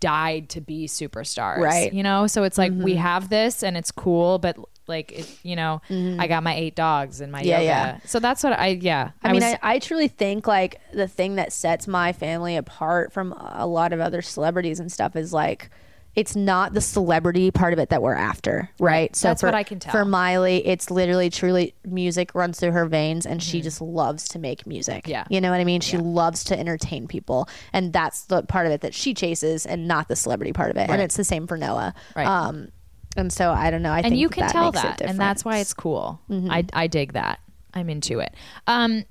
Speaker 3: died to be superstars,
Speaker 4: Right. Mm-hmm.
Speaker 3: You know, so it's like we have this and it's cool, but like it, you know, I got my eight dogs and my
Speaker 4: Mm-hmm. Yeah,
Speaker 3: yoga,
Speaker 4: yeah.
Speaker 3: so that's what I yeah.
Speaker 4: I, mean,
Speaker 3: was-
Speaker 4: I, I truly think like the thing that sets my family apart from a lot of other celebrities and stuff is like it's not the celebrity part of it that we're after, right? So
Speaker 3: That's
Speaker 4: for-
Speaker 3: what I can tell.
Speaker 4: For Miley, it's literally truly music runs through her veins and she just loves to make music.
Speaker 3: Mm-hmm. Yeah.
Speaker 4: You know what I mean? She loves to entertain people and that's the part of it that she chases and not the celebrity part of it. And it's the same for Noah.
Speaker 3: Right.
Speaker 4: Um and so I don't know. I
Speaker 3: and
Speaker 4: think
Speaker 3: you can
Speaker 4: that
Speaker 3: tell
Speaker 4: makes Mm-hmm. it
Speaker 3: that,
Speaker 4: different.
Speaker 3: and that's why it's cool. I I dig that. I'm into it. Um,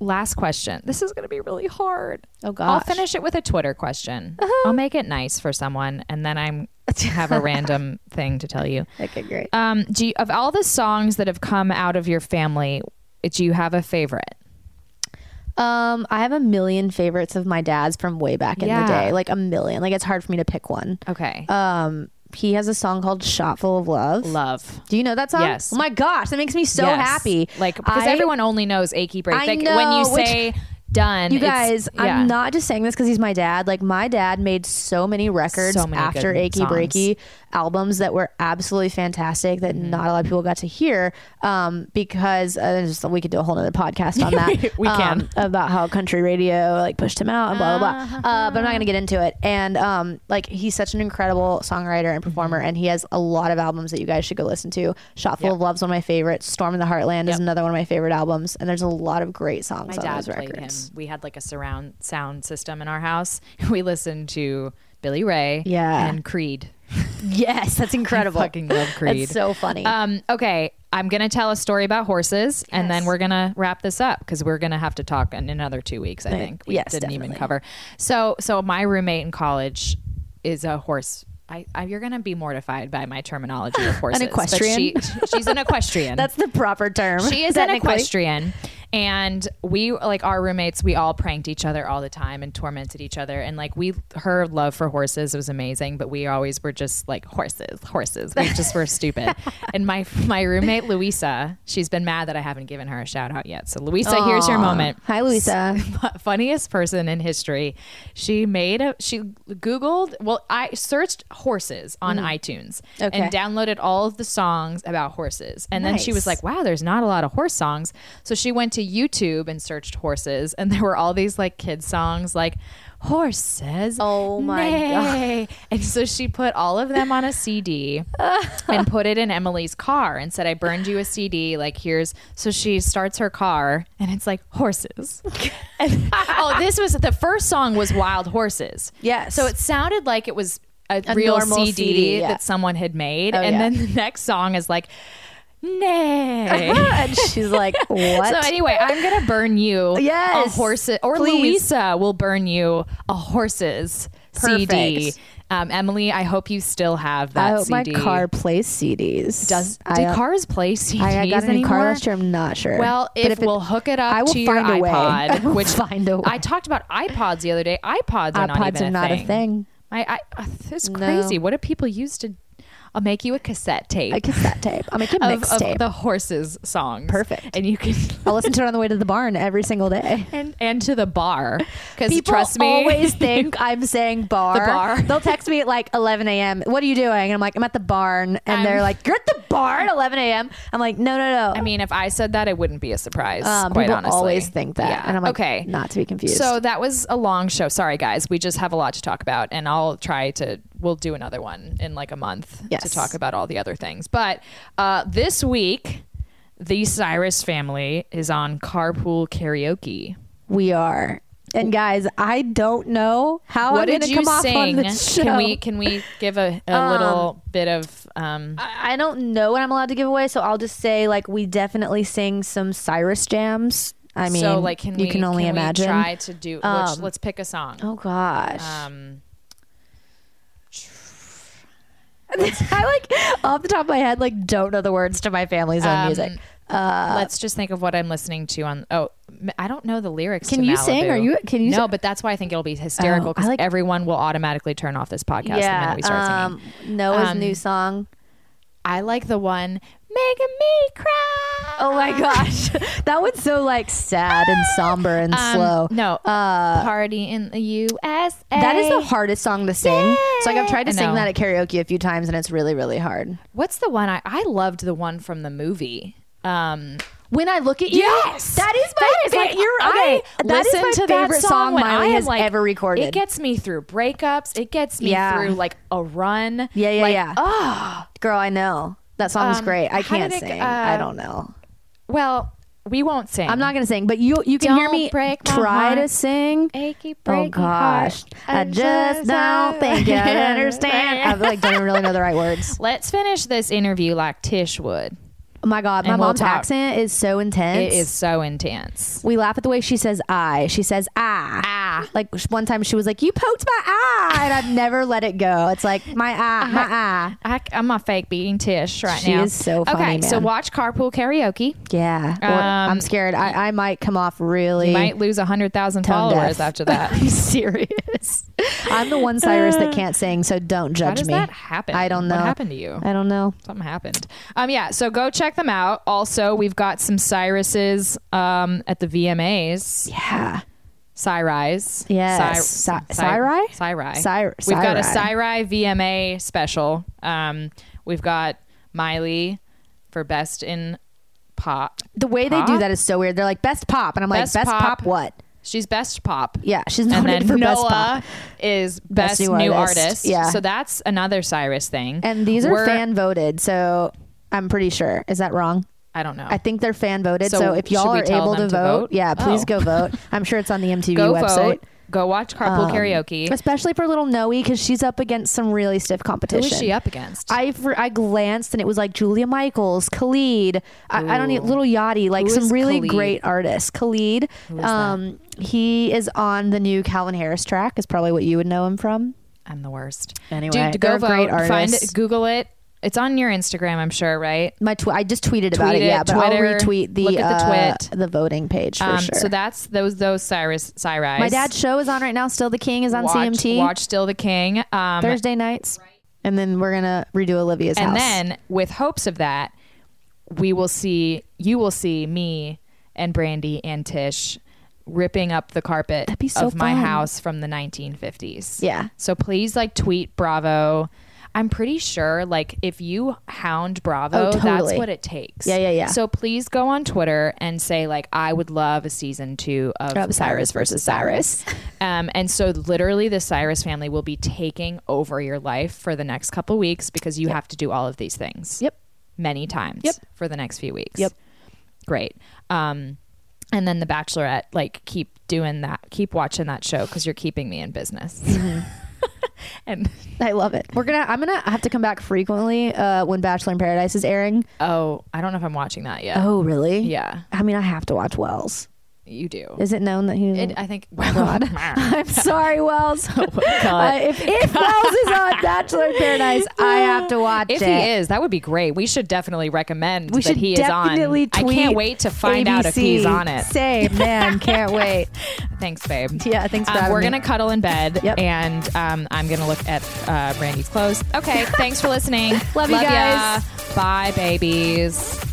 Speaker 3: last question. This is going to be really hard.
Speaker 4: Oh,
Speaker 3: I'll
Speaker 4: gosh. Uh-huh.
Speaker 3: finish it with a Twitter question. I'll make it nice for someone, and then I'm have a random thing to tell you.
Speaker 4: okay. Great.
Speaker 3: Um, do you, of all the songs that have come out of your family, do you have a favorite?
Speaker 4: Um, I have a million favorites of my dad's from way back in
Speaker 3: Yeah.
Speaker 4: the day, like a million. Like it's hard for me to pick one.
Speaker 3: Okay,
Speaker 4: Um, he has a song called "Shot Full of Love."
Speaker 3: love.
Speaker 4: Do you know that song?
Speaker 3: Yes.
Speaker 4: Oh my gosh, that makes me so
Speaker 3: Yes.
Speaker 4: happy.
Speaker 3: Like because
Speaker 4: I-
Speaker 3: everyone only knows achy break.
Speaker 4: I
Speaker 3: Like, when you
Speaker 4: know, which-
Speaker 3: say done,
Speaker 4: You
Speaker 3: it's-
Speaker 4: guys,
Speaker 3: yeah.
Speaker 4: I'm not just saying this because he's my dad. Like my dad made so many records
Speaker 3: So many
Speaker 4: after
Speaker 3: good
Speaker 4: Achy
Speaker 3: songs.
Speaker 4: Breaky albums that were absolutely fantastic that
Speaker 3: Mm-hmm.
Speaker 4: not a lot of people got to hear. Um, because uh, just, we could do a whole other podcast on that.
Speaker 3: We can.
Speaker 4: um, about how country radio like pushed him out and blah blah blah. Uh, but I'm not gonna get into it. And um, like he's such an incredible songwriter and performer,
Speaker 3: Mm-hmm.
Speaker 4: and he has a lot of albums that you guys should go listen to. Shot Full of Love's one of my favorites. Storm in the Heartland is another one of my favorite albums, and there's a lot of great
Speaker 3: My
Speaker 4: songs on
Speaker 3: dad
Speaker 4: those
Speaker 3: played
Speaker 4: records.
Speaker 3: him. We had like a surround sound system in our house. We listened to Billy Ray
Speaker 4: Yeah.
Speaker 3: and Creed.
Speaker 4: Yes, that's incredible.
Speaker 3: Fucking love Creed.
Speaker 4: That's so funny.
Speaker 3: Um, okay, I'm gonna tell a story about horses, and then
Speaker 4: Yes.
Speaker 3: we're gonna wrap this up because we're gonna have to talk in another two weeks. I think we
Speaker 4: yes,
Speaker 3: didn't even
Speaker 4: definitely.
Speaker 3: cover. So, so my roommate in college is a horse. I, I, you're gonna be mortified by my terminology of horses. but
Speaker 4: equestrian?
Speaker 3: she- she's an equestrian.
Speaker 4: that's the proper term.
Speaker 3: She is an
Speaker 4: technically.
Speaker 3: equestrian. And we like our roommates, we all pranked each other all the time and tormented each other. And like we her love for horses was amazing, but we always were just like horses, horses. We just were stupid. And my my roommate Louisa, she's been mad that I haven't given her a shout out yet. So Louisa, here's your moment.
Speaker 4: Hi, Louisa.
Speaker 3: Funniest person in history. She made a she Googled well, I searched horses on iTunes
Speaker 4: Mm. Okay.
Speaker 3: and downloaded all of the songs about horses. And then she was
Speaker 4: Nice.
Speaker 3: like, wow, there's not a lot of horse songs. So she went to YouTube and searched horses, and there were all these like kids songs like horse says
Speaker 4: Oh my
Speaker 3: neigh." and so she put all of them on a cd and put it in emily's car and said i burned you a cd like here's so she starts her car and it's like horses and, oh this was the first song was wild horses
Speaker 4: Yes.
Speaker 3: so it sounded like it was a,
Speaker 4: A
Speaker 3: real
Speaker 4: normal
Speaker 3: cd,
Speaker 4: CD, yeah.
Speaker 3: that someone had made
Speaker 4: Oh,
Speaker 3: and
Speaker 4: yeah.
Speaker 3: then the next song is like nay
Speaker 4: and she's like, what?
Speaker 3: so anyway, I'm gonna burn you
Speaker 4: Yes,
Speaker 3: a horses or
Speaker 4: please.
Speaker 3: Louisa will burn you a horses CD.
Speaker 4: Perfect.
Speaker 3: Um, Emily, I hope you still have that
Speaker 4: I hope my
Speaker 3: CD.
Speaker 4: car plays CDs.
Speaker 3: does. Do
Speaker 4: I,
Speaker 3: cars play CDs
Speaker 4: I, I got a new
Speaker 3: anymore?
Speaker 4: car last year. I'm not sure.
Speaker 3: Well,
Speaker 4: But
Speaker 3: if,
Speaker 4: it-
Speaker 3: we'll hook it up
Speaker 4: I will
Speaker 3: to your
Speaker 4: find a way.
Speaker 3: iPod,
Speaker 4: I will
Speaker 3: which
Speaker 4: find a way.
Speaker 3: I talked about iPods the other day. iPods are not
Speaker 4: iPods
Speaker 3: even
Speaker 4: are
Speaker 3: a
Speaker 4: not a
Speaker 3: thing.
Speaker 4: thing.
Speaker 3: My, I, uh, this is
Speaker 4: No.
Speaker 3: crazy. What do people use to? I'll make you a cassette tape.
Speaker 4: a cassette tape, I'll make a
Speaker 3: of,
Speaker 4: mixtape.
Speaker 3: of the horses songs.
Speaker 4: Perfect.
Speaker 3: And you can
Speaker 4: I'll listen to it on the way to the barn every single day.
Speaker 3: and, and to the bar because
Speaker 4: People
Speaker 3: trust me,
Speaker 4: always think I'm saying bar.
Speaker 3: The bar.
Speaker 4: They'll text me at like 11 a.m. What are you doing? And I'm like, I'm at the barn. And
Speaker 3: I'm-
Speaker 4: they're like, you're at the barn 11 a.m. I'm like, no, no, no.
Speaker 3: I mean, if I said that, it wouldn't be a surprise.
Speaker 4: Um,
Speaker 3: quite
Speaker 4: people
Speaker 3: honestly,
Speaker 4: always think that,
Speaker 3: Yeah.
Speaker 4: and I'm like,
Speaker 3: okay,
Speaker 4: not to be confused.
Speaker 3: So that was a long show. Sorry, guys, we just have a lot to talk about, and I'll try to. We'll do another one in like a month to
Speaker 4: Yes.
Speaker 3: talk about all the other things. But uh, this week, the Cyrus family is on carpool karaoke.
Speaker 4: we are. And guys, I don't know how
Speaker 3: what did
Speaker 4: I'm going to
Speaker 3: you
Speaker 4: come off
Speaker 3: sing?
Speaker 4: on this show.
Speaker 3: Can we can we give a, a little bit of um,
Speaker 4: I I don't know what I'm allowed to give away, so I'll just say like we definitely sing some Cyrus jams. I mean,
Speaker 3: so like can
Speaker 4: you
Speaker 3: we,
Speaker 4: can only
Speaker 3: we
Speaker 4: imagine.
Speaker 3: try to do let's, let's pick a song
Speaker 4: oh gosh,
Speaker 3: um
Speaker 4: I like off the top of my head like don't know the words to my family's own
Speaker 3: Um,
Speaker 4: music.
Speaker 3: let's just think of what I'm listening to on. Oh, m- I don't know the lyrics.
Speaker 4: Can
Speaker 3: to
Speaker 4: you
Speaker 3: Malibu.
Speaker 4: sing? Are you- can you
Speaker 3: No,
Speaker 4: sing?
Speaker 3: but that's why I think it'll be hysterical
Speaker 4: Oh, I
Speaker 3: because
Speaker 4: like-
Speaker 3: everyone will automatically turn off this podcast the minute we start
Speaker 4: um,
Speaker 3: singing.
Speaker 4: Noah's
Speaker 3: Um,
Speaker 4: new song.
Speaker 3: I like the one making me cry.
Speaker 4: Oh my gosh, that one's so like sad and somber and
Speaker 3: Um,
Speaker 4: slow. Uh,
Speaker 3: No, party in the U.S.
Speaker 4: That is the hardest song to sing. So like I've tried to
Speaker 3: I
Speaker 4: sing
Speaker 3: know.
Speaker 4: that at karaoke a few times and it's really really hard.
Speaker 3: What's the one I I loved the one from the movie. Um,
Speaker 4: When I look at you,
Speaker 3: Yes,
Speaker 4: that is my
Speaker 3: that is like
Speaker 4: you're
Speaker 3: I
Speaker 4: okay. that is
Speaker 3: listen
Speaker 4: my
Speaker 3: to that
Speaker 4: favorite
Speaker 3: song
Speaker 4: song
Speaker 3: when
Speaker 4: Miley
Speaker 3: I am,
Speaker 4: has
Speaker 3: like,
Speaker 4: ever recorded.
Speaker 3: It gets me through breakups. It gets me
Speaker 4: Yeah.
Speaker 3: through like a run.
Speaker 4: yeah, yeah,
Speaker 3: like, oh,
Speaker 4: yeah. ah, girl, I know that song's
Speaker 3: Um,
Speaker 4: great. I
Speaker 3: how
Speaker 4: can't
Speaker 3: did it-
Speaker 4: sing.
Speaker 3: uh,
Speaker 4: I don't know.
Speaker 3: Well, we won't sing.
Speaker 4: I'm not gonna sing, but you you can hear
Speaker 3: Don't
Speaker 4: me
Speaker 3: break my
Speaker 4: try to
Speaker 3: heart.
Speaker 4: sing.
Speaker 3: achy, breaky
Speaker 4: Oh gosh,
Speaker 3: heart.
Speaker 4: I just don't think you understand. I like don't even really know the right words.
Speaker 3: Let's finish this interview like Tish would.
Speaker 4: Oh my god, my
Speaker 3: And we'll
Speaker 4: mom's
Speaker 3: talk.
Speaker 4: accent is so
Speaker 3: It
Speaker 4: intense.
Speaker 3: is so intense.
Speaker 4: We laugh at the way she says "I." She says "Ah."
Speaker 3: Ah.
Speaker 4: Like sh- one time she was like, "You poked my eye," and I've never let it go. It's like my eye,
Speaker 3: Uh-huh.
Speaker 4: my eye.
Speaker 3: I, am a fake being Tish right
Speaker 4: She
Speaker 3: now.
Speaker 4: is so funny,
Speaker 3: Okay, so
Speaker 4: man.
Speaker 3: watch Carpool Karaoke.
Speaker 4: Yeah, Or-
Speaker 3: Um,
Speaker 4: I'm scared. I, I might come off really.
Speaker 3: You might lose hundred thousand
Speaker 4: tone
Speaker 3: followers
Speaker 4: deaf.
Speaker 3: after that.
Speaker 4: I'm serious. I'm the one Cyrus that can't sing, so don't judge
Speaker 3: How does
Speaker 4: me.
Speaker 3: that happen?
Speaker 4: I don't know.
Speaker 3: What happened to you?
Speaker 4: I don't know.
Speaker 3: Something happened. Um, yeah. So go check them out. Also, we've got some Cyruses um, at the VMAs.
Speaker 4: Yeah.
Speaker 3: Cyrise.
Speaker 4: Yes.
Speaker 3: Cy-
Speaker 4: Cy-
Speaker 3: Cy-
Speaker 4: Cyri?
Speaker 3: Cyri.
Speaker 4: Cyr-
Speaker 3: We've got a Cyri
Speaker 4: Cyri.
Speaker 3: VMA special. Um, we've got Miley for Best in Pop.
Speaker 4: The way
Speaker 3: Pop?
Speaker 4: they do that is so weird. They're like best pop, and I'm like
Speaker 3: Best
Speaker 4: best, pop.
Speaker 3: pop.
Speaker 4: what?
Speaker 3: She's Best Pop.
Speaker 4: Yeah, she's
Speaker 3: And
Speaker 4: nominated
Speaker 3: then
Speaker 4: for best
Speaker 3: Noah
Speaker 4: pop.
Speaker 3: is Best, New, Artist.
Speaker 4: Yeah.
Speaker 3: So that's another Cyrus thing.
Speaker 4: And these are
Speaker 3: We're-
Speaker 4: fan voted, so I'm pretty sure. Is that wrong?
Speaker 3: I don't know.
Speaker 4: I think they're fan voted.
Speaker 3: So
Speaker 4: So,
Speaker 3: should
Speaker 4: if y'all
Speaker 3: we
Speaker 4: are
Speaker 3: tell
Speaker 4: able
Speaker 3: them
Speaker 4: to vote,
Speaker 3: to vote?
Speaker 4: yeah, please
Speaker 3: Oh.
Speaker 4: go vote. I'm sure it's on the MTV
Speaker 3: go
Speaker 4: website. Um,
Speaker 3: vote. Go watch Carpool Karaoke.
Speaker 4: Especially for little Noe because she's up against some really stiff
Speaker 3: Who
Speaker 4: competition.
Speaker 3: is she up against?
Speaker 4: I for, I glanced and it was like Julia Michaels, Khalid. I, I don't need little Yachty, like
Speaker 3: Who
Speaker 4: some
Speaker 3: is
Speaker 4: really
Speaker 3: Khalid?
Speaker 4: great artists. Khalid, um, he is on the new Calvin Harris track. Is probably what you would know him from.
Speaker 3: I'm the worst.
Speaker 4: Anyway,
Speaker 3: Dude, go
Speaker 4: they're
Speaker 3: vote.
Speaker 4: great
Speaker 3: Find
Speaker 4: artists.
Speaker 3: it. Google it. It's on your Instagram, I'm sure, right?
Speaker 4: My tw- I just tweeted about
Speaker 3: Tweet
Speaker 4: it,
Speaker 3: it,
Speaker 4: yeah, but
Speaker 3: Twitter,
Speaker 4: I'll retweet the
Speaker 3: look at the
Speaker 4: uh,
Speaker 3: twit.
Speaker 4: the voting page for
Speaker 3: um,
Speaker 4: sure.
Speaker 3: So that's those those Cyrus Cyrus.
Speaker 4: my dad's show is on right now. Still the King is on
Speaker 3: watch,
Speaker 4: CMT
Speaker 3: Watch Still the King. Um,
Speaker 4: Thursday nights, and then we're gonna redo Olivia's
Speaker 3: and
Speaker 4: house.
Speaker 3: then with hopes of that, we will see you will see me and Brandy and Tish ripping up the carpet
Speaker 4: be so
Speaker 3: of my
Speaker 4: fun.
Speaker 3: house from the 1950s.
Speaker 4: Yeah.
Speaker 3: So please like tweet Bravo. I'm pretty sure like if you hound Bravo,
Speaker 4: Oh,
Speaker 3: that's
Speaker 4: totally.
Speaker 3: what it takes.
Speaker 4: Yeah, yeah, yeah.
Speaker 3: So please go on Twitter and say like I would love a season 2 of
Speaker 4: Of Cyrus versus Cyrus.
Speaker 3: um, and so, literally, the Cyrus family will be taking over your life for the next couple weeks because you have to do all of these things.
Speaker 4: Yep.
Speaker 3: Many times. Yep. For the next few weeks.
Speaker 4: Yep.
Speaker 3: Great. Um, and then the Bachelorette, like, keep doing that. Keep watching that show because you're keeping me in business. and
Speaker 4: I love it. We're gonna. I'm gonna have to come back frequently uh, when Bachelor in Paradise is airing.
Speaker 3: oh, I don't know if I'm watching that yet.
Speaker 4: Oh, really?
Speaker 3: Yeah.
Speaker 4: I mean, I have to watch Wells.
Speaker 3: you do.
Speaker 4: Is it known that he?
Speaker 3: It, I Oh, think.
Speaker 4: God. I'm sorry, Wells. Uh, if if Wells is on Bachelor in Paradise, I have to watch
Speaker 3: If
Speaker 4: it.
Speaker 3: he is, that would be great. We should definitely recommend
Speaker 4: we
Speaker 3: that
Speaker 4: should
Speaker 3: he is on.
Speaker 4: definitely
Speaker 3: I
Speaker 4: tweet
Speaker 3: can't wait to find out if he's
Speaker 4: ABC.
Speaker 3: on it.
Speaker 4: Same, man. Can't wait.
Speaker 3: Thanks, babe.
Speaker 4: Yeah, thanks for
Speaker 3: Um,
Speaker 4: having
Speaker 3: we're
Speaker 4: me.
Speaker 3: gonna cuddle in bed,
Speaker 4: Yep.
Speaker 3: and um, I'm gonna look at uh, Brandy's clothes. Okay, thanks for listening.
Speaker 4: Love you guys.
Speaker 3: Ya. Bye, babies.